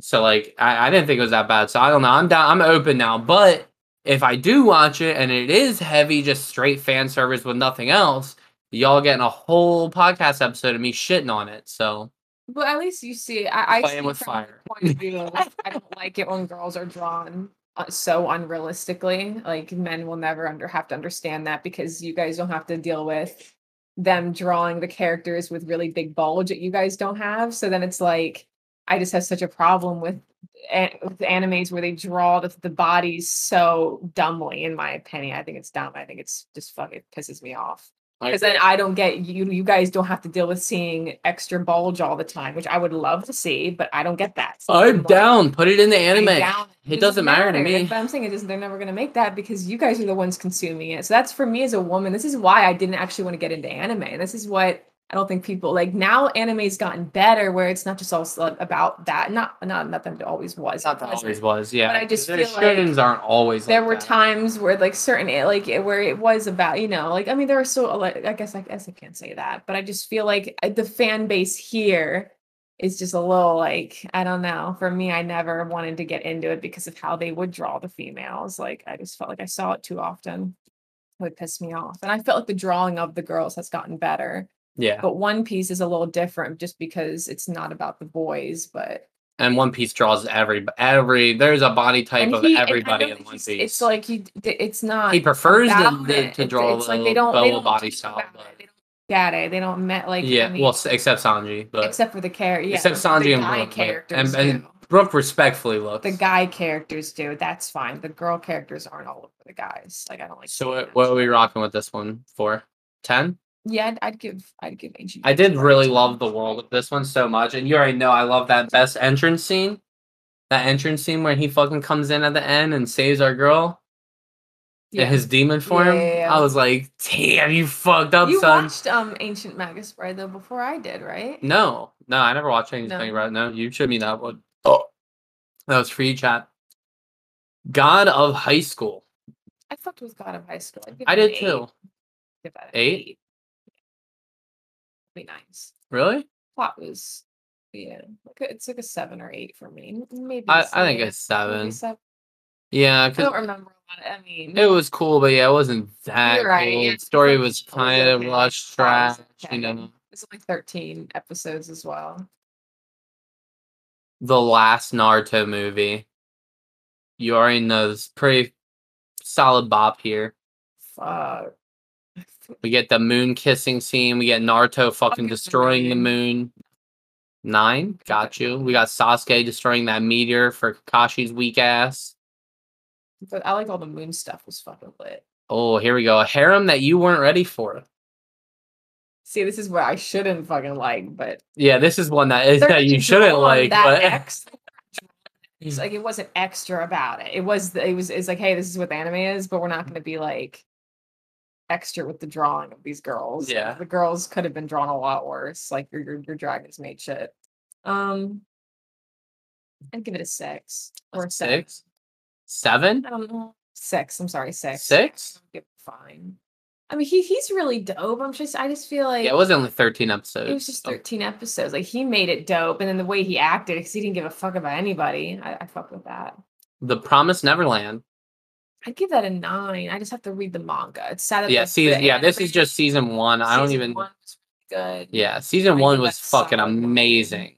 [SPEAKER 8] So like I, I didn't think it was that bad. So I don't know. I'm down I'm open now. But if I do watch it and it is heavy, just straight fan service with nothing else, y'all getting a whole podcast episode of me shitting on it. So
[SPEAKER 7] But at least you see, I, I
[SPEAKER 8] Playing
[SPEAKER 7] see
[SPEAKER 8] with
[SPEAKER 7] from
[SPEAKER 8] fire.
[SPEAKER 7] your Point of view, of,
[SPEAKER 8] <laughs>
[SPEAKER 7] like, I don't like it when girls are drawn uh, so unrealistically. Like men will never under have to understand that because you guys don't have to deal with them drawing the characters with really big bulge that you guys don't have. So then it's like I just have such a problem with a- with animes where they draw the, the bodies so dumbly. In my opinion, I think it's dumb. I think it's just fuck. It pisses me off because then I don't get you. You guys don't have to deal with seeing extra bulge all the time, which I would love to see, but I don't get that. So
[SPEAKER 8] I'm
[SPEAKER 7] like,
[SPEAKER 8] down. Put it in the
[SPEAKER 7] I'm
[SPEAKER 8] anime.
[SPEAKER 7] down.
[SPEAKER 8] It doesn't matter to me.
[SPEAKER 7] But I'm saying is, they're never going to make that because you guys are the ones consuming it. So that's for me as a woman. This is why I didn't actually want to get into anime. And this is what I don't think people like. Now anime's gotten better, where it's not just all s- about that. Not not not that it always was.
[SPEAKER 8] Not that
[SPEAKER 7] It was-
[SPEAKER 8] always was, yeah.
[SPEAKER 7] But I just
[SPEAKER 8] The
[SPEAKER 7] feel like
[SPEAKER 8] shounens aren't always.
[SPEAKER 7] there
[SPEAKER 8] like
[SPEAKER 7] were
[SPEAKER 8] that.
[SPEAKER 7] times where like certain it- like it- where it was about you know like i mean there are so like i guess i guess i can't say that but i just feel like uh, the fan base here is just a little like i don't know for me i never wanted to get into it because of how they would draw the females like i just felt like i saw it too often it would piss me off and i felt like the drawing of the girls has gotten better
[SPEAKER 8] Yeah,
[SPEAKER 7] but one piece is a little different just because it's not about the boys but
[SPEAKER 8] and One Piece draws every every. There's a body type
[SPEAKER 7] and
[SPEAKER 8] of
[SPEAKER 7] he- and I
[SPEAKER 8] everybody
[SPEAKER 7] know
[SPEAKER 8] in
[SPEAKER 7] that
[SPEAKER 8] One
[SPEAKER 7] he's-
[SPEAKER 8] Piece.
[SPEAKER 7] it's like you it's not
[SPEAKER 8] he prefers them
[SPEAKER 7] about
[SPEAKER 8] to,
[SPEAKER 7] it.
[SPEAKER 8] to
[SPEAKER 7] It's-
[SPEAKER 8] draw
[SPEAKER 7] it's
[SPEAKER 8] the
[SPEAKER 7] like they don't, they
[SPEAKER 8] bow
[SPEAKER 7] don't
[SPEAKER 8] body
[SPEAKER 7] talk
[SPEAKER 8] style.
[SPEAKER 7] about
[SPEAKER 8] but-
[SPEAKER 7] it. They don't get it. They don't met like I
[SPEAKER 8] yeah,
[SPEAKER 7] mean,
[SPEAKER 8] well, s- except Sanji, but
[SPEAKER 7] except for the character. Yeah,
[SPEAKER 8] except
[SPEAKER 7] the
[SPEAKER 8] Sanji and
[SPEAKER 7] guy
[SPEAKER 8] Brooke, but-
[SPEAKER 7] characters
[SPEAKER 8] and, and
[SPEAKER 7] do.
[SPEAKER 8] Brooke respectfully looks.
[SPEAKER 7] the guy characters do. That's fine. The girl characters aren't all over the guys. Like I don't like.
[SPEAKER 8] So
[SPEAKER 7] seeing
[SPEAKER 8] what,
[SPEAKER 7] that
[SPEAKER 8] what are
[SPEAKER 7] shit.
[SPEAKER 8] we rocking with this one for? Ten.
[SPEAKER 7] Yeah, I'd, I'd give. I'd give ancient.
[SPEAKER 8] I did
[SPEAKER 7] Greece
[SPEAKER 8] really
[SPEAKER 7] props.
[SPEAKER 8] love the world with this one so much, and you already know I love that best entrance scene. That entrance scene where he fucking comes in at the end and saves our girl
[SPEAKER 7] Yeah.
[SPEAKER 8] in his demon form.
[SPEAKER 7] yeah, yeah.
[SPEAKER 8] I was like, "Damn, you fucked up,
[SPEAKER 7] you
[SPEAKER 8] son."
[SPEAKER 7] watched um ancient Magus Bride though before I did, right?
[SPEAKER 8] No, no, I never watched anything
[SPEAKER 7] No.
[SPEAKER 8] about. No, you showed me that one. Oh, that was free chat. God of High School.
[SPEAKER 7] I fucked with God of High School. I'd give
[SPEAKER 8] I
[SPEAKER 7] it an
[SPEAKER 8] did
[SPEAKER 7] eight.
[SPEAKER 8] too.
[SPEAKER 7] Give that an
[SPEAKER 8] Eight?
[SPEAKER 7] eight. Be nice.
[SPEAKER 8] Really?
[SPEAKER 7] plot was yeah like a- it's like a seven or eight for me M- maybe
[SPEAKER 8] I, I
[SPEAKER 7] seven,
[SPEAKER 8] think it's
[SPEAKER 7] maybe
[SPEAKER 8] seven.
[SPEAKER 7] seven
[SPEAKER 8] Yeah,
[SPEAKER 7] I
[SPEAKER 8] 'cause
[SPEAKER 7] don't remember a lot. I mean,
[SPEAKER 8] it was cool, but yeah, it wasn't that
[SPEAKER 7] You're right,
[SPEAKER 8] cool.
[SPEAKER 7] yeah,
[SPEAKER 8] The story
[SPEAKER 7] it
[SPEAKER 8] was
[SPEAKER 7] was
[SPEAKER 8] kind of
[SPEAKER 7] okay.
[SPEAKER 8] rushed,
[SPEAKER 7] I
[SPEAKER 8] trash,
[SPEAKER 7] was
[SPEAKER 8] you
[SPEAKER 7] okay.
[SPEAKER 8] know.
[SPEAKER 7] There's only 13 episodes as well.
[SPEAKER 8] The last Naruto movie. You already know this pretty solid bop here.
[SPEAKER 7] Fuck.
[SPEAKER 8] We get the moon kissing scene. We get Naruto fucking
[SPEAKER 7] Fucking
[SPEAKER 8] destroying the
[SPEAKER 7] nine.
[SPEAKER 8] moon. Nine, got you. We got Sasuke destroying that meteor for Kakashi's weak ass.
[SPEAKER 7] But I like all the moon stuff was fucking lit.
[SPEAKER 8] Oh, here we go. A harem that you weren't ready for.
[SPEAKER 7] See, this is what I shouldn't fucking like, but
[SPEAKER 8] Yeah, this is one that is
[SPEAKER 7] They're
[SPEAKER 8] that you
[SPEAKER 7] just
[SPEAKER 8] shouldn't
[SPEAKER 7] drawn
[SPEAKER 8] like. <laughs>
[SPEAKER 7] that
[SPEAKER 8] But
[SPEAKER 7] ex- it's like it wasn't extra about it. It was the- it was it's like, hey, this is what the anime is, but we're not gonna be like extra with the drawing of these girls.
[SPEAKER 8] Yeah.
[SPEAKER 7] The girls could have been drawn a lot worse, like your your, your dragons made shit. Um I'd give it a six or a seven.
[SPEAKER 8] six, seven,
[SPEAKER 7] I don't know. Six. I'm sorry, six.
[SPEAKER 8] six.
[SPEAKER 7] I'd give it Fine. I mean, he he's really dope. I'm just I just feel like
[SPEAKER 8] Yeah, it was only thirteen episodes.
[SPEAKER 7] it was just
[SPEAKER 8] so-
[SPEAKER 7] 13 episodes. Like he made it dope, and then the way he acted, because he didn't give a fuck about anybody. I, I fuck with that.
[SPEAKER 8] The Promised Neverland.
[SPEAKER 7] I'd give that a nine. I just have to read the manga. It's sad. That
[SPEAKER 8] Yeah,
[SPEAKER 7] the-
[SPEAKER 8] season.
[SPEAKER 7] the
[SPEAKER 8] Yeah, this
[SPEAKER 7] anime-
[SPEAKER 8] is just season one. I don't
[SPEAKER 7] season
[SPEAKER 8] even.
[SPEAKER 7] one was really good.
[SPEAKER 8] Yeah,
[SPEAKER 7] I
[SPEAKER 8] season
[SPEAKER 7] give
[SPEAKER 8] one
[SPEAKER 7] that
[SPEAKER 8] was
[SPEAKER 7] a
[SPEAKER 8] fucking
[SPEAKER 7] solid one.
[SPEAKER 8] amazing,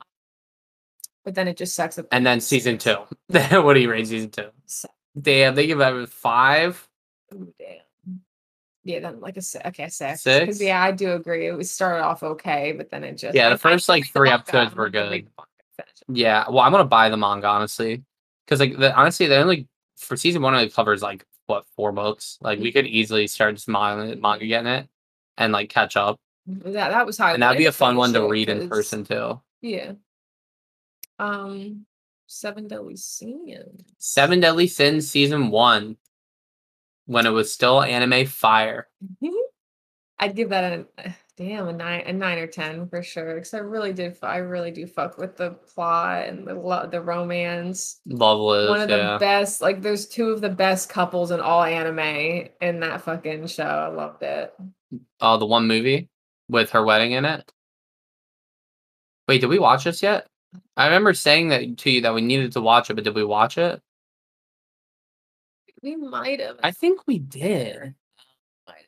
[SPEAKER 7] but then it just sucks. Up
[SPEAKER 8] and then season two. <laughs> what do you rate season two?
[SPEAKER 7] Seven.
[SPEAKER 8] Damn, they give it a five.
[SPEAKER 7] damn. Yeah, then like a six. Okay, a six.
[SPEAKER 8] Six?
[SPEAKER 7] Because yeah, I do agree. It was started off okay, but then it just
[SPEAKER 8] Yeah, the
[SPEAKER 7] like, I
[SPEAKER 8] first,
[SPEAKER 7] can
[SPEAKER 8] like,
[SPEAKER 7] read
[SPEAKER 8] three
[SPEAKER 7] manga.
[SPEAKER 8] episodes
[SPEAKER 7] I'm
[SPEAKER 8] were
[SPEAKER 7] gonna read
[SPEAKER 8] good.
[SPEAKER 7] the manga, finish it.
[SPEAKER 8] Yeah, well, I'm gonna buy the manga honestly, because like the, honestly, they only for season one only covers like what four books. Like
[SPEAKER 7] Mm-hmm.
[SPEAKER 8] we could easily start just manga, manga getting it, and like catch up,
[SPEAKER 7] That that was how. I
[SPEAKER 8] and that'd be
[SPEAKER 7] wanted
[SPEAKER 8] a fun one to
[SPEAKER 7] finish it,
[SPEAKER 8] read in
[SPEAKER 7] 'cause-
[SPEAKER 8] person too.
[SPEAKER 7] Yeah. Um, Seven Deadly Sins.
[SPEAKER 8] Seven Deadly Sins season one, when it was still anime fire.
[SPEAKER 7] I'd give that a uh, damn a nine, a nine or ten for sure. Because I really did, f- I really do fuck with the plot and the lo- the romance.
[SPEAKER 8] Love Lives.
[SPEAKER 7] One of the
[SPEAKER 8] yeah.
[SPEAKER 7] best, like there's two of the best couples in all anime in that fucking show. I loved it.
[SPEAKER 8] Oh, the one movie with her wedding in it. Wait, did we watch this yet? I remember saying that to you that we needed to watch it, but did we watch it?
[SPEAKER 7] We might have.
[SPEAKER 8] I think we did.
[SPEAKER 7] Might-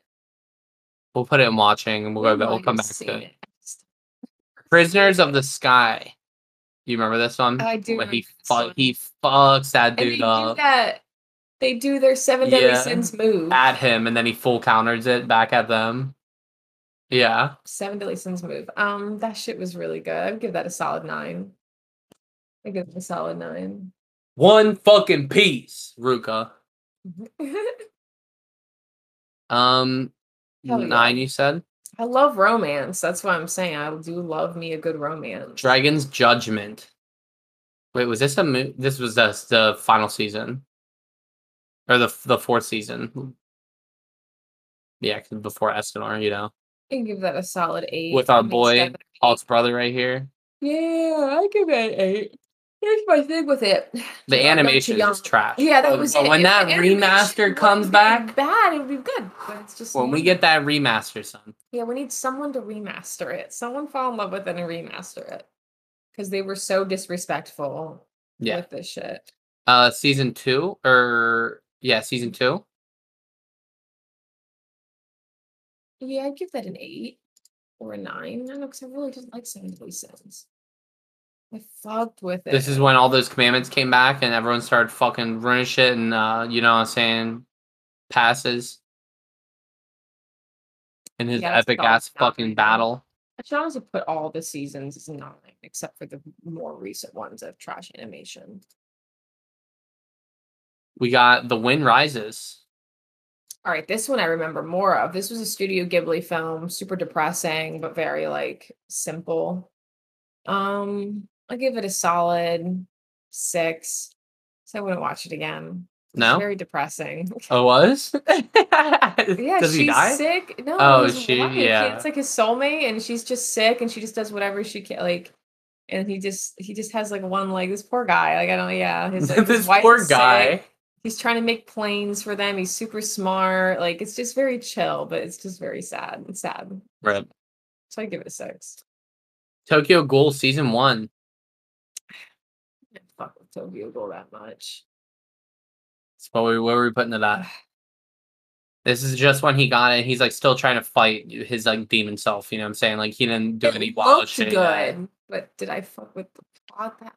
[SPEAKER 8] We'll put it in watching and we'll go back. We'll
[SPEAKER 7] might
[SPEAKER 8] come
[SPEAKER 7] have
[SPEAKER 8] back
[SPEAKER 7] seen
[SPEAKER 8] to it.
[SPEAKER 7] it. I just-
[SPEAKER 8] Prisoners of the Sky. You remember this one?
[SPEAKER 7] I do
[SPEAKER 8] When he
[SPEAKER 7] remember this
[SPEAKER 8] fu-
[SPEAKER 7] one.
[SPEAKER 8] he fucks that
[SPEAKER 7] And they
[SPEAKER 8] dude
[SPEAKER 7] do
[SPEAKER 8] up
[SPEAKER 7] that. They do their Seven Deadly
[SPEAKER 8] Yeah.
[SPEAKER 7] Sins move.
[SPEAKER 8] at him, and then he full counters it back at them. Yeah.
[SPEAKER 7] Seven Deadly Sins move. Um, that shit was really good. I'd give that a solid nine. I give it a solid nine. <laughs>
[SPEAKER 8] One fucking piece, Ruka. Um,
[SPEAKER 7] Hell yeah.
[SPEAKER 8] nine. You said
[SPEAKER 7] I love romance. That's what I'm saying. I do love me a good romance.
[SPEAKER 8] Dragon's Judgment. Wait, was this a mo- this was the the final season, or the the fourth season? Yeah, 'cause before Escanor, you know,
[SPEAKER 7] I can give that a solid eight.
[SPEAKER 8] With our
[SPEAKER 7] I think
[SPEAKER 8] boy,
[SPEAKER 7] seven or eight.
[SPEAKER 8] Hulk's brother right here.
[SPEAKER 7] Yeah, I give it an eight. Here's my thing with it. <sighs>
[SPEAKER 8] The
[SPEAKER 7] Too
[SPEAKER 8] animation
[SPEAKER 7] young.
[SPEAKER 8] is trash.
[SPEAKER 7] Yeah, that
[SPEAKER 8] But-
[SPEAKER 7] was
[SPEAKER 8] but
[SPEAKER 7] it.
[SPEAKER 8] when
[SPEAKER 7] If
[SPEAKER 8] that
[SPEAKER 7] the animation
[SPEAKER 8] remaster
[SPEAKER 7] wouldn't
[SPEAKER 8] comes
[SPEAKER 7] be
[SPEAKER 8] back,
[SPEAKER 7] bad, it would be good. But it's just
[SPEAKER 8] when we
[SPEAKER 7] not.
[SPEAKER 8] get that remaster, son,
[SPEAKER 7] Yeah, we need someone to remaster it. Someone fall in love with it and remaster it. Because they were so disrespectful
[SPEAKER 8] yeah,
[SPEAKER 7] with this shit.
[SPEAKER 8] uh, season two or yeah, season two.
[SPEAKER 7] Yeah, I'd give that an eight or a nine. I don't know, because I really didn't like Seven Deadly Sins. I fucked with it.
[SPEAKER 8] This is when all those commandments came back and everyone started fucking running shit and uh, you know what I'm saying passes in his
[SPEAKER 7] Yeah, that's
[SPEAKER 8] epic
[SPEAKER 7] all
[SPEAKER 8] ass
[SPEAKER 7] about
[SPEAKER 8] fucking
[SPEAKER 7] it.
[SPEAKER 8] battle.
[SPEAKER 7] I should honestly put all the seasons as nine, except for the more recent ones of trash animation.
[SPEAKER 8] We got the wind rises.
[SPEAKER 7] All right, this one I remember more of. This was a Studio Ghibli film, super depressing, but very like simple. Um, I give it a solid six. So I wouldn't watch it again. It's
[SPEAKER 8] No, Oh,
[SPEAKER 7] very depressing. <laughs>
[SPEAKER 8] it was. <laughs>
[SPEAKER 7] Yeah,
[SPEAKER 8] Does
[SPEAKER 7] she's
[SPEAKER 8] he die?
[SPEAKER 7] sick. No,
[SPEAKER 8] Oh,
[SPEAKER 7] his
[SPEAKER 8] she-
[SPEAKER 7] wife.
[SPEAKER 8] yeah.
[SPEAKER 7] It's like his soulmate, and she's just sick, and she just does whatever she can. Like, and he just he just has like one leg. This poor guy. Like I don't. Yeah, his, like, his
[SPEAKER 8] <laughs> <laughs> this
[SPEAKER 7] wife
[SPEAKER 8] poor
[SPEAKER 7] is
[SPEAKER 8] guy.
[SPEAKER 7] sick. He's trying to make planes for them. He's super smart. Like it's just very chill, but it's just very sad. It's sad.
[SPEAKER 8] Rip.
[SPEAKER 7] So I give it a six.
[SPEAKER 8] Tokyo Ghoul season one.
[SPEAKER 7] I don't fuck with Tokyo Ghoul that much.
[SPEAKER 8] What were, what were we putting it at? This is just when he got it. He's like still trying to fight his like demon self. You know what I'm saying? Like he didn't do any
[SPEAKER 7] It
[SPEAKER 8] wild
[SPEAKER 7] looked
[SPEAKER 8] shit.
[SPEAKER 7] good, but did I fuck with the plot? That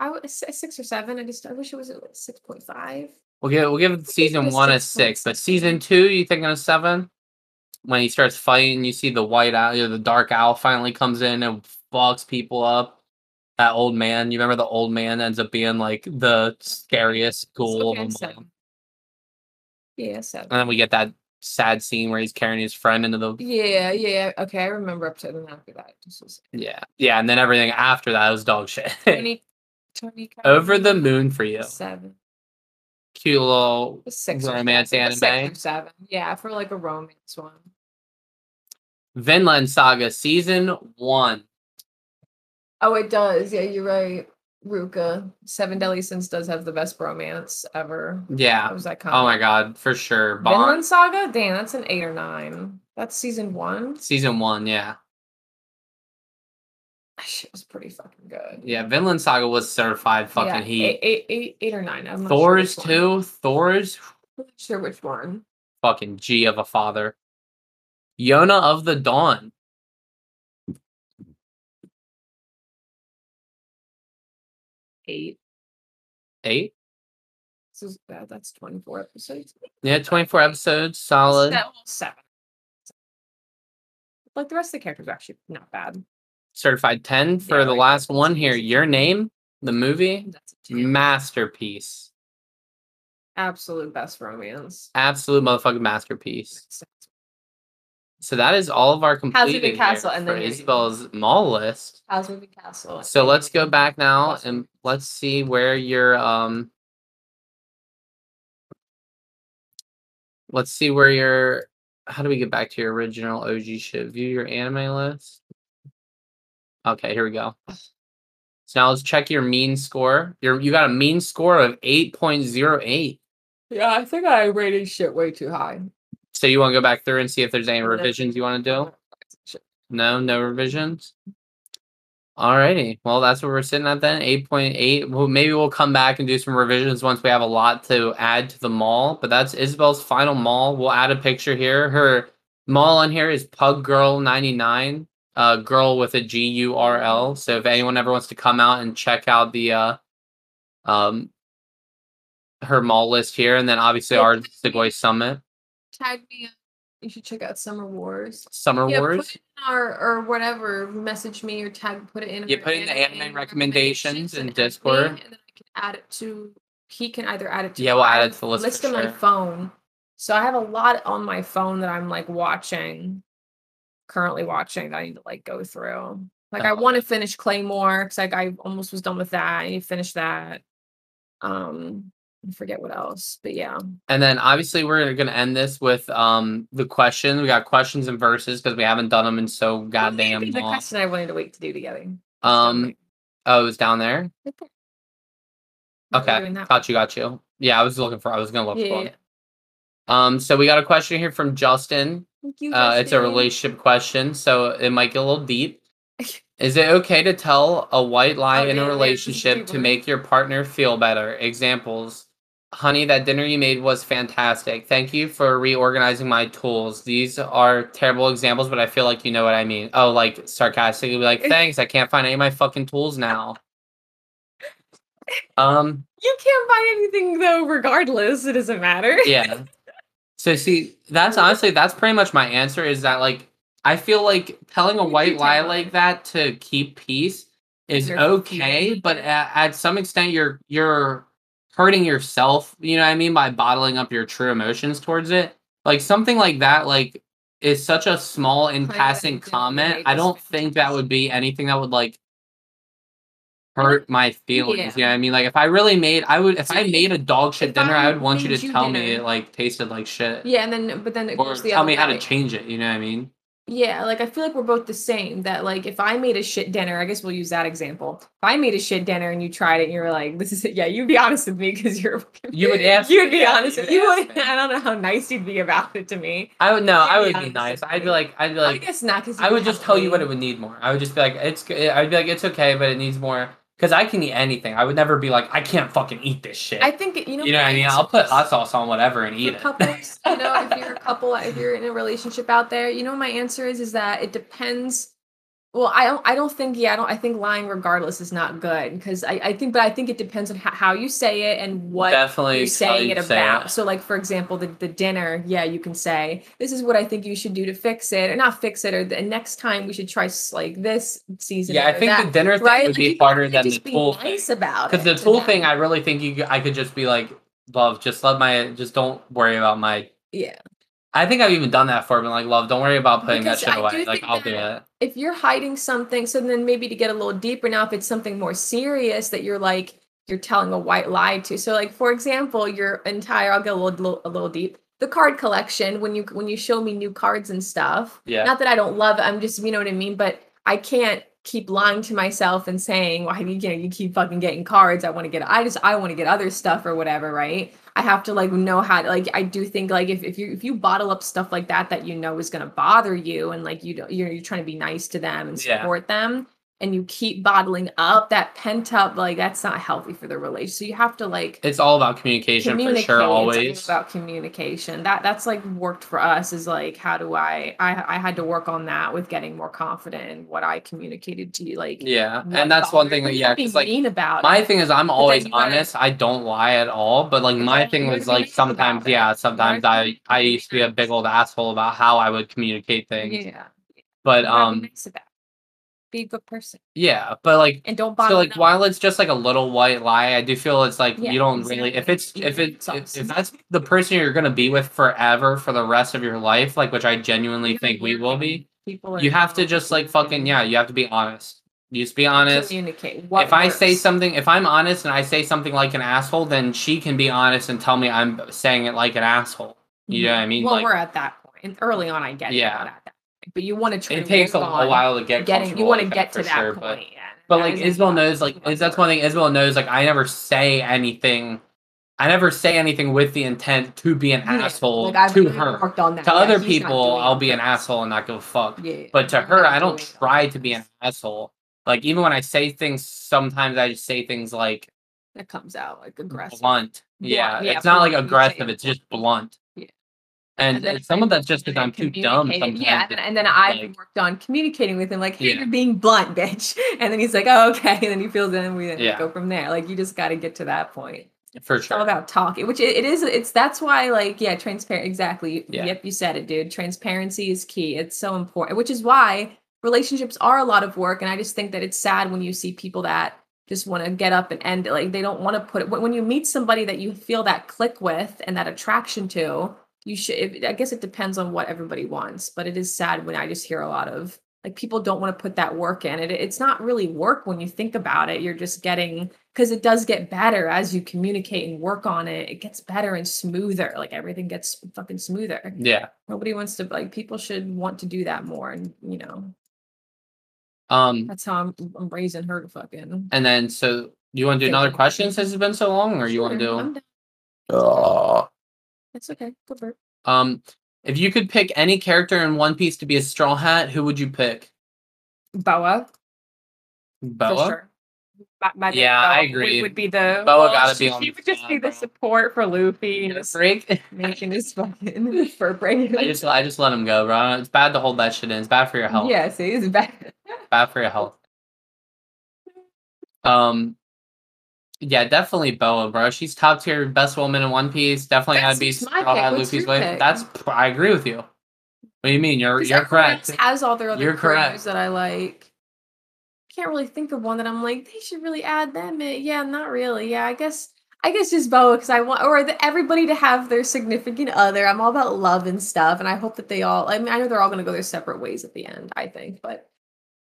[SPEAKER 7] I was six or seven. I just I wish it was at six point five.
[SPEAKER 8] We'll give we'll give season
[SPEAKER 7] a
[SPEAKER 8] one a
[SPEAKER 7] six point
[SPEAKER 8] six, but season two, you thinking a seven? When he starts fighting, you see the white owl, you know, the dark owl finally comes in and fucks people up. That old man, you remember the old man ends up being like the scariest ghoul
[SPEAKER 7] okay,
[SPEAKER 8] of them all.
[SPEAKER 7] seven. Yeah, seven.
[SPEAKER 8] And then we get that sad scene where he's carrying his friend into the
[SPEAKER 7] yeah, yeah. Okay, I remember up to then after that. it Just was
[SPEAKER 8] yeah yeah, and then everything after that was dog shit. <laughs>
[SPEAKER 7] Tony, Tony
[SPEAKER 8] Over the moon for you,
[SPEAKER 7] Seven.
[SPEAKER 8] cute little
[SPEAKER 7] A six or
[SPEAKER 8] romance
[SPEAKER 7] seven, a six
[SPEAKER 8] anime.
[SPEAKER 7] or seven. Yeah, for like a romance one.
[SPEAKER 8] Vinland Saga season one.
[SPEAKER 7] Oh, it does. Yeah, you're right. Ruka. Seven Deadly Sins does have the best romance ever.
[SPEAKER 8] Yeah.
[SPEAKER 7] That was that
[SPEAKER 8] Oh my
[SPEAKER 7] comment.
[SPEAKER 8] god, for sure. Bond
[SPEAKER 7] Vinland Saga? Damn, that's an eight or nine. That's season one.
[SPEAKER 8] season one, yeah.
[SPEAKER 7] That shit was pretty fucking good.
[SPEAKER 8] Yeah, Vinland Saga was certified fucking
[SPEAKER 7] Yeah, Eight,
[SPEAKER 8] heat.
[SPEAKER 7] eight, eight, eight or nine. I'm not sure
[SPEAKER 8] Thor's
[SPEAKER 7] which one.
[SPEAKER 8] too. Thor's
[SPEAKER 7] I'm not sure which one.
[SPEAKER 8] fucking G of a father. Yona of the Dawn.
[SPEAKER 7] Eight.
[SPEAKER 8] Eight?
[SPEAKER 7] So it's- that- that's 24 episodes.
[SPEAKER 8] Yeah, 24 episodes, solid.
[SPEAKER 7] Se- well, seven. Like the rest of the characters are actually not bad.
[SPEAKER 8] Certified 10 for
[SPEAKER 7] Yeah,
[SPEAKER 8] the
[SPEAKER 7] like-
[SPEAKER 8] last one here. Your name, the movie,
[SPEAKER 7] That's a two.
[SPEAKER 8] masterpiece.
[SPEAKER 7] Absolute best romance.
[SPEAKER 8] Absolute motherfucking masterpiece. So that is all of our completed here
[SPEAKER 7] Castle and
[SPEAKER 8] for
[SPEAKER 7] then your name.
[SPEAKER 8] Isabel's mall list.
[SPEAKER 7] How's moving castle?
[SPEAKER 8] So let's go back now
[SPEAKER 7] Awesome.
[SPEAKER 8] and let's see where your um let's see where your how do we get back to your original OG shit? View your anime list. Okay, here we go. So now let's check your mean score. Your you got a mean score of 8.08.
[SPEAKER 7] Yeah, I think I rated shit way too high.
[SPEAKER 8] So you want to go back through and see if there's any
[SPEAKER 7] No.
[SPEAKER 8] revisions you want to do? No, no revisions. Alrighty. Well, that's what we're sitting at then. 8.8. Well, maybe we'll come back and do some revisions once we have a lot to add to the mall. But that's Isabel's final mall. We'll add a picture here. Her mall on here is Pug Girl 99. Uh girl with a G U R L. So if anyone ever wants to come out and check out the uh um her mall list here, and then obviously our Segoy Summit,
[SPEAKER 7] Tag me. up. You should check out Summer Wars.
[SPEAKER 8] Summer
[SPEAKER 7] Yeah,
[SPEAKER 8] Wars.
[SPEAKER 7] put it in our or whatever. Message me or tag. Put it in.
[SPEAKER 8] Yeah,
[SPEAKER 7] our
[SPEAKER 8] put in the anime recommendations in
[SPEAKER 7] and add me,
[SPEAKER 8] Discord.
[SPEAKER 7] and then I can add it to. He can either add it to.
[SPEAKER 8] Yeah, we'll add
[SPEAKER 7] my
[SPEAKER 8] it to the list
[SPEAKER 7] List
[SPEAKER 8] for
[SPEAKER 7] on my
[SPEAKER 8] sure.
[SPEAKER 7] phone. So I have a lot on my phone that I'm like watching, currently watching that I need to like go through. Like
[SPEAKER 8] I
[SPEAKER 7] I
[SPEAKER 8] love
[SPEAKER 7] want to finish Claymore because like I almost was done with that. I need to finish that. Um, I forget what else, but yeah.
[SPEAKER 8] And then obviously we're gonna end this with um the question. We got questions and verses because we haven't done them in so goddamn
[SPEAKER 7] the
[SPEAKER 8] long.
[SPEAKER 7] question I wanted to wait to do together.
[SPEAKER 8] Um, oh, it was down there. Okay, got you, got you. Yeah, I was looking for. I was gonna look
[SPEAKER 7] Yeah,
[SPEAKER 8] for.
[SPEAKER 7] yeah.
[SPEAKER 8] Them. Um, so we got a question here from Justin. Uh, it's a relationship question, so it might get a
[SPEAKER 7] <laughs>
[SPEAKER 8] little deep. Is it okay to tell a white lie
[SPEAKER 7] Oh,
[SPEAKER 8] in
[SPEAKER 7] yeah,
[SPEAKER 8] a
[SPEAKER 7] yeah,
[SPEAKER 8] relationship
[SPEAKER 7] deep
[SPEAKER 8] to
[SPEAKER 7] one.
[SPEAKER 8] make your partner feel better? Examples. Honey, that dinner you made was fantastic. Thank you for reorganizing my tools. These are terrible examples, but I feel like you know what I mean. Oh, like sarcastically be
[SPEAKER 7] <laughs>
[SPEAKER 8] like, thanks, I can't find any of my fucking tools now. Um,
[SPEAKER 7] You can't buy anything though, regardless. It doesn't matter. <laughs>
[SPEAKER 8] yeah <laughs> so see that's honestly that's pretty much my answer is that like i feel like telling a
[SPEAKER 7] You do
[SPEAKER 8] white lie
[SPEAKER 7] tell
[SPEAKER 8] like
[SPEAKER 7] them.
[SPEAKER 8] that to keep peace is
[SPEAKER 7] You're
[SPEAKER 8] okay
[SPEAKER 7] feeling
[SPEAKER 8] but at, at some extent you're you're hurting yourself you know what i mean by bottling up your true emotions towards it like something like that like is such a small in
[SPEAKER 7] Like, I
[SPEAKER 8] passing
[SPEAKER 7] didn't
[SPEAKER 8] comment
[SPEAKER 7] make
[SPEAKER 8] i
[SPEAKER 7] this
[SPEAKER 8] don't think that would be anything that would like hurt my feelings you know what i mean like if i really made i would if
[SPEAKER 7] So
[SPEAKER 8] i
[SPEAKER 7] you-
[SPEAKER 8] made a dog shit
[SPEAKER 7] if
[SPEAKER 8] dinner i
[SPEAKER 7] I
[SPEAKER 8] would want you to
[SPEAKER 7] made you
[SPEAKER 8] tell me
[SPEAKER 7] dinner-
[SPEAKER 8] it like tasted like shit
[SPEAKER 7] Yeah, and then but then it
[SPEAKER 8] or
[SPEAKER 7] goes the
[SPEAKER 8] tell
[SPEAKER 7] other
[SPEAKER 8] me how to
[SPEAKER 7] way.
[SPEAKER 8] change it you know what i mean
[SPEAKER 7] Yeah, like I feel like we're both the same. That like if I made a shit dinner, I guess we'll use that example. If I made a shit dinner and you tried it and you were like, "This is it," yeah, you'd be honest with me because you're <laughs>
[SPEAKER 8] You would ask
[SPEAKER 7] You'd
[SPEAKER 8] me,
[SPEAKER 7] be
[SPEAKER 8] yeah,
[SPEAKER 7] honest.
[SPEAKER 8] you
[SPEAKER 7] with-
[SPEAKER 8] would
[SPEAKER 7] You
[SPEAKER 8] ask
[SPEAKER 7] would.
[SPEAKER 8] me.
[SPEAKER 7] <laughs> I don't know how nice you'd be about it to me.
[SPEAKER 8] i would no i
[SPEAKER 7] Maybe
[SPEAKER 8] would
[SPEAKER 7] I'm
[SPEAKER 8] be
[SPEAKER 7] just
[SPEAKER 8] nice i'd be
[SPEAKER 7] afraid.
[SPEAKER 8] like i'd be
[SPEAKER 7] I
[SPEAKER 8] like
[SPEAKER 7] guess not because
[SPEAKER 8] i would just tell you what it would need more i would just be like it's g- i'd be like it's okay but it needs more Because I can eat anything. I would never be like, I can't fucking eat this shit.
[SPEAKER 7] I think you know.
[SPEAKER 8] you know what I mean? I'll put hot sauce on whatever and eat
[SPEAKER 7] for
[SPEAKER 8] it.
[SPEAKER 7] couples, you know, if
[SPEAKER 8] <laughs>
[SPEAKER 7] you're a couple, if you're in a relationship out there, you know, my answer is is that it depends. Well, I don't. I don't think. Yeah, I don't. I think lying regardless is not good because I, I think. But I think it depends on how, how you say it and what
[SPEAKER 8] Definitely
[SPEAKER 7] you're
[SPEAKER 8] how
[SPEAKER 7] saying
[SPEAKER 8] you
[SPEAKER 7] it
[SPEAKER 8] say
[SPEAKER 7] about.
[SPEAKER 8] it.
[SPEAKER 7] So, like for example, the, the dinner. Yeah, you can say this is what I think you should do to fix it, or not fix it, or the next time we should try s- like this season.
[SPEAKER 8] Yeah, I
[SPEAKER 7] or
[SPEAKER 8] think
[SPEAKER 7] that,
[SPEAKER 8] the dinner thing
[SPEAKER 7] right?
[SPEAKER 8] would
[SPEAKER 7] Like,
[SPEAKER 8] be
[SPEAKER 7] you
[SPEAKER 8] harder
[SPEAKER 7] could
[SPEAKER 8] than the
[SPEAKER 7] just be
[SPEAKER 8] tool thing.
[SPEAKER 7] nice about
[SPEAKER 8] Because
[SPEAKER 7] it
[SPEAKER 8] the
[SPEAKER 7] to
[SPEAKER 8] tool
[SPEAKER 7] them.
[SPEAKER 8] thing, I really think you, I could just be like, love, just love my, just don't worry about my.
[SPEAKER 7] Yeah.
[SPEAKER 8] I think I've even done that for, been like, love, don't worry about putting
[SPEAKER 7] Because
[SPEAKER 8] that shit
[SPEAKER 7] I
[SPEAKER 8] away.
[SPEAKER 7] do
[SPEAKER 8] Like,
[SPEAKER 7] think
[SPEAKER 8] I'll do
[SPEAKER 7] that-
[SPEAKER 8] it.
[SPEAKER 7] if you're hiding something, so then maybe to get a little deeper now, if it's something more serious that you're like you're telling a white lie to. So like for example, your entire I'll get a little, little a little deep. The card collection when you when you show me new cards and stuff.
[SPEAKER 8] Yeah.
[SPEAKER 7] Not that I don't love it, I'm just you know what I mean, but I can't keep lying to myself and saying, "Why you know you keep fucking getting cards? I want to get I just I want to get other stuff or whatever, right?" I have to like know how to like I do think like if, if you if you bottle up stuff like that that you know is gonna bother you and like you don't you're you're trying to be nice to them and
[SPEAKER 8] Yeah.
[SPEAKER 7] support them and you keep bottling up that pent up like that's not healthy for the relationship. So you have to like
[SPEAKER 8] It's all about communication for
[SPEAKER 7] communicate
[SPEAKER 8] sure,
[SPEAKER 7] It's all
[SPEAKER 8] always.
[SPEAKER 7] about communication. That that's like worked for us is like how do I I I had to work on that with getting more confident in what I communicated to you like
[SPEAKER 8] Yeah.
[SPEAKER 7] what
[SPEAKER 8] And that's one
[SPEAKER 7] bothered
[SPEAKER 8] thing that,
[SPEAKER 7] me,
[SPEAKER 8] yeah,
[SPEAKER 7] not be
[SPEAKER 8] because like,
[SPEAKER 7] mean about
[SPEAKER 8] my
[SPEAKER 7] it.
[SPEAKER 8] thing is I'm
[SPEAKER 7] then
[SPEAKER 8] always
[SPEAKER 7] you gotta-
[SPEAKER 8] honest. I don't lie at all. But like my
[SPEAKER 7] Exactly.
[SPEAKER 8] thing
[SPEAKER 7] You gotta
[SPEAKER 8] was
[SPEAKER 7] be
[SPEAKER 8] like
[SPEAKER 7] nice about
[SPEAKER 8] sometimes,
[SPEAKER 7] it.
[SPEAKER 8] yeah, sometimes
[SPEAKER 7] gotta
[SPEAKER 8] I
[SPEAKER 7] be
[SPEAKER 8] I used to be a big old asshole about how I would communicate things.
[SPEAKER 7] yeah.
[SPEAKER 8] But
[SPEAKER 7] You gotta be
[SPEAKER 8] um,
[SPEAKER 7] nice about it. be a good person
[SPEAKER 8] yeah, but like
[SPEAKER 7] and don't bother
[SPEAKER 8] so like while it's just like a little white lie, I do feel it's like
[SPEAKER 7] Yeah,
[SPEAKER 8] you don't really if
[SPEAKER 7] exactly.
[SPEAKER 8] it's if
[SPEAKER 7] Yeah,
[SPEAKER 8] it if,
[SPEAKER 7] sucks.
[SPEAKER 8] if that's the person you're gonna be with forever for the rest of your life, like which I genuinely think we will be.
[SPEAKER 7] people
[SPEAKER 8] You have to just like fucking yeah, you have to be honest. You just be honest.
[SPEAKER 7] communicate what
[SPEAKER 8] if I say
[SPEAKER 7] works.
[SPEAKER 8] something, if I'm honest and I say something like an asshole, then she can be honest and tell me I'm saying it like an asshole. You know what I mean?
[SPEAKER 7] Mm-hmm. well
[SPEAKER 8] Like,
[SPEAKER 7] we're at that point and early on i get it, we're
[SPEAKER 8] Yeah.
[SPEAKER 7] not at that point. but you want to try
[SPEAKER 8] it
[SPEAKER 7] to
[SPEAKER 8] takes a,
[SPEAKER 7] work
[SPEAKER 8] a
[SPEAKER 7] on
[SPEAKER 8] while to get
[SPEAKER 7] getting you
[SPEAKER 8] comfortable
[SPEAKER 7] want to
[SPEAKER 8] with
[SPEAKER 7] get to
[SPEAKER 8] for
[SPEAKER 7] that
[SPEAKER 8] sure,
[SPEAKER 7] point
[SPEAKER 8] But,
[SPEAKER 7] yeah.
[SPEAKER 8] but
[SPEAKER 7] That
[SPEAKER 8] like
[SPEAKER 7] isn't
[SPEAKER 8] Isabel knows,
[SPEAKER 7] possible.
[SPEAKER 8] like is that's one thing Isabel knows. Like I never say anything. I never say anything with the intent to be an
[SPEAKER 7] Yeah,
[SPEAKER 8] asshole
[SPEAKER 7] like, I've
[SPEAKER 8] to
[SPEAKER 7] really
[SPEAKER 8] her.
[SPEAKER 7] worked on that.
[SPEAKER 8] To
[SPEAKER 7] Yeah,
[SPEAKER 8] other
[SPEAKER 7] he's not
[SPEAKER 8] people,
[SPEAKER 7] doing
[SPEAKER 8] I'll
[SPEAKER 7] it.
[SPEAKER 8] be an asshole and not give a fuck.
[SPEAKER 7] yeah
[SPEAKER 8] But to
[SPEAKER 7] I'm
[SPEAKER 8] her,
[SPEAKER 7] not
[SPEAKER 8] I don't
[SPEAKER 7] doing it.
[SPEAKER 8] try to be an asshole. Like even when I say things, sometimes I just say things like
[SPEAKER 7] <laughs> that comes out like aggressive
[SPEAKER 8] blunt. Yeah,
[SPEAKER 7] yeah,
[SPEAKER 8] it's not like
[SPEAKER 7] blunt, you
[SPEAKER 8] aggressive.
[SPEAKER 7] say
[SPEAKER 8] It's just blunt.
[SPEAKER 7] Yeah.
[SPEAKER 8] And,
[SPEAKER 7] And then
[SPEAKER 8] it's some of
[SPEAKER 7] I-
[SPEAKER 8] that's just because
[SPEAKER 7] I
[SPEAKER 8] I'm too dumb.
[SPEAKER 7] communicated-
[SPEAKER 8] Sometimes.
[SPEAKER 7] Yeah, and,
[SPEAKER 8] to-
[SPEAKER 7] and then I've
[SPEAKER 8] like-
[SPEAKER 7] worked on communicating with him, like, hey,
[SPEAKER 8] Yeah.
[SPEAKER 7] you're being blunt, <laughs> bitch. And then he's like, oh, okay. And then he feels it, and we then
[SPEAKER 8] Yeah.
[SPEAKER 7] go from there. Like, you just got to get to that point.
[SPEAKER 8] for
[SPEAKER 7] It's all
[SPEAKER 8] sure.
[SPEAKER 7] about talking, which it, it is. It's that's why, like, yeah, transparent. Exactly.
[SPEAKER 8] Yeah.
[SPEAKER 7] Yep, you said it, dude. Transparency is key. It's so important, which is why relationships are a lot of work. And I just think that it's sad when you see people that just want to get up and end it. Like they don't want to put it. When when you meet somebody that you feel that click with and that attraction to, you should. It, I guess it depends on what everybody wants, but it is sad when I just hear a lot of like people don't want to put that work in. It it's not really work when you think about it. You're just getting because it does get better as you communicate and work on it. It gets better and smoother. Like everything gets fucking smoother.
[SPEAKER 8] Yeah.
[SPEAKER 7] Nobody wants to like people should want to do that more. And you know
[SPEAKER 8] Um.
[SPEAKER 7] that's how I'm I'm raising her to fucking.
[SPEAKER 8] And then so you want to do
[SPEAKER 7] Okay.
[SPEAKER 8] another question since it's been so long, or you want
[SPEAKER 7] Sure, I'm down.
[SPEAKER 8] to do? Oh.
[SPEAKER 7] It's okay. Go for it.
[SPEAKER 8] Um. If you could pick any character in One Piece to be a Straw Hat, who would you pick?
[SPEAKER 7] Boa.
[SPEAKER 8] Boa.
[SPEAKER 7] For sure. My, my big
[SPEAKER 8] Yeah, I
[SPEAKER 7] Boa would-
[SPEAKER 8] agree.
[SPEAKER 7] Would be the
[SPEAKER 8] Boa gotta
[SPEAKER 7] she-
[SPEAKER 8] be on
[SPEAKER 7] She
[SPEAKER 8] the
[SPEAKER 7] would just be
[SPEAKER 8] side,
[SPEAKER 7] the
[SPEAKER 8] bro.
[SPEAKER 7] support for Luffy.
[SPEAKER 8] Yeah,
[SPEAKER 7] Just
[SPEAKER 8] Freak.
[SPEAKER 7] making his
[SPEAKER 8] <laughs>
[SPEAKER 7] fucking <laughs> for breaking.
[SPEAKER 8] I just I just let him go, bro. I don't- It's bad to hold that shit in. It's bad for your health.
[SPEAKER 7] Yes, it is bad.
[SPEAKER 8] bad for your health. Um, yeah, definitely Boa, bro. She's top tier, best woman in One Piece. Definitely,
[SPEAKER 7] That's
[SPEAKER 8] I'd be
[SPEAKER 7] my
[SPEAKER 8] Straw
[SPEAKER 7] pick.
[SPEAKER 8] Hat
[SPEAKER 7] What's
[SPEAKER 8] Luffy's
[SPEAKER 7] your
[SPEAKER 8] wife.
[SPEAKER 7] pick?
[SPEAKER 8] That's I agree with you. What do you mean? You're
[SPEAKER 7] 'Cause
[SPEAKER 8] you're
[SPEAKER 7] everyone <laughs>
[SPEAKER 8] correct.
[SPEAKER 7] else Has all their other
[SPEAKER 8] You're
[SPEAKER 7] You're
[SPEAKER 8] correct.
[SPEAKER 7] that I like. Can't really think of one that I'm like they should really add them. In. Yeah, not really. Yeah, I guess I guess just Boa because I want or the, everybody to have their significant other. I'm all about love and stuff, and I hope that they all. I mean, I know they're all going to go their separate ways at the end. I think, but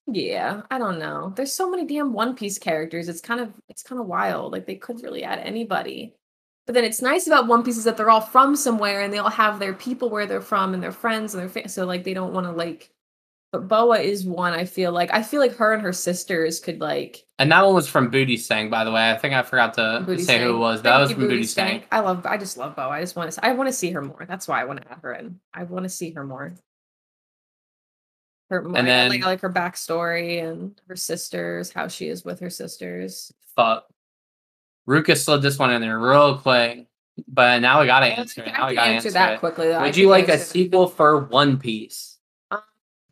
[SPEAKER 7] yeah, I don't know. There's so many damn One Piece characters. It's kind of it's kind of wild. Like they couldn't really add anybody. But then it's nice about One Piece is that they're all from somewhere and they all have their people where they're from and their friends and their fa- so like they don't want to like. But Boa is one. I feel like I feel like her and her sisters could like
[SPEAKER 8] And that one was from Booty Sang, by the way. I think I forgot to
[SPEAKER 7] Booty
[SPEAKER 8] say who
[SPEAKER 7] Stank.
[SPEAKER 8] it was. That
[SPEAKER 7] Thank
[SPEAKER 8] was
[SPEAKER 7] you,
[SPEAKER 8] from Booty Stank.
[SPEAKER 7] I love. I just love Boa. I just want to. I want to see her more. That's why I want to add her in. I want to see her more. her more,
[SPEAKER 8] And then-
[SPEAKER 7] like, I like her backstory and her sisters, how she is with her sisters.
[SPEAKER 8] Fuck. Ruka slid this one in there real quick, but now I gotta
[SPEAKER 7] Yeah,
[SPEAKER 8] answer it.
[SPEAKER 7] I
[SPEAKER 8] Now I
[SPEAKER 7] can
[SPEAKER 8] gotta
[SPEAKER 7] answer
[SPEAKER 8] answer
[SPEAKER 7] that
[SPEAKER 8] it.
[SPEAKER 7] quickly. Though. I
[SPEAKER 8] Would
[SPEAKER 7] can
[SPEAKER 8] you like a
[SPEAKER 7] answer-
[SPEAKER 8] sequel for One Piece?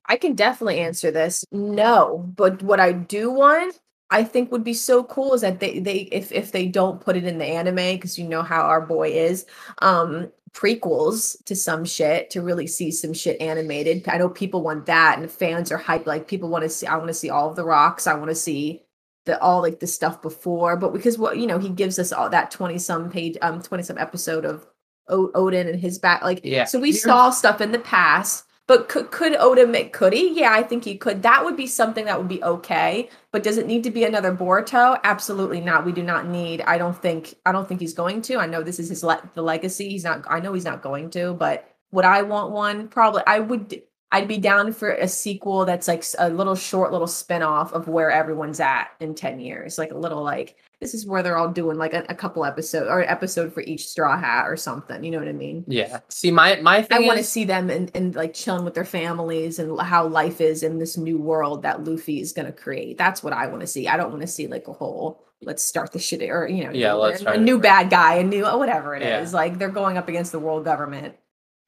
[SPEAKER 7] I can definitely answer this. No, but what I do want, I think would be so cool is that they they if if they don't put it in the anime because you know how our boy is, um prequels to some shit to really see some shit animated. I know people want that and fans are hyped like people want to see I want to see all of the rocks. I want to see the all like the stuff before, but because what you know, he gives us all that 20 some page um 20 some episode of o- Odin and his back like
[SPEAKER 8] Yeah.
[SPEAKER 7] so we saw stuff in the past, but could, could Oda make could he? Yeah, I think he could. That would be something that would be okay. But does it need to be another Boruto? Absolutely not. We do not need. I don't think. I don't think he's going to. I know this is his le- the legacy. He's not. I know he's not going to. But would I want one? Probably. I would. I'd be down for a sequel that's like s- a little short, little spin off of where everyone's at in ten years. Like a little like this is where they're all doing like a, a couple episode or an episode for each Straw Hat or something. You know what I mean?
[SPEAKER 8] Yeah. See, my my
[SPEAKER 7] I
[SPEAKER 8] thing
[SPEAKER 7] want to
[SPEAKER 8] is-
[SPEAKER 7] see them and and like chilling with their families and l- how life is in this new world that Luffy is going to create. That's what I want to see. I don't want to see like a whole let's start the shit or you know
[SPEAKER 8] Yeah,
[SPEAKER 7] new-
[SPEAKER 8] let's
[SPEAKER 7] a-
[SPEAKER 8] start
[SPEAKER 7] a
[SPEAKER 8] it
[SPEAKER 7] new
[SPEAKER 8] over.
[SPEAKER 7] bad guy a new whatever it is.
[SPEAKER 8] Yeah.
[SPEAKER 7] Like they're going up against the world government.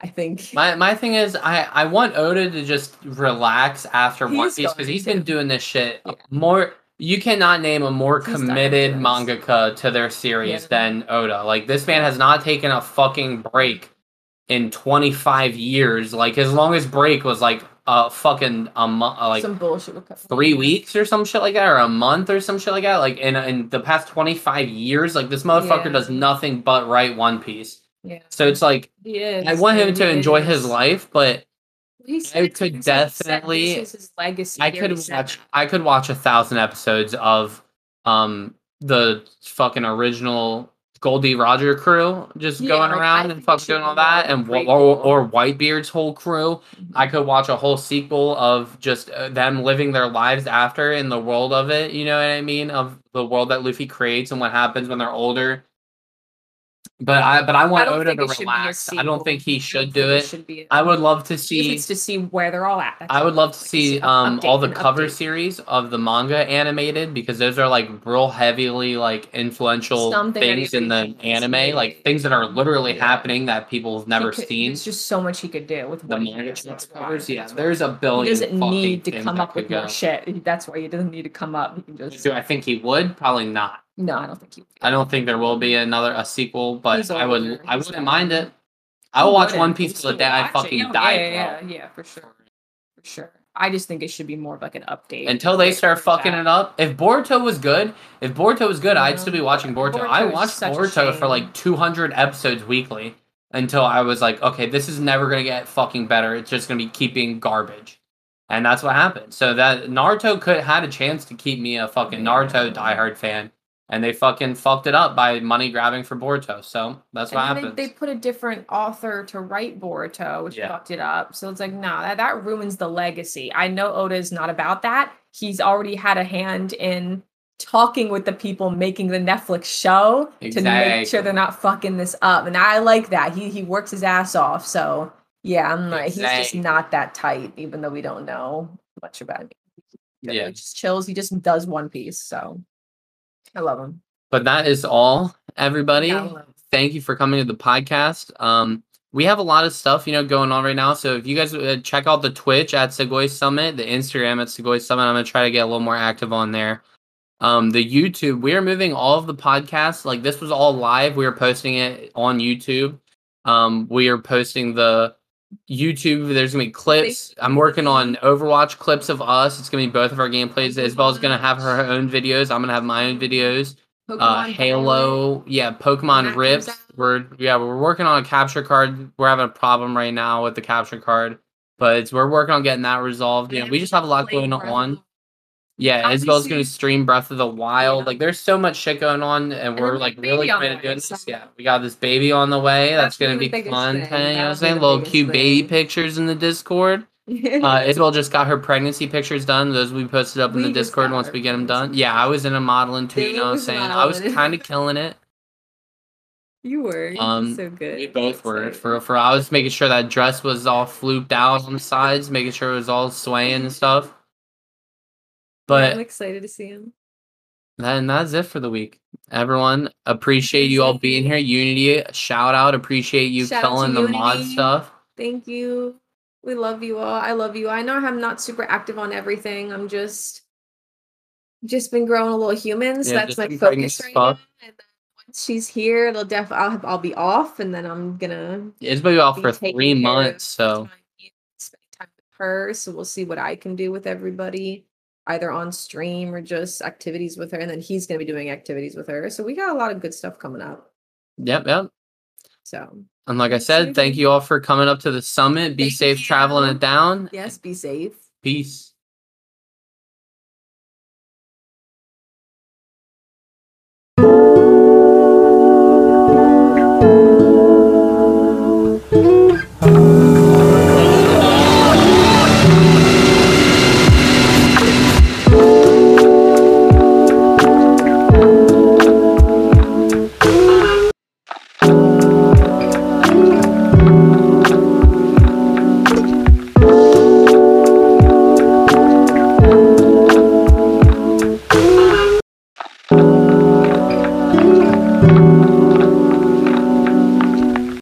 [SPEAKER 7] I think
[SPEAKER 8] My my thing is I I want Oda to just relax after One
[SPEAKER 7] He's
[SPEAKER 8] Piece because
[SPEAKER 7] going
[SPEAKER 8] he's
[SPEAKER 7] to.
[SPEAKER 8] been doing this shit
[SPEAKER 7] Yeah.
[SPEAKER 8] more. You cannot name a more
[SPEAKER 7] He's done it
[SPEAKER 8] committed
[SPEAKER 7] to us.
[SPEAKER 8] mangaka to their series
[SPEAKER 7] Yeah.
[SPEAKER 8] than Oda. Like this man has not taken a fucking break in 25 years. Like his longest break was like a fucking a month, like
[SPEAKER 7] some bullshit would come.
[SPEAKER 8] three weeks or some shit like that, or a month or some shit like that. Like in in the past 25 years, like this motherfucker
[SPEAKER 7] Yeah.
[SPEAKER 8] does nothing but write One Piece.
[SPEAKER 7] Yeah,
[SPEAKER 8] So it's like
[SPEAKER 7] he is.
[SPEAKER 8] I want him
[SPEAKER 7] dude,
[SPEAKER 8] to
[SPEAKER 7] he
[SPEAKER 8] enjoy
[SPEAKER 7] is.
[SPEAKER 8] his life, but
[SPEAKER 7] He
[SPEAKER 8] I
[SPEAKER 7] said
[SPEAKER 8] could
[SPEAKER 7] things like said
[SPEAKER 8] definitely-
[SPEAKER 7] This is his legacy.
[SPEAKER 8] I
[SPEAKER 7] He
[SPEAKER 8] could
[SPEAKER 7] already said
[SPEAKER 8] watch
[SPEAKER 7] that.
[SPEAKER 8] I could watch a thousand episodes of um the fucking original Goldie Roger crew just
[SPEAKER 7] Yeah,
[SPEAKER 8] going
[SPEAKER 7] like, I
[SPEAKER 8] around
[SPEAKER 7] think
[SPEAKER 8] and
[SPEAKER 7] it
[SPEAKER 8] fucking
[SPEAKER 7] should
[SPEAKER 8] doing all
[SPEAKER 7] be
[SPEAKER 8] that,
[SPEAKER 7] like
[SPEAKER 8] and
[SPEAKER 7] prequel.
[SPEAKER 8] wh- or, or Whitebeard's whole crew.
[SPEAKER 7] Mm-hmm.
[SPEAKER 8] I could watch a whole sequel of just uh, them living their lives after in the world of it. You know what I mean? Of the world that Luffy creates and what happens when they're older. But I but I want
[SPEAKER 7] don't
[SPEAKER 8] Oda
[SPEAKER 7] think
[SPEAKER 8] to
[SPEAKER 7] it should be a
[SPEAKER 8] relax. I don't
[SPEAKER 7] sequel.
[SPEAKER 8] think he
[SPEAKER 7] I
[SPEAKER 8] should
[SPEAKER 7] think
[SPEAKER 8] do it.
[SPEAKER 7] Should be.
[SPEAKER 8] I would love to
[SPEAKER 7] if
[SPEAKER 8] see
[SPEAKER 7] it's to see where they're all at. that's
[SPEAKER 8] I
[SPEAKER 7] all.
[SPEAKER 8] would love to
[SPEAKER 7] Like,
[SPEAKER 8] see
[SPEAKER 7] an
[SPEAKER 8] um
[SPEAKER 7] update,
[SPEAKER 8] all the
[SPEAKER 7] an
[SPEAKER 8] cover
[SPEAKER 7] update.
[SPEAKER 8] series of the manga animated because those are like real heavily like influential
[SPEAKER 7] Something that
[SPEAKER 8] things in the
[SPEAKER 7] everybody has
[SPEAKER 8] anime,
[SPEAKER 7] seen.
[SPEAKER 8] like things that are literally
[SPEAKER 7] Yeah.
[SPEAKER 8] happening that people have
[SPEAKER 7] He
[SPEAKER 8] never
[SPEAKER 7] could-
[SPEAKER 8] seen.
[SPEAKER 7] There's just so much he could do with
[SPEAKER 8] The
[SPEAKER 7] what he
[SPEAKER 8] manga
[SPEAKER 7] does, that's why-
[SPEAKER 8] covers, yeah.
[SPEAKER 7] that's why.
[SPEAKER 8] There's a billion.
[SPEAKER 7] he doesn't
[SPEAKER 8] fucking
[SPEAKER 7] need to
[SPEAKER 8] things
[SPEAKER 7] come
[SPEAKER 8] that
[SPEAKER 7] up
[SPEAKER 8] could
[SPEAKER 7] with more
[SPEAKER 8] go.
[SPEAKER 7] shit. He- That's why he doesn't need to come up. He can just
[SPEAKER 8] Do I think he would? Probably not.
[SPEAKER 7] no, I don't think he. would.
[SPEAKER 8] I don't think there will be another a sequel, but
[SPEAKER 7] He's
[SPEAKER 8] I would
[SPEAKER 7] older,
[SPEAKER 8] I
[SPEAKER 7] he's done.
[SPEAKER 8] wouldn't mind it. I
[SPEAKER 7] He
[SPEAKER 8] will watch
[SPEAKER 7] wouldn't.
[SPEAKER 8] One
[SPEAKER 7] He'd
[SPEAKER 8] Piece till the
[SPEAKER 7] still
[SPEAKER 8] day I
[SPEAKER 7] watch it.
[SPEAKER 8] fucking
[SPEAKER 7] Yeah,
[SPEAKER 8] die,
[SPEAKER 7] Yeah, yeah,
[SPEAKER 8] bro.
[SPEAKER 7] yeah, yeah, for sure, for sure. I just think it should be more of like an update
[SPEAKER 8] Until they
[SPEAKER 7] like,
[SPEAKER 8] start
[SPEAKER 7] for that.
[SPEAKER 8] fucking it up. If Boruto was good, if Boruto was good, I'd
[SPEAKER 7] No.
[SPEAKER 8] still be watching Boruto.
[SPEAKER 7] Boruto
[SPEAKER 8] I
[SPEAKER 7] is
[SPEAKER 8] watched
[SPEAKER 7] Mm-hmm. such a
[SPEAKER 8] Boruto for
[SPEAKER 7] shame.
[SPEAKER 8] like 200 episodes weekly until I was like, okay, this is never gonna get fucking better. It's just gonna be keeping garbage, and that's what happened. So that Naruto could had a chance to keep me a fucking Naruto diehard fan, and they fucking fucked it up by money grabbing for Boruto. So that's what
[SPEAKER 7] And then
[SPEAKER 8] happens.
[SPEAKER 7] they, they put a different author to write Boruto, which
[SPEAKER 8] Yeah.
[SPEAKER 7] fucked it up. So it's like, nah, that, that ruins the legacy. I know Oda is not about that. He's already had a hand in talking with the people making the Netflix show to make sure
[SPEAKER 8] Exactly.
[SPEAKER 7] they're not fucking this up. And I like that. He he works his ass off. So yeah, I'm like, he's just
[SPEAKER 8] Exactly.
[SPEAKER 7] not that tight, even though we don't know much about him. He
[SPEAKER 8] Yeah.
[SPEAKER 7] just chills. He just does One Piece. So I love him.
[SPEAKER 8] but that is all, everybody.
[SPEAKER 7] Yeah, I love him.
[SPEAKER 8] thank you for coming to the podcast. Um, we have a lot of stuff, you know, going on right now. So if you guys uh, check out the Twitch at Segoy Summit, the Instagram at Segoy Summit, I'm gonna try to get a little more active on there. Um, the YouTube, we are moving all of the podcasts. Like this was all live. We are posting it on YouTube. Um, we are posting the YouTube. There's gonna be clips. I'm working on Overwatch clips of us. It's gonna be both of our gameplays. Isabel's gonna have her own videos. I'm gonna have my own videos uh,
[SPEAKER 7] Pokemon Violet.
[SPEAKER 8] Halo, yeah, Pokemon
[SPEAKER 7] that comes
[SPEAKER 8] Rips.
[SPEAKER 7] out.
[SPEAKER 8] We're yeah, we're working on a capture card. We're having a problem right now with the capture card, but it's, we're working on getting that resolved. You know, we just have a lot
[SPEAKER 7] Played
[SPEAKER 8] going
[SPEAKER 7] Breath of
[SPEAKER 8] on. Yeah,
[SPEAKER 7] Obviously-
[SPEAKER 8] Isabel's gonna stream Breath of the Wild.
[SPEAKER 7] Yeah.
[SPEAKER 8] Like, there's so much shit going on, and,
[SPEAKER 7] And
[SPEAKER 8] we're
[SPEAKER 7] then
[SPEAKER 8] like
[SPEAKER 7] baby
[SPEAKER 8] really
[SPEAKER 7] on the
[SPEAKER 8] committed to
[SPEAKER 7] way,
[SPEAKER 8] doing this.
[SPEAKER 7] so-
[SPEAKER 8] Yeah, we got this baby on the way.
[SPEAKER 7] That's
[SPEAKER 8] That's, gonna
[SPEAKER 7] really the
[SPEAKER 8] be
[SPEAKER 7] biggest
[SPEAKER 8] fun.
[SPEAKER 7] thing.
[SPEAKER 8] You know what I'm
[SPEAKER 7] That'll be
[SPEAKER 8] saying?
[SPEAKER 7] the
[SPEAKER 8] Little
[SPEAKER 7] biggest
[SPEAKER 8] cute baby
[SPEAKER 7] thing.
[SPEAKER 8] pictures in the Discord. Uh, Isabel just got her pregnancy pictures done. Those will be posted up in
[SPEAKER 7] We
[SPEAKER 8] the
[SPEAKER 7] just
[SPEAKER 8] Discord
[SPEAKER 7] got
[SPEAKER 8] once
[SPEAKER 7] our
[SPEAKER 8] we get them
[SPEAKER 7] pregnancy
[SPEAKER 8] done. Yeah, I was in a modeling too. You know what I'm
[SPEAKER 7] Things <laughs>
[SPEAKER 8] saying? I was
[SPEAKER 7] modeling.
[SPEAKER 8] kind of killing it.
[SPEAKER 7] <laughs> You were. You
[SPEAKER 8] Um,
[SPEAKER 7] um, so good.
[SPEAKER 8] We both
[SPEAKER 7] That's
[SPEAKER 8] were
[SPEAKER 7] right.
[SPEAKER 8] for for. I was making sure that dress was all flooped out on the sides, making sure it was all swaying and stuff.
[SPEAKER 7] I'm
[SPEAKER 8] But
[SPEAKER 7] excited to see him.
[SPEAKER 8] then that's it for the week. Everyone, appreciate you all being here. Unity, shout out. Appreciate you
[SPEAKER 7] Shout out to
[SPEAKER 8] killing the mod
[SPEAKER 7] Unity.
[SPEAKER 8] stuff.
[SPEAKER 7] Thank you. We love you all. I love you. I know I'm not super active on everything. I'm just just been growing a little human, so
[SPEAKER 8] Yeah,
[SPEAKER 7] that's
[SPEAKER 8] just
[SPEAKER 7] my
[SPEAKER 8] been creating
[SPEAKER 7] focus right
[SPEAKER 8] stuff.
[SPEAKER 7] now. And then once she's here, it'll def I'll have, I'll be off, and then I'm gonna
[SPEAKER 8] It's been off
[SPEAKER 7] be
[SPEAKER 8] for
[SPEAKER 7] taking
[SPEAKER 8] three
[SPEAKER 7] care of
[SPEAKER 8] months, so
[SPEAKER 7] time, spend time with her. So we'll see what I can do with everybody, either on stream or just activities with her. And then he's gonna be doing activities with her. So we got a lot of good stuff coming up.
[SPEAKER 8] yep, yep.
[SPEAKER 7] So
[SPEAKER 8] And like I
[SPEAKER 7] Yes,
[SPEAKER 8] said,
[SPEAKER 7] you
[SPEAKER 8] thank
[SPEAKER 7] did.
[SPEAKER 8] you all for coming up to the summit. Be
[SPEAKER 7] Thank
[SPEAKER 8] safe traveling
[SPEAKER 7] you.
[SPEAKER 8] it down.
[SPEAKER 7] yes, be safe.
[SPEAKER 8] Peace.